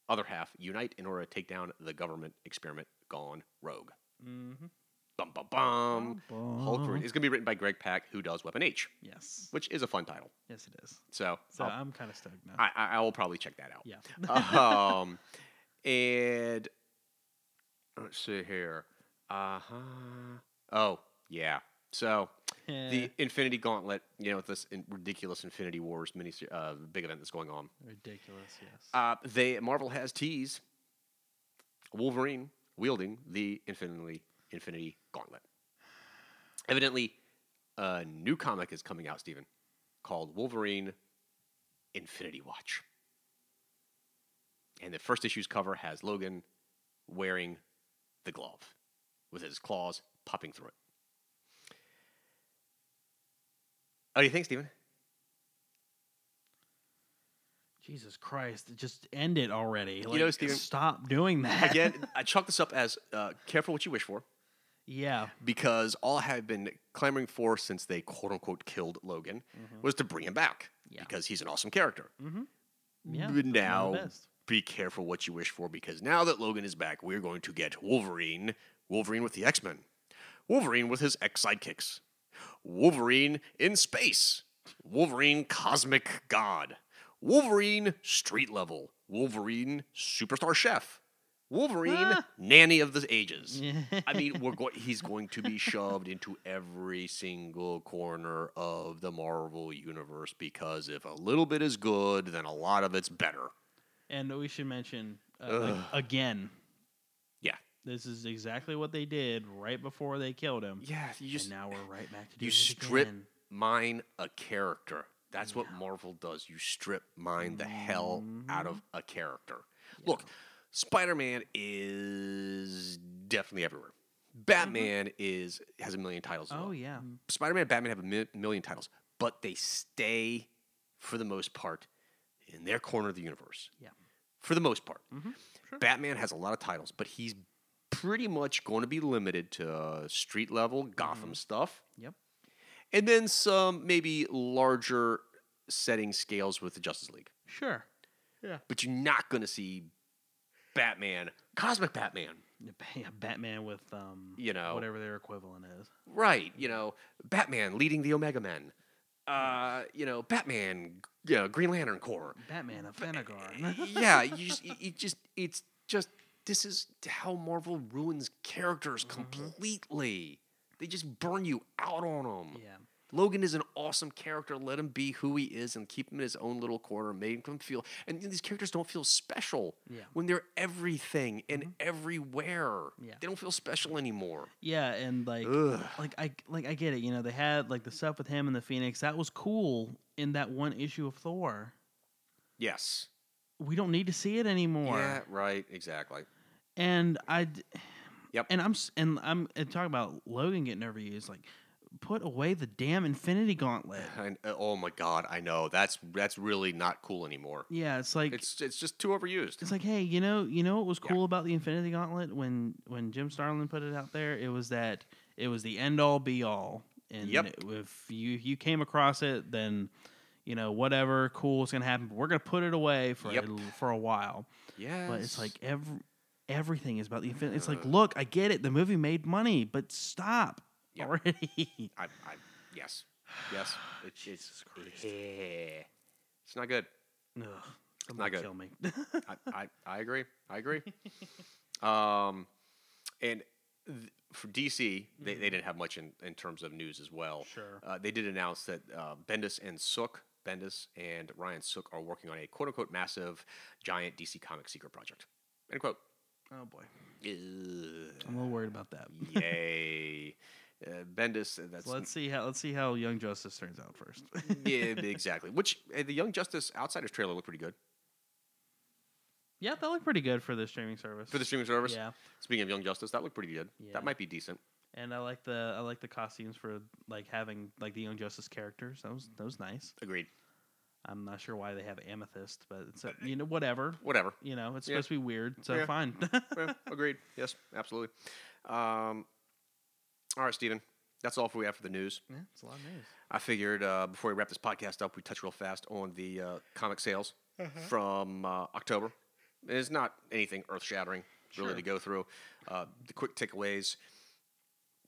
[SPEAKER 2] other half unite in order to take down the government experiment gone rogue. Um,
[SPEAKER 3] Mhm.
[SPEAKER 2] Bum bum bum. Hulk
[SPEAKER 3] Bum.
[SPEAKER 2] Verines. It's gonna be written by Greg Pak, who does Weapon H,
[SPEAKER 3] Oh, Yes.
[SPEAKER 2] which is a fun title.
[SPEAKER 3] Yes, it is.
[SPEAKER 2] So,
[SPEAKER 3] So uh,
[SPEAKER 2] I'll-
[SPEAKER 3] I'm kind of stoked now.
[SPEAKER 2] I, [LAUGHS] I I will probably check that out
[SPEAKER 3] yeah.
[SPEAKER 2] um, and Um, Let's see here. Uh huh. Oh yeah. So
[SPEAKER 3] Eh,
[SPEAKER 2] the Infinity Gauntlet, you know, with this in- ridiculous Infinity Wars mini uh, big event that's going on.
[SPEAKER 3] [LAUGHS] ridiculous. Yes.
[SPEAKER 2] Uh, they Marvel has teased Wolverine wielding the Infinity Infinity Gauntlet. Evidently, a new comic is coming out, Stephen, called Wolverine Infinity Watch. And the first issue's cover has Logan wearing the glove with his claws popping through it. What do you think, Stephen?
[SPEAKER 3] Jesus Christ! Just end it already. Like,
[SPEAKER 2] know, Steven-
[SPEAKER 3] stop doing that
[SPEAKER 2] Again, I chalk this up as uh, careful what you wish for.
[SPEAKER 3] [LAUGHS] yeah.
[SPEAKER 2] because all I have been clamoring for since they quote unquote killed Logan was to bring him back
[SPEAKER 3] Yeah.
[SPEAKER 2] Mm-hmm. because he's an awesome character.
[SPEAKER 3] Yeah.
[SPEAKER 2] But
[SPEAKER 3] that's one of the
[SPEAKER 2] now,
[SPEAKER 3] best.
[SPEAKER 2] be careful what you wish for because now that Logan is back, we're going to get Wolverine, Wolverine with the X Men, Wolverine with his ex sidekicks, Wolverine in space, Wolverine cosmic god, Wolverine street level, Wolverine superstar chef, Wolverine
[SPEAKER 3] Ah.
[SPEAKER 2] nanny of the ages. [LAUGHS] I mean, we're going. He's going to be shoved into every single corner of the Marvel universe because if a little bit is good, then a lot of it's better.
[SPEAKER 3] [LAUGHS] and we should mention uh,
[SPEAKER 2] Ugh.
[SPEAKER 3] ag- again.
[SPEAKER 2] Yeah.
[SPEAKER 3] This is exactly what they did right before they killed him.
[SPEAKER 2] Yeah, you just
[SPEAKER 3] and now we're right back to doing
[SPEAKER 2] you
[SPEAKER 3] it
[SPEAKER 2] strip
[SPEAKER 3] again.
[SPEAKER 2] mine a character. That's what Marvel does. You strip mine the hell out of
[SPEAKER 3] Mm-hmm.
[SPEAKER 2] a character. Look, Spider-Man is definitely everywhere. Batman is has a million titles. as well.
[SPEAKER 3] Mm-hmm. Oh yeah.
[SPEAKER 2] Mm. Spider-Man and Batman have a mi- million titles, but they stay for the most part in their corner of the universe.
[SPEAKER 3] Yeah.
[SPEAKER 2] For the most part.
[SPEAKER 3] Mhm, sure.
[SPEAKER 2] Batman has a lot of titles, but he's pretty much going to be limited to uh, street level Gotham stuff.
[SPEAKER 3] Mm-hmm. Yep.
[SPEAKER 2] And then some maybe larger setting scales with the Justice League.
[SPEAKER 3] Sure.
[SPEAKER 2] But you're not going to see Batman, Cosmic Batman.
[SPEAKER 3] Yeah, Ba- yeah, Batman with um
[SPEAKER 2] You know.
[SPEAKER 3] whatever their equivalent is.
[SPEAKER 2] Right, you know, Batman leading the Omega Men. Uh, you know, Batman, you know, Green Lantern Corps.
[SPEAKER 3] Batman of Fenagar.
[SPEAKER 2] yeah, you just, it, it just it's just this is how Marvel ruins characters
[SPEAKER 3] Mm-hmm.
[SPEAKER 2] completely. They just burn you out on them.
[SPEAKER 3] [LAUGHS] yeah.
[SPEAKER 2] Logan is an awesome character. Let him be who he is and keep him in his own little corner. Make him feel and these characters don't feel special
[SPEAKER 3] Yeah.
[SPEAKER 2] when they're everything and everywhere.
[SPEAKER 3] Mm-hmm. Yeah.
[SPEAKER 2] They don't feel special anymore.
[SPEAKER 3] Yeah, and like
[SPEAKER 2] Ugh.
[SPEAKER 3] like I like I get it, you know, they had like the stuff with him and the Phoenix. That was cool in that one issue of Thor.
[SPEAKER 2] Yes.
[SPEAKER 3] We don't need to see it anymore.
[SPEAKER 2] Yeah, right, exactly.
[SPEAKER 3] And I d-
[SPEAKER 2] Yep.
[SPEAKER 3] And I'm s- and I'm and talking about Logan getting overused like put away the damn
[SPEAKER 2] [LAUGHS]
[SPEAKER 3] Infinity Gauntlet.
[SPEAKER 2] And, uh, oh my god, I know. That's that's really not cool anymore.
[SPEAKER 3] Yeah, it's like
[SPEAKER 2] It's it's just too overused.
[SPEAKER 3] It's like, hey, you know, you know what was
[SPEAKER 2] Yeah.
[SPEAKER 3] cool about the Infinity Gauntlet when when Jim Starlin put it out there? It was that it was the end all be all, and
[SPEAKER 2] Yep.
[SPEAKER 3] it- if you you came across it, then you know whatever cool is gonna happen. But we're gonna put it away for
[SPEAKER 2] Yep.
[SPEAKER 3] a, l- for a while.
[SPEAKER 2] Yeah,
[SPEAKER 3] But it's like every everything is about the Infinity. It's like, look, I get it. The movie made money, but stop
[SPEAKER 2] Yep.
[SPEAKER 3] already. [LAUGHS]
[SPEAKER 2] I, I yes,
[SPEAKER 3] [SIGHS]
[SPEAKER 2] yes. It, it's
[SPEAKER 3] Jesus Christ.
[SPEAKER 2] yeah. It's not good.
[SPEAKER 3] Ugh, somebody
[SPEAKER 2] good.
[SPEAKER 3] kill me.
[SPEAKER 2] I, I, I agree. I agree. um, and th- for DC, they,
[SPEAKER 3] Mm-hmm.
[SPEAKER 2] they didn't have much in, in terms of news as
[SPEAKER 3] [LAUGHS]
[SPEAKER 2] well.
[SPEAKER 3] Sure.
[SPEAKER 2] Uh, they did announce that uh, Bendis and Sook, Bendis and Ryan Sook, are working on a quote unquote massive, giant DC comic secret project. End
[SPEAKER 3] [LAUGHS]
[SPEAKER 2] quote.
[SPEAKER 3] oh boy,
[SPEAKER 2] Ugh.
[SPEAKER 3] I'm a little worried about that.
[SPEAKER 2] Yay. Uh, Bendis, uh, that's
[SPEAKER 3] So let's see how let's see how Young Justice turns out first.
[SPEAKER 2] [LAUGHS]
[SPEAKER 3] [LAUGHS]
[SPEAKER 2] yeah, exactly. Which uh, the Young Justice Outsiders trailer looked pretty good
[SPEAKER 3] Yeah, that looked pretty good for the streaming service.
[SPEAKER 2] for the streaming service.
[SPEAKER 3] Yeah,
[SPEAKER 2] Speaking of Young Justice, that looked pretty good.
[SPEAKER 3] Yeah.
[SPEAKER 2] That might be decent.
[SPEAKER 3] and I like the I like the costumes for like having like the Young Justice characters. That was that was nice.
[SPEAKER 2] Agreed.
[SPEAKER 3] I'm not sure why they have Amethyst, but it's a, you know whatever.
[SPEAKER 2] Whatever. [LAUGHS]
[SPEAKER 3] You know it's
[SPEAKER 2] Yeah.
[SPEAKER 3] supposed to be weird, so
[SPEAKER 2] Yeah.
[SPEAKER 3] fine. [LAUGHS]
[SPEAKER 2] Yeah, agreed. Yes, absolutely. Um, all right, Steven. That's all for we have for the news.
[SPEAKER 3] yeah, it's a lot of news.
[SPEAKER 2] I figured uh, before we wrap this podcast up, we touch real fast on the uh, comic sales from uh, October. It's not anything earth shattering, really,
[SPEAKER 3] Sure.
[SPEAKER 2] to go through. Uh, the quick takeaways.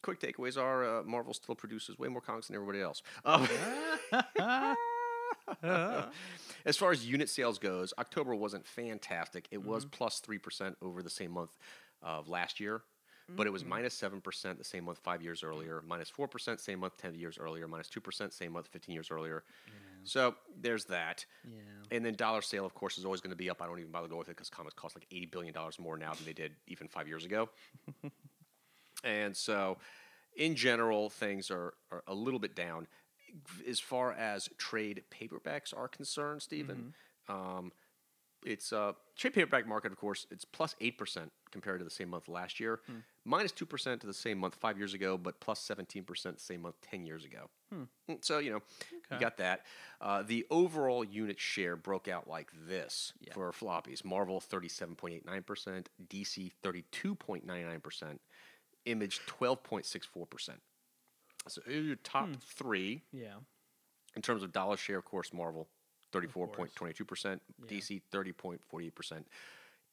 [SPEAKER 2] Quick takeaways are uh, Marvel still produces way more comics than everybody else. Um,
[SPEAKER 3] Mm-hmm. [LAUGHS]
[SPEAKER 2] as far as unit sales goes, October wasn't fantastic. It was plus 3% over the same month of last year, [LAUGHS] but it
[SPEAKER 3] Mm-hmm.
[SPEAKER 2] was minus 7% the same month five years earlier, minus 4% same month 10 years earlier, minus 2% same month 15 years earlier.
[SPEAKER 3] Mm-hmm.
[SPEAKER 2] So there's that.
[SPEAKER 5] Yeah.
[SPEAKER 2] And then dollar sale, of course, is always going to be up. I don't even bother going with it because comics cost like $80 billion more now than they did even five years ago. and so, in general, things are, are a little bit down. As far as trade paperbacks are concerned, Stephen,
[SPEAKER 3] Mm-hmm.
[SPEAKER 2] um, it's uh, trade paperback market, of course, it's plus 8% compared to the same month last year, minus 2% to the same month five years ago, but plus 17% the same month 10 years ago. Mm, So, you know, you
[SPEAKER 3] Okay.
[SPEAKER 2] got that. Uh, the overall unit share broke out like this for floppies Marvel 37.89%, DC 32.99%, Image 12.64%. So, uh, your top three
[SPEAKER 5] Yeah.
[SPEAKER 2] in terms of dollar share, of course, Marvel, 34.22%, DC, 30.48%,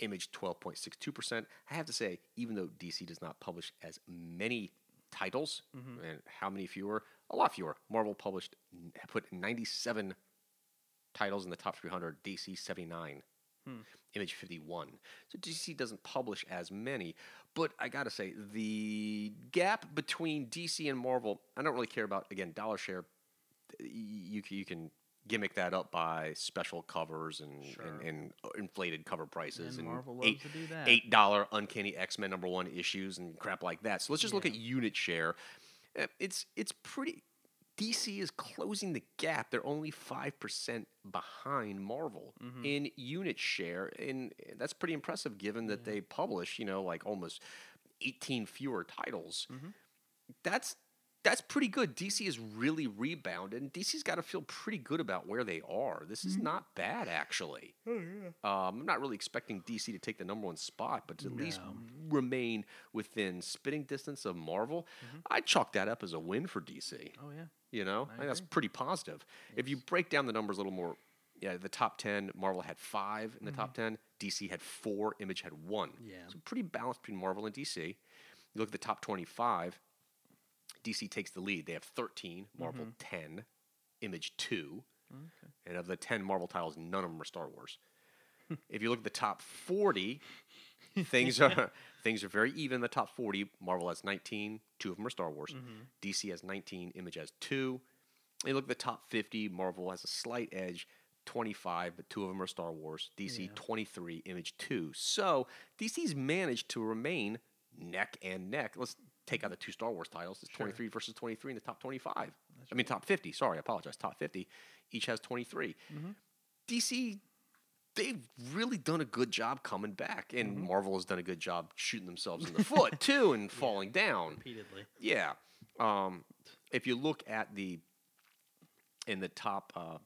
[SPEAKER 2] Image, 12.62%. I have to say, even though DC does not publish as many titles,
[SPEAKER 3] Mm-hmm.
[SPEAKER 2] Mm-hmm. and how many fewer? A lot fewer. Marvel published, n- put 97 titles in the top 300, DC, 79.
[SPEAKER 5] Hmm.
[SPEAKER 2] Image 51. So DC doesn't publish as many, but I gotta say, the gap between DC and Marvel, I don't really care about, again, dollar share you c- you can gimmick that up by special covers and and, and inflated cover prices
[SPEAKER 5] And
[SPEAKER 2] and,
[SPEAKER 5] Marvel loves
[SPEAKER 2] eight
[SPEAKER 5] to do that.
[SPEAKER 2] eight dollar uncanny X Men number one issues and crap like that. So let's just look at unit share. Uh, It's it's pretty. DC is closing the gap. They're only five percent behind Marvel
[SPEAKER 3] Hmm. Mm-hmm.
[SPEAKER 2] in unit share, and that's pretty impressive given that they publish you know like almost eighteen fewer titles that's that's pretty good. DC is really rebounded, and DC's got to feel pretty good about where they are. This is not bad, actually. Um, I'm not really expecting DC to take the number one spot, but to at least remain within spitting distance of Marvel, I chalk that up as a win for DC.
[SPEAKER 5] Oh yeah.
[SPEAKER 2] You know, I think that's pretty positive. If you break down the numbers a little more, yeah, the top 10, Marvel had five in the top 10, DC had four, Image had one.
[SPEAKER 3] Mm-hmm.
[SPEAKER 5] Yeah.
[SPEAKER 2] So pretty balanced between Marvel and DC. You look at the top 25, DC takes the lead. They have 13, Marvel 10, Image 2. And of the 10 Marvel titles, none of them are Star Wars. [LAUGHS] if you look at the top 40, things are [LAUGHS] things are very even in the top 40. Marvel has 19, two of them are Star Wars.
[SPEAKER 3] Mm-hmm.
[SPEAKER 2] DC has 19, Image has 2. And you look at the top 50, Marvel has a slight edge, 25, but two of them are Star Wars. DC 23, Image 2. So, DC's managed to remain neck and neck. Let's take out the two Star Wars titles. It's 23 versus 23 in the top 25. I mean, top 50. Sorry, I apologize. Top 50. Each has 23. DC, they've really done a good job coming back. And Marvel has done a good job shooting themselves in the foot, too, and falling down.
[SPEAKER 3] repeatedly.
[SPEAKER 2] Yeah. Um, if you look at the in the top uh,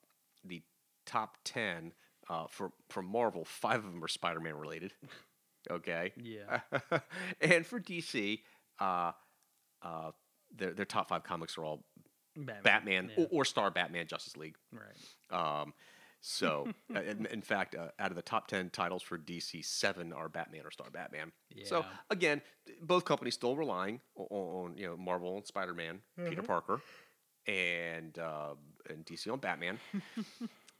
[SPEAKER 2] the top ten uh, for for Marvel, five of them are Spider Man related. Okay. [LAUGHS]
[SPEAKER 3] Yeah.
[SPEAKER 2] and for DC, uh, uh, their their top five comics are all
[SPEAKER 3] Batman.
[SPEAKER 2] Batman
[SPEAKER 3] Yeah.
[SPEAKER 2] or, or Star Batman Justice League.
[SPEAKER 3] Right.
[SPEAKER 2] Um, so, uh, in, in fact, uh, out of the top 10 titles for DC, seven are Batman or Star Batman. So,
[SPEAKER 3] Yeah.
[SPEAKER 2] again, th- both companies still relying o- on, you know, Marvel and Spider Man, Peter Parker, and, uh, and DC on Batman.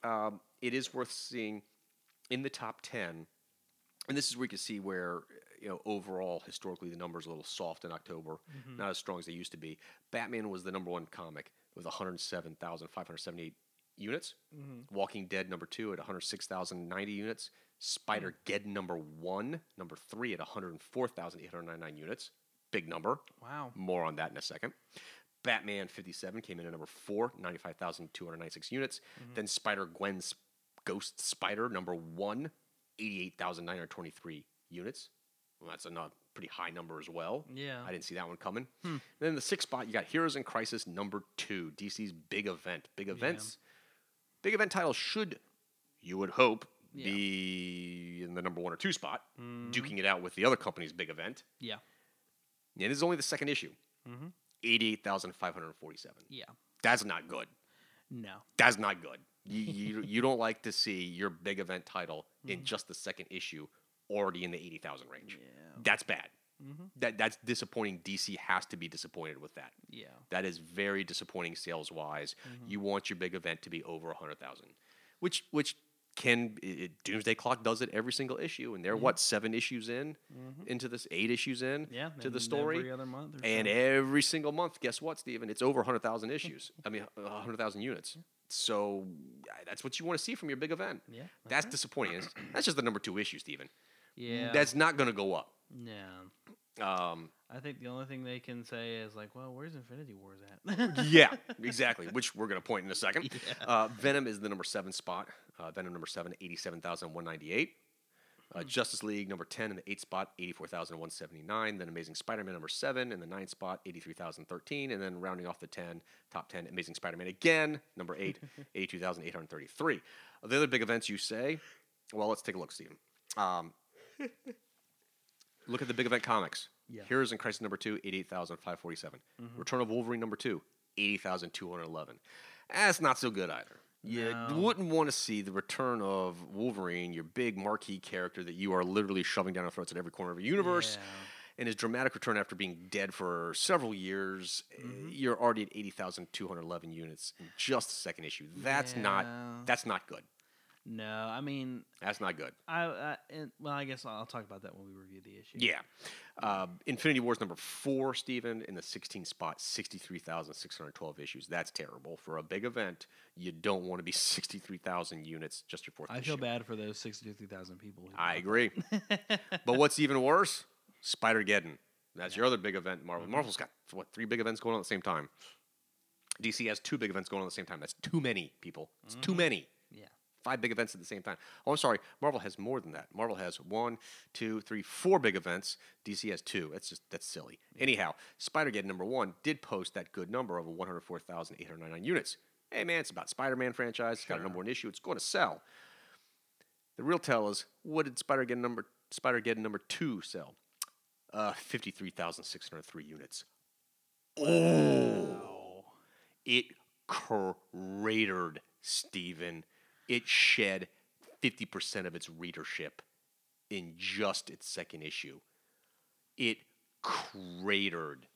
[SPEAKER 2] um, it is worth seeing in the top 10, and this is where you can see where, you know, overall, historically, the numbers are a little soft in October,
[SPEAKER 5] Mm-hmm.
[SPEAKER 3] Mm-hmm.
[SPEAKER 2] not as strong as they used to be. Batman was the number one comic with 107,578 units.
[SPEAKER 5] Mm-hmm.
[SPEAKER 2] Walking Dead number two at 106,090 units. Spider Geddon number one, number three at 104,899 units. Big number.
[SPEAKER 5] Wow.
[SPEAKER 2] More on that in a second. Batman 57 came in at number four, 95,296 units. Then Spider Gwen's Ghost Spider number one, 88,923 units. Well, that's a not pretty high number as well.
[SPEAKER 5] Yeah.
[SPEAKER 2] I didn't see that one coming.
[SPEAKER 5] Hmm.
[SPEAKER 2] Then the sixth spot, you got Heroes in Crisis number two, DC's big event. Big events, big event titles should, you would hope, be in the number one or two spot,
[SPEAKER 5] Mm-hmm.
[SPEAKER 2] duking it out with the other company's big event.
[SPEAKER 5] Yeah.
[SPEAKER 2] And this is only the second issue.
[SPEAKER 5] Mhm.
[SPEAKER 2] 88,547.
[SPEAKER 5] Yeah.
[SPEAKER 2] That's not good.
[SPEAKER 5] No.
[SPEAKER 2] That's not good. You, you, you don't like to see your big event title in
[SPEAKER 5] Mm.
[SPEAKER 2] just the second issue already in the 80,000 range.
[SPEAKER 5] Yeah.
[SPEAKER 2] That's bad.
[SPEAKER 5] Mhm.
[SPEAKER 2] That, that's disappointing. DC has to be disappointed with that.
[SPEAKER 5] Yeah.
[SPEAKER 2] That is very
[SPEAKER 5] Hmm.
[SPEAKER 2] disappointing sales wise. You want your big event to be over 100,000, which, which can it, it- Doomsday Clock does it every single issue, and they're what seven issues in
[SPEAKER 5] Mm-hmm.
[SPEAKER 2] into this eight issues in
[SPEAKER 5] Hmm. Yeah,
[SPEAKER 2] to the
[SPEAKER 5] and
[SPEAKER 2] story.
[SPEAKER 5] every other month. Or
[SPEAKER 2] And
[SPEAKER 5] so.
[SPEAKER 2] every single month, guess what, Steven? It's over
[SPEAKER 5] [LAUGHS]
[SPEAKER 2] 100,000 issues. I mean, 100,000 units. So I- that's what you want to see from your big event.
[SPEAKER 5] Yeah,
[SPEAKER 2] That's disappointing. It's- That's just the number two issue, Steven.
[SPEAKER 5] yeah,
[SPEAKER 2] That's not going to go up.
[SPEAKER 5] no. [LAUGHS]
[SPEAKER 2] Um,
[SPEAKER 5] I think the only thing they can say is like, well, where's Infinity Wars
[SPEAKER 2] [LAUGHS]
[SPEAKER 5] at? [LAUGHS]
[SPEAKER 2] yeah, exactly, which we're going to point in a second. Uh, Venom is the number seven spot. Uh, Venom number seven, 87,198. Uh, Justice League number 10 in the 8th spot, 84,179. Then Amazing Spider Man number 7 in the ninth spot, 83,013. And then rounding off the 10, top 10, Amazing Spider Man again, number 8, 82,833. Uh, The other big events you say, well, let's take a look, Stephen. Um, look at the big event comics.
[SPEAKER 5] Yeah. Mm-hmm.
[SPEAKER 2] Heroes in Crisis number 2, 88,547. Return of Wolverine number 2, 80,211. That's not so good either. You
[SPEAKER 5] No.
[SPEAKER 2] wouldn't want to see the return of Wolverine, your big marquee character that you are literally shoving down our throats at every corner of the universe, and his dramatic return after being dead for several years. eh,
[SPEAKER 5] Mm-hmm.
[SPEAKER 2] You're already at eighty thousand two hundred eleven units in just the second issue. That's
[SPEAKER 5] Yeah.
[SPEAKER 2] not that's not good.
[SPEAKER 5] no, I mean,
[SPEAKER 2] That's not good.
[SPEAKER 5] I, I and, well, I guess I'll, I'll talk about that when we review the issue.
[SPEAKER 2] Yeah. Um, Infinity Wars number four, Steven, in the 16th spot, 63,612 issues. That's terrible. For a big event, you don't want to be [LAUGHS] 63,000 units just your fourth
[SPEAKER 5] I
[SPEAKER 2] issue.
[SPEAKER 5] feel bad for those sixty-three thousand people. who [LAUGHS]
[SPEAKER 2] I
[SPEAKER 5] bought
[SPEAKER 2] agree. but what's even worse? Spider Geddon. That's your other big event. in Marvel. Marvel's got what three big events going on at the same time. DC has two big events going on at the same time. That's too many people. It's too many.
[SPEAKER 5] Yeah.
[SPEAKER 2] Five big events at the same time. Oh, I'm sorry. Marvel has more than that. Marvel has one, two, three, four big events. DC has two. That's just that's silly. Anyhow, Spider Geddon number one did post that good number of 104,899 units. Hey man, it's about Spider-Man franchise. It's got a number one issue. It's going to sell. The real tell is what did Spider Geddon number Spider Geddon number two sell? Uh, fifty three thousand six hundred three units. Oh, it cratered, Stephen. It shed fifty percent of its readership in just its second issue. It cratered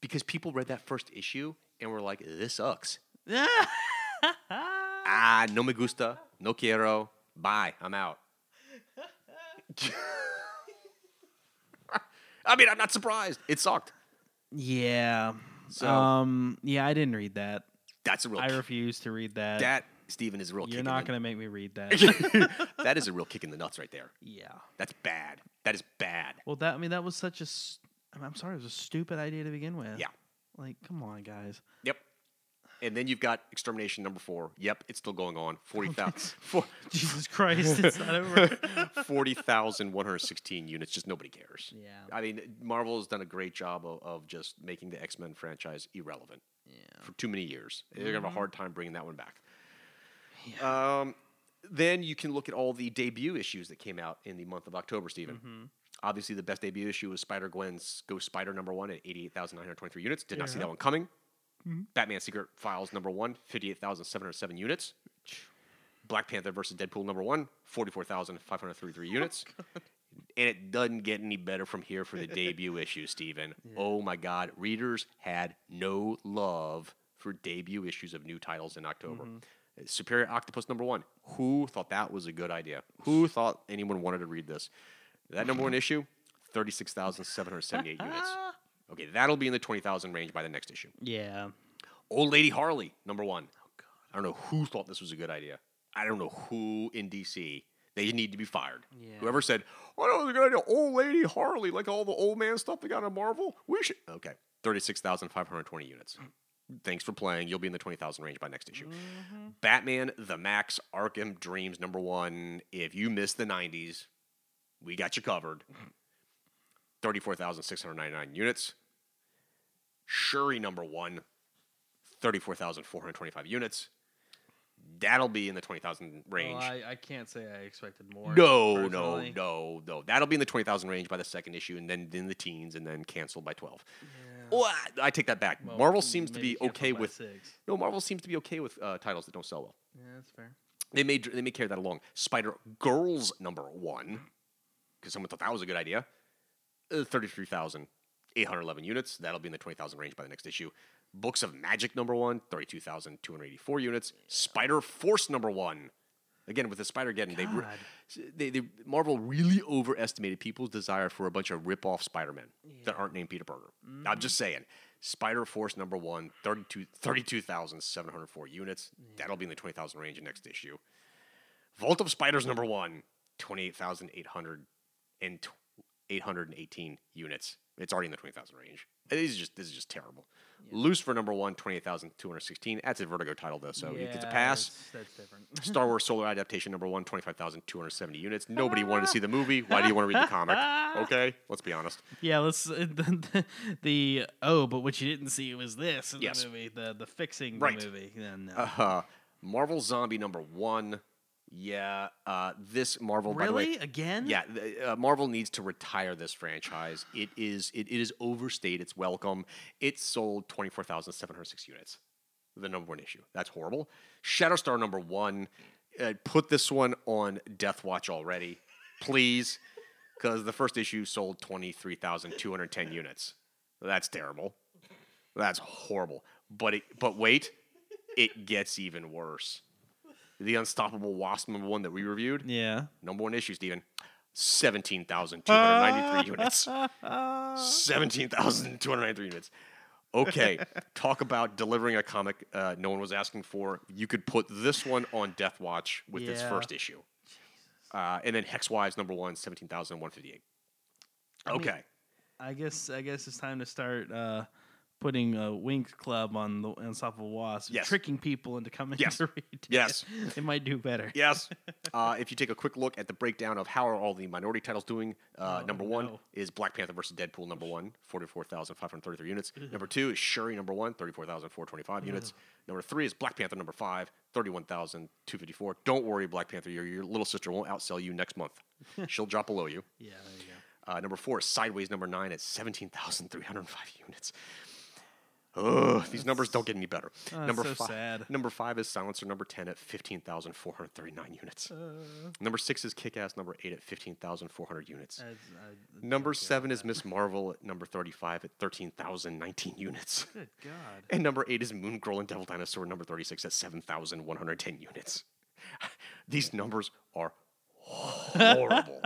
[SPEAKER 2] because people read that first issue and were like, "This sucks."
[SPEAKER 5] [LAUGHS]
[SPEAKER 2] ah, no me gusta, no quiero, bye, I'm out. [LAUGHS] I mean, I'm Ah, not surprised. It sucked.
[SPEAKER 5] Yeah.
[SPEAKER 2] So-
[SPEAKER 5] um. Yeah, I didn't read that.
[SPEAKER 2] That's a real
[SPEAKER 5] I
[SPEAKER 2] kick.
[SPEAKER 5] refuse to read that.
[SPEAKER 2] that Steven is a real.
[SPEAKER 5] You're not gonna make me
[SPEAKER 2] [LAUGHS]
[SPEAKER 5] read that.
[SPEAKER 2] gonna.
[SPEAKER 5] [LAUGHS]
[SPEAKER 2] that is a real kick in the nuts right there.
[SPEAKER 5] yeah.
[SPEAKER 2] That's bad. That is bad.
[SPEAKER 5] Well, that I mean, that was such a. s- I mean, I'm sorry, it was a stupid idea to begin with.
[SPEAKER 2] Yeah.
[SPEAKER 5] Like, come on, guys. [LAUGHS]
[SPEAKER 2] Yep. And then you've got extermination number four. Yep, it's still going on. Forty thousand. [LAUGHS] Four.
[SPEAKER 5] Jesus Christ, it's not
[SPEAKER 2] [LAUGHS]
[SPEAKER 5] over.
[SPEAKER 2] 40,116 units. Just nobody cares.
[SPEAKER 5] Yeah.
[SPEAKER 2] I mean, Marvel has done a great job of, of just making the X Men franchise irrelevant
[SPEAKER 5] Yeah.
[SPEAKER 2] for too many years. They're going to have a hard time bringing that one back. Um, then you can look at all the debut issues that came out in the month of October, Stephen.
[SPEAKER 5] Mm-hmm.
[SPEAKER 2] Obviously, the best debut issue was Spider Gwen's Ghost Spider number one at 88,923 units. Did not see that one coming. Batman Secret Files number one, 58,707 units. Black Panther versus Deadpool number one, 44,533 units. And it doesn't get any better from here for the debut issue, Steven. Oh my God. Readers had no love for debut issues of new titles in October. Uh, Superior Octopus number one. Who thought that was a good idea? Who thought anyone wanted to read this? That number one issue, 36,778 units. Okay, that'll be in the 20,000 range by the next issue.
[SPEAKER 5] Yeah.
[SPEAKER 2] Old Lady Harley, number one. I don't know who thought this was a good idea. I don't know who in DC. They need to be fired.
[SPEAKER 5] Yeah.
[SPEAKER 2] Whoever said, "Oh, that was a good idea." Old Lady Harley, like all the old man stuff they got on Marvel. We should. Okay, thirty-six thousand five hundred twenty units. Thanks for playing. You'll be in the twenty thousand range by next issue.
[SPEAKER 5] Mm-hmm.
[SPEAKER 2] Batman: The Max Arkham Dreams number one. If you missed the nineties, we got you covered. Thirty-four thousand six hundred ninety-nine units. Shuri number one, 34,425 units. That'll be in the 20,000 range.
[SPEAKER 5] I, I can't say I expected
[SPEAKER 3] Oh,
[SPEAKER 5] more.
[SPEAKER 2] no, no, no, no. That'll be in the 20,000 range by the second issue and then in the teens and then canceled by 12. Well, I- I take that back.
[SPEAKER 5] hmm,
[SPEAKER 2] Marvel seems to be okay with
[SPEAKER 5] six.
[SPEAKER 2] No, Marvel seems to be okay with uh, titles that don't sell well.
[SPEAKER 5] Yeah, that's fair.
[SPEAKER 2] They may they may carry that along. Spider Girls number 1 because someone thought that was a good idea. Uh, 33,811 units. That'll be in the 20,000 range by the next issue. Books of Magic number one, 32,284 units. Spider Force number one, Again, with the Spider Geddon, they, re-
[SPEAKER 3] God.
[SPEAKER 2] they, they Marvel really overestimated people's desire for a bunch of rip off Spider Men that aren't named Peter Parker.
[SPEAKER 3] Mm-hmm.
[SPEAKER 2] I'm just saying. Spider Force number one, 32 32,704 units.
[SPEAKER 5] Mm-hmm.
[SPEAKER 2] That'll be in the 20,000 range in next issue. Vault of Spiders number one, 28,800 and tw- 818 units. It's already in the 20,000 range. It is just this is just terrible. Loose for number one, 28,216. That's a Vertigo title though, so it gets a pass.
[SPEAKER 5] Yes, That's different.
[SPEAKER 2] Star Wars Solar Adaptation number one, 25,270 units. Nobody wanted to see the movie. Why do you want to read the
[SPEAKER 3] [LAUGHS]
[SPEAKER 2] comic? Okay, let's be honest.
[SPEAKER 3] Yeah, let's uh, [LAUGHS] the, the oh, but what you didn't see was this in
[SPEAKER 2] Yes.
[SPEAKER 3] the movie, the the fixing
[SPEAKER 2] Right.
[SPEAKER 3] the movie. Yeah, no.
[SPEAKER 2] Uh, Marvel Zombie number one. Yeah, uh, this Marvel, by the way,
[SPEAKER 3] really? Again?
[SPEAKER 2] Yeah, th- uh, Marvel needs to retire this franchise. It is it, it is overstayed its welcome. It sold twenty four thousand seven hundred six units, the number one issue. That's horrible. Shatterstar number one. Uh, put this one on Death Watch already, please, because the first issue sold twenty three thousand two hundred ten units. That's terrible. That's horrible. But it, but wait, it gets even worse. The Unstoppable Wasp number one that we reviewed.
[SPEAKER 3] Yeah.
[SPEAKER 2] Number one issue, Steven.
[SPEAKER 3] [LAUGHS]
[SPEAKER 2] 17,293 units. 17,293 units. Okay, talk about delivering a comic uh, no one was asking for. You could put this one on Death Watch with its
[SPEAKER 3] Yeah.
[SPEAKER 2] first issue. Uh, and then Hex Wives, number one, 17,158.
[SPEAKER 3] mean-
[SPEAKER 2] Okay.
[SPEAKER 3] I guess I guess it's time to start uh, putting a Wink Club on the Unstoppable Wasp,
[SPEAKER 2] Yes.
[SPEAKER 3] tricking people into coming
[SPEAKER 2] Yes.
[SPEAKER 3] to read. [LAUGHS] it.
[SPEAKER 2] Yes.
[SPEAKER 3] they might do better.
[SPEAKER 2] [LAUGHS] Yes. uh, if you take a quick look at the breakdown of how are all the minority titles doing, uh,
[SPEAKER 3] Oh,
[SPEAKER 2] number one
[SPEAKER 3] no.
[SPEAKER 2] is Black Panther versus Deadpool, number one, 44,533 units. Number two is Shuri, number one, 34,425 units. Number three is Black Panther, number five, 31,254. Don't worry, Black Panther, your, your little sister won't outsell you next
[SPEAKER 3] [LAUGHS]
[SPEAKER 2] month. She'll drop below you.
[SPEAKER 3] Yeah, there you go.
[SPEAKER 2] Uh, number four is Sideways, number nine, at 17,305 [LAUGHS] units. Ugh, these numbers don't get any better.
[SPEAKER 3] Oh, that's
[SPEAKER 2] number
[SPEAKER 3] so
[SPEAKER 2] five,
[SPEAKER 3] sad.
[SPEAKER 2] number five is Silencer number ten at fifteen thousand four hundred thirty-nine units.
[SPEAKER 3] Uh.
[SPEAKER 2] number six is Kick-Ass number eight at fifteen thousand four hundred units.
[SPEAKER 3] Uh,
[SPEAKER 5] That's- I-
[SPEAKER 2] number seven is Miss Marvel at number thirty-five at thirteen thousand nineteen units.
[SPEAKER 5] good God.
[SPEAKER 2] [LAUGHS] And number eight is Moon Girl and Devil Dinosaur number thirty-six at seven thousand one hundred ten units. [LAUGHS] These numbers are horrible.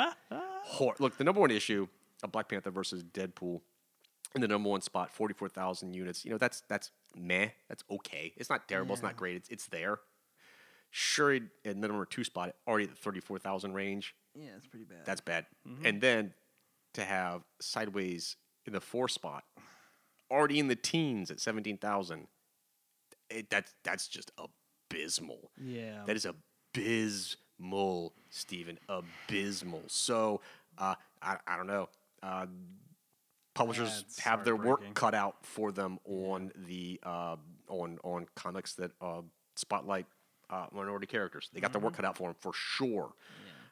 [SPEAKER 2] Hor- Look, the number one issue of Black Panther versus Deadpool in the number one spot, forty-four thousand units. You know, that's that's meh. That's okay. It's not terrible. It's not great. It's it's there. Shuri in the number two spot, already at the thirty-four thousand range.
[SPEAKER 5] Yeah, it's pretty bad.
[SPEAKER 2] That's bad. And then to have sideways in the four spot, already in the teens at seventeen thousand. That's that's just abysmal.
[SPEAKER 3] Yeah.
[SPEAKER 2] That is abysmal, Stephen. Abysmal. So uh, I, I don't know. Uh, publishers
[SPEAKER 3] That's
[SPEAKER 2] have their work
[SPEAKER 3] heartbreaking.
[SPEAKER 2] cut out for them on the uh, on on comics that uh, spotlight uh, minority characters. They got their work cut out for them for sure.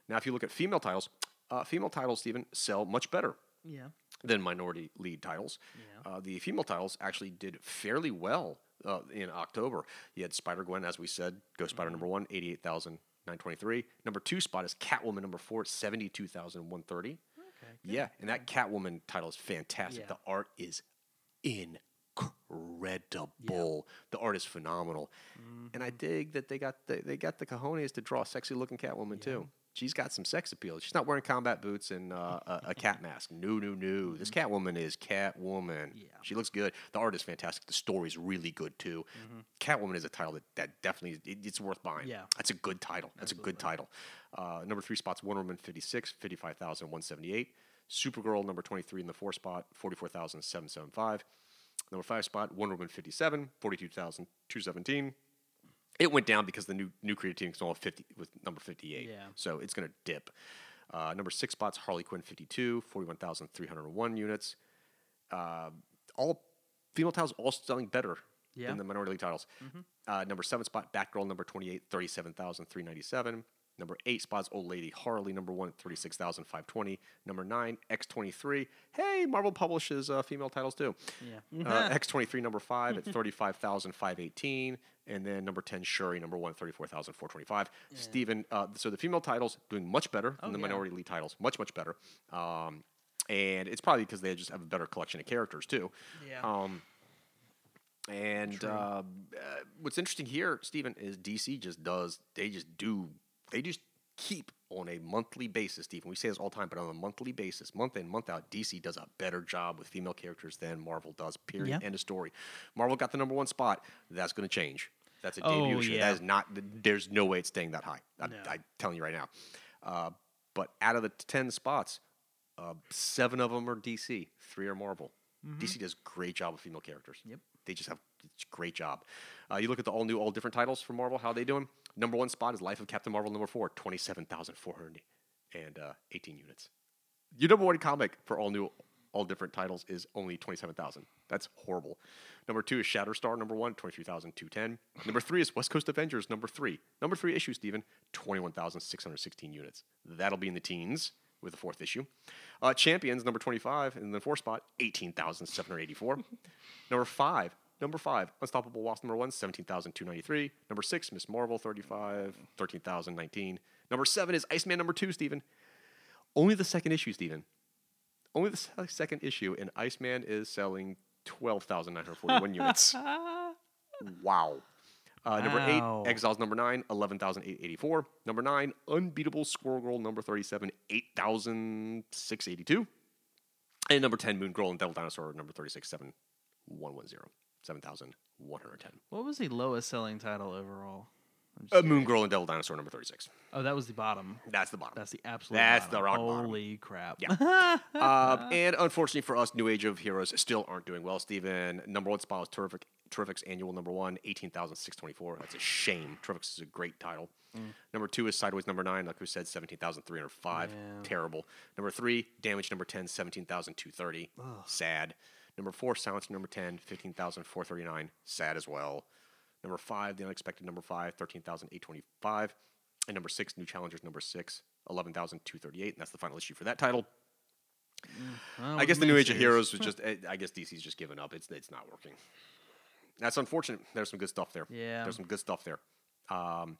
[SPEAKER 2] Now, if you look at female titles, uh, female titles, Stephen, sell much better
[SPEAKER 5] yeah.
[SPEAKER 2] than minority lead titles. Uh, the female titles actually did fairly well uh, in October. You had Spider Gwen, as we said, Ghost Spider number one, 88,923. Number two spot is Catwoman number four, 72,130. yeah, and that Catwoman title is fantastic.
[SPEAKER 5] Yeah.
[SPEAKER 2] The art is incredible. The art is phenomenal,
[SPEAKER 3] Mm-hmm.
[SPEAKER 2] and I dig that they got the, they got the cojones to draw a sexy looking Catwoman too. She's got some sex appeal. She's not wearing combat boots and uh, a, a cat mask. No, no, no. This Catwoman is Catwoman.
[SPEAKER 5] Mm-hmm. Yeah.
[SPEAKER 2] She looks good. The art is fantastic. The story is really good too. Catwoman is a title that, that definitely it, it's worth buying.
[SPEAKER 5] Mm-hmm. Yeah.
[SPEAKER 2] That's a good title. That's a good title. Uh, number three spots Wonder Woman 56, 55,178. Supergirl number 23 in the four spot, 44,775. Number five spot Wonder Woman 57, 42,217. It went down because the new new creative team is all 50 with number 58.
[SPEAKER 5] Yeah.
[SPEAKER 2] So it's going to dip. Uh, number six spots Harley Quinn 52, 41,301 units. Uh, all female titles all selling better
[SPEAKER 5] Yeah. Mm-hmm.
[SPEAKER 2] than the minority league titles. Uh, number seven spot, Batgirl, number 28, 37,397. Number eight spots, Old Lady Harley, number one, 36,520. Number nine, X23. Hey, Marvel publishes uh, female titles too.
[SPEAKER 5] Yeah. [LAUGHS]
[SPEAKER 2] Uh, X23, number five,
[SPEAKER 5] Mm-hmm.
[SPEAKER 2] at 35,518. And then number 10, Shuri, number one, 34,425. Steven, uh, so the female titles doing much better than the
[SPEAKER 5] Oh, yeah.
[SPEAKER 2] minority lead titles. Much, much better. Um, and it's probably because they just have a better collection of characters too.
[SPEAKER 5] Yeah.
[SPEAKER 2] Um, and uh, uh, what's interesting here, Stephen, is DC just does they just do They just keep on a monthly basis, Stephen. We say this all the time, but on a monthly basis, month in, month out, DC does a better job with female characters than Marvel does, period.
[SPEAKER 3] Yeah.
[SPEAKER 2] End of story. Marvel got the number one spot. That's going to change. That's a
[SPEAKER 3] Oh,
[SPEAKER 2] debut show.
[SPEAKER 3] yeah.
[SPEAKER 2] That is not, there's no way it's staying that high. I'm,
[SPEAKER 5] No.
[SPEAKER 2] I'm telling you right now. Uh, but out of the 10 spots, uh, seven of them are DC, three are Marvel. DC does a great job with female characters.
[SPEAKER 5] Mm-hmm. Yep.
[SPEAKER 2] They just have it's a great job. Uh, you look at the all new, all different titles for Marvel, how they doing? Number one spot is Life of Captain Marvel, number four, 27,400 and uh, 18 units. Your number one comic for all new, all different titles is only 27,000. That's horrible. Number two is Shatterstar, number one, 23,210. Number three is West Coast Avengers, number three. Number three issue, Steven, 21,616 units. That'll be in the teens with the fourth issue. Uh, Champions, number 25, in the fourth spot, 18,784. number five, number five, Unstoppable Wasp, number one, 17,293. Number six, Miss Marvel, 35, 13,019. Number seven is Iceman, number two, Steven. Only the second issue, Steven. Only the se- second issue, and Iceman is selling 12,941 units.
[SPEAKER 3] Ah.
[SPEAKER 2] Wow. Uh, number
[SPEAKER 3] Wow.
[SPEAKER 2] eight, Exiles number nine, 11,884. Number nine, Unbeatable Squirrel Girl number 37, 8,682. And number 10, Moon Girl and Devil Dinosaur number 36, 7110, 7,110.
[SPEAKER 5] What was the lowest selling title overall? I'm just
[SPEAKER 2] Uh, Moon
[SPEAKER 5] curious.
[SPEAKER 2] Girl and Devil Dinosaur number 36.
[SPEAKER 5] Oh, that was the bottom.
[SPEAKER 2] That's the bottom.
[SPEAKER 5] That's the absolute.
[SPEAKER 2] That's
[SPEAKER 5] bottom.
[SPEAKER 2] the rock bottom.
[SPEAKER 5] Holy crap! [LAUGHS]
[SPEAKER 2] uh, and unfortunately for us, New Age of Heroes still aren't doing well. Steven, number one spot was Terrific, Terrific's annual number one, 18,624. That's a shame. Terrific's is a great title. Number two is Sideways number nine, like we said, 17,305.
[SPEAKER 5] Yeah.
[SPEAKER 2] Terrible. Number three, Damage number 10, 17,230. Sad. Number four, Silence number 10, 15,439. Sad as well. Number five, The Unexpected number five, 13,825. And number six, New Challengers number six, 11,238. And that's the final issue for that title.
[SPEAKER 5] Oh,
[SPEAKER 2] I guess the New Age of Heroes was just. eh, I I guess DC's just given up. It's it's not working. That's unfortunate. There's some good stuff there.
[SPEAKER 5] Yeah. [LAUGHS]
[SPEAKER 2] There's some good stuff there. Um,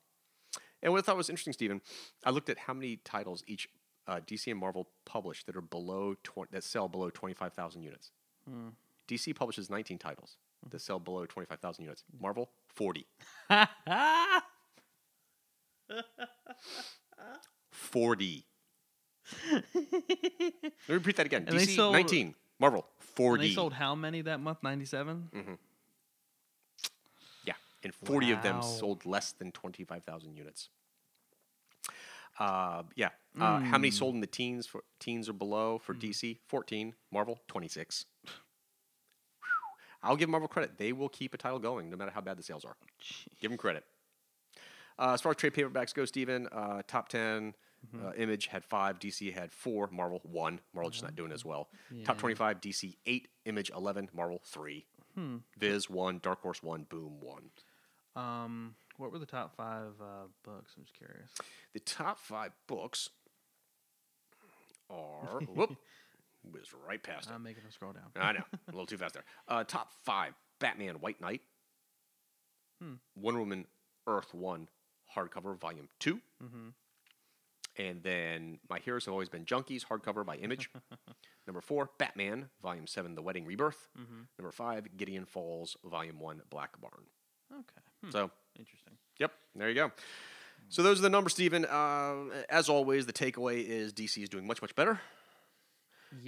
[SPEAKER 2] and what I thought was interesting, Stephen, I looked at how many titles each uh, DC and Marvel publish that are below tw- that sell below twenty five thousand units.
[SPEAKER 5] Hmm.
[SPEAKER 2] DC publishes nineteen titles that sell below twenty five thousand units. Marvel forty.
[SPEAKER 5] [LAUGHS]
[SPEAKER 2] Forty. Let me repeat that again.
[SPEAKER 5] And they
[SPEAKER 2] DC
[SPEAKER 5] sold-
[SPEAKER 2] nineteen. Marvel
[SPEAKER 5] And
[SPEAKER 2] forty.
[SPEAKER 5] they sold how many that month? Ninety-seven.
[SPEAKER 2] Yeah, and 40 of them
[SPEAKER 5] Wow.
[SPEAKER 2] sold less than 25,000 units. Uh, yeah. Uh, How
[SPEAKER 5] Hmm.
[SPEAKER 2] many sold in the teens for teens or below for DC? 14. Marvel 26. Whew. I'll give Marvel credit. They will keep a title going no matter how bad the sales are. Give them credit. Uh, as far as trade paperbacks go, Steven, uh, top 10,
[SPEAKER 5] Mm-hmm.
[SPEAKER 2] uh, Image had five, DC had four, Marvel one. Marvel just not doing as well. Top
[SPEAKER 5] Yeah.
[SPEAKER 2] 25, DC eight, Image 11, Marvel three.
[SPEAKER 5] Hmm.
[SPEAKER 2] Viz one, Dark Horse one, Boom one.
[SPEAKER 5] Um, what were the top five uh, books? I'm just curious.
[SPEAKER 2] The top five books
[SPEAKER 5] [LAUGHS]
[SPEAKER 2] are. Whoop. Whizzed right past it.
[SPEAKER 5] I'm making them scroll down.
[SPEAKER 2] I know. A little too fast there. Uh, top five Batman White Knight,
[SPEAKER 5] Hmm.
[SPEAKER 2] One Woman Earth 1, hardcover, volume 2.
[SPEAKER 5] Mm-hmm.
[SPEAKER 2] And then My Heroes Have Always Been Junkies, hardcover
[SPEAKER 5] [LAUGHS]
[SPEAKER 2] by Image. Number four, Batman, volume 7, The Wedding Rebirth.
[SPEAKER 5] Mm-hmm.
[SPEAKER 2] Number five, Gideon Falls, volume 1, Black Barn.
[SPEAKER 5] Okay. Hmm.
[SPEAKER 2] So
[SPEAKER 5] Interesting.
[SPEAKER 2] Yep, there you go. So those are the numbers, Stephen. Uh, as always, the takeaway is DC is doing much, much better,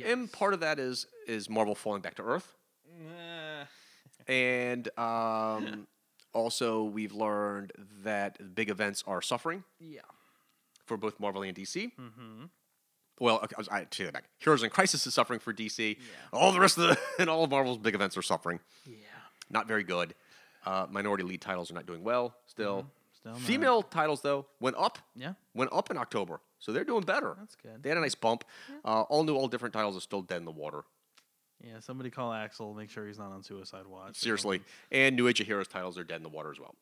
[SPEAKER 2] and part of that is is Marvel falling back to Earth,
[SPEAKER 5] Nah.
[SPEAKER 2] and um, [LAUGHS] also we've learned that big events are suffering
[SPEAKER 5] yeah.
[SPEAKER 2] for both Marvel and DC.
[SPEAKER 5] Mm-hmm.
[SPEAKER 2] Well, okay, I was- I take that back. Heroes in Crisis is suffering for DC.
[SPEAKER 5] Yeah.
[SPEAKER 2] All the rest of the [LAUGHS] and all of Marvel's big events are suffering.
[SPEAKER 5] Yeah.
[SPEAKER 2] Not very good. Uh, minority lead titles are not doing well still.
[SPEAKER 5] Still not-
[SPEAKER 2] Female titles though went up
[SPEAKER 5] Yeah.
[SPEAKER 2] went up in October, so they're doing better.
[SPEAKER 5] That's good.
[SPEAKER 2] They had a nice bump. Uh, all new, all different titles are still dead in the water.
[SPEAKER 5] Yeah, somebody call Axel. Make sure he's not on suicide watch. or
[SPEAKER 2] Seriously.
[SPEAKER 5] something.
[SPEAKER 2] And New Age of Heroes titles are dead in the water as well.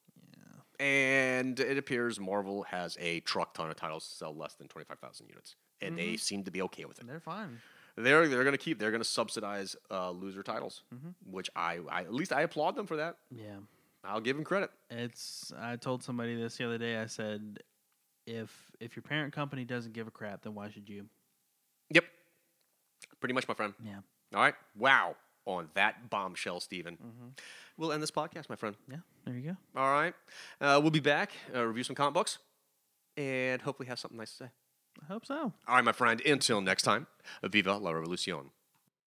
[SPEAKER 2] And it appears Marvel has a truck ton of titles to sell less than 25,000 units. And they seem to be okay with it.
[SPEAKER 5] Yeah, they're fine.
[SPEAKER 2] They're, they're going to keep, they're going to subsidize uh, loser titles,
[SPEAKER 5] Mhm.
[SPEAKER 2] which I, I, at least I applaud them for that.
[SPEAKER 5] Yeah,
[SPEAKER 2] I'll give them credit.
[SPEAKER 5] it's. I told somebody this the other day. I said, if if your parent company doesn't give a crap, then why should you?
[SPEAKER 2] Yep. Pretty much, my friend.
[SPEAKER 5] Yeah.
[SPEAKER 2] All right. Wow. On that bombshell, Steven.
[SPEAKER 5] Mm-hmm.
[SPEAKER 2] We'll end this podcast, my friend.
[SPEAKER 5] Yeah. There you go.
[SPEAKER 2] All right. Uh, we'll be back, uh, review some comic books, and hopefully have something nice to say.
[SPEAKER 5] I hope so.
[SPEAKER 2] All right, my friend, until next time, viva la revolucion.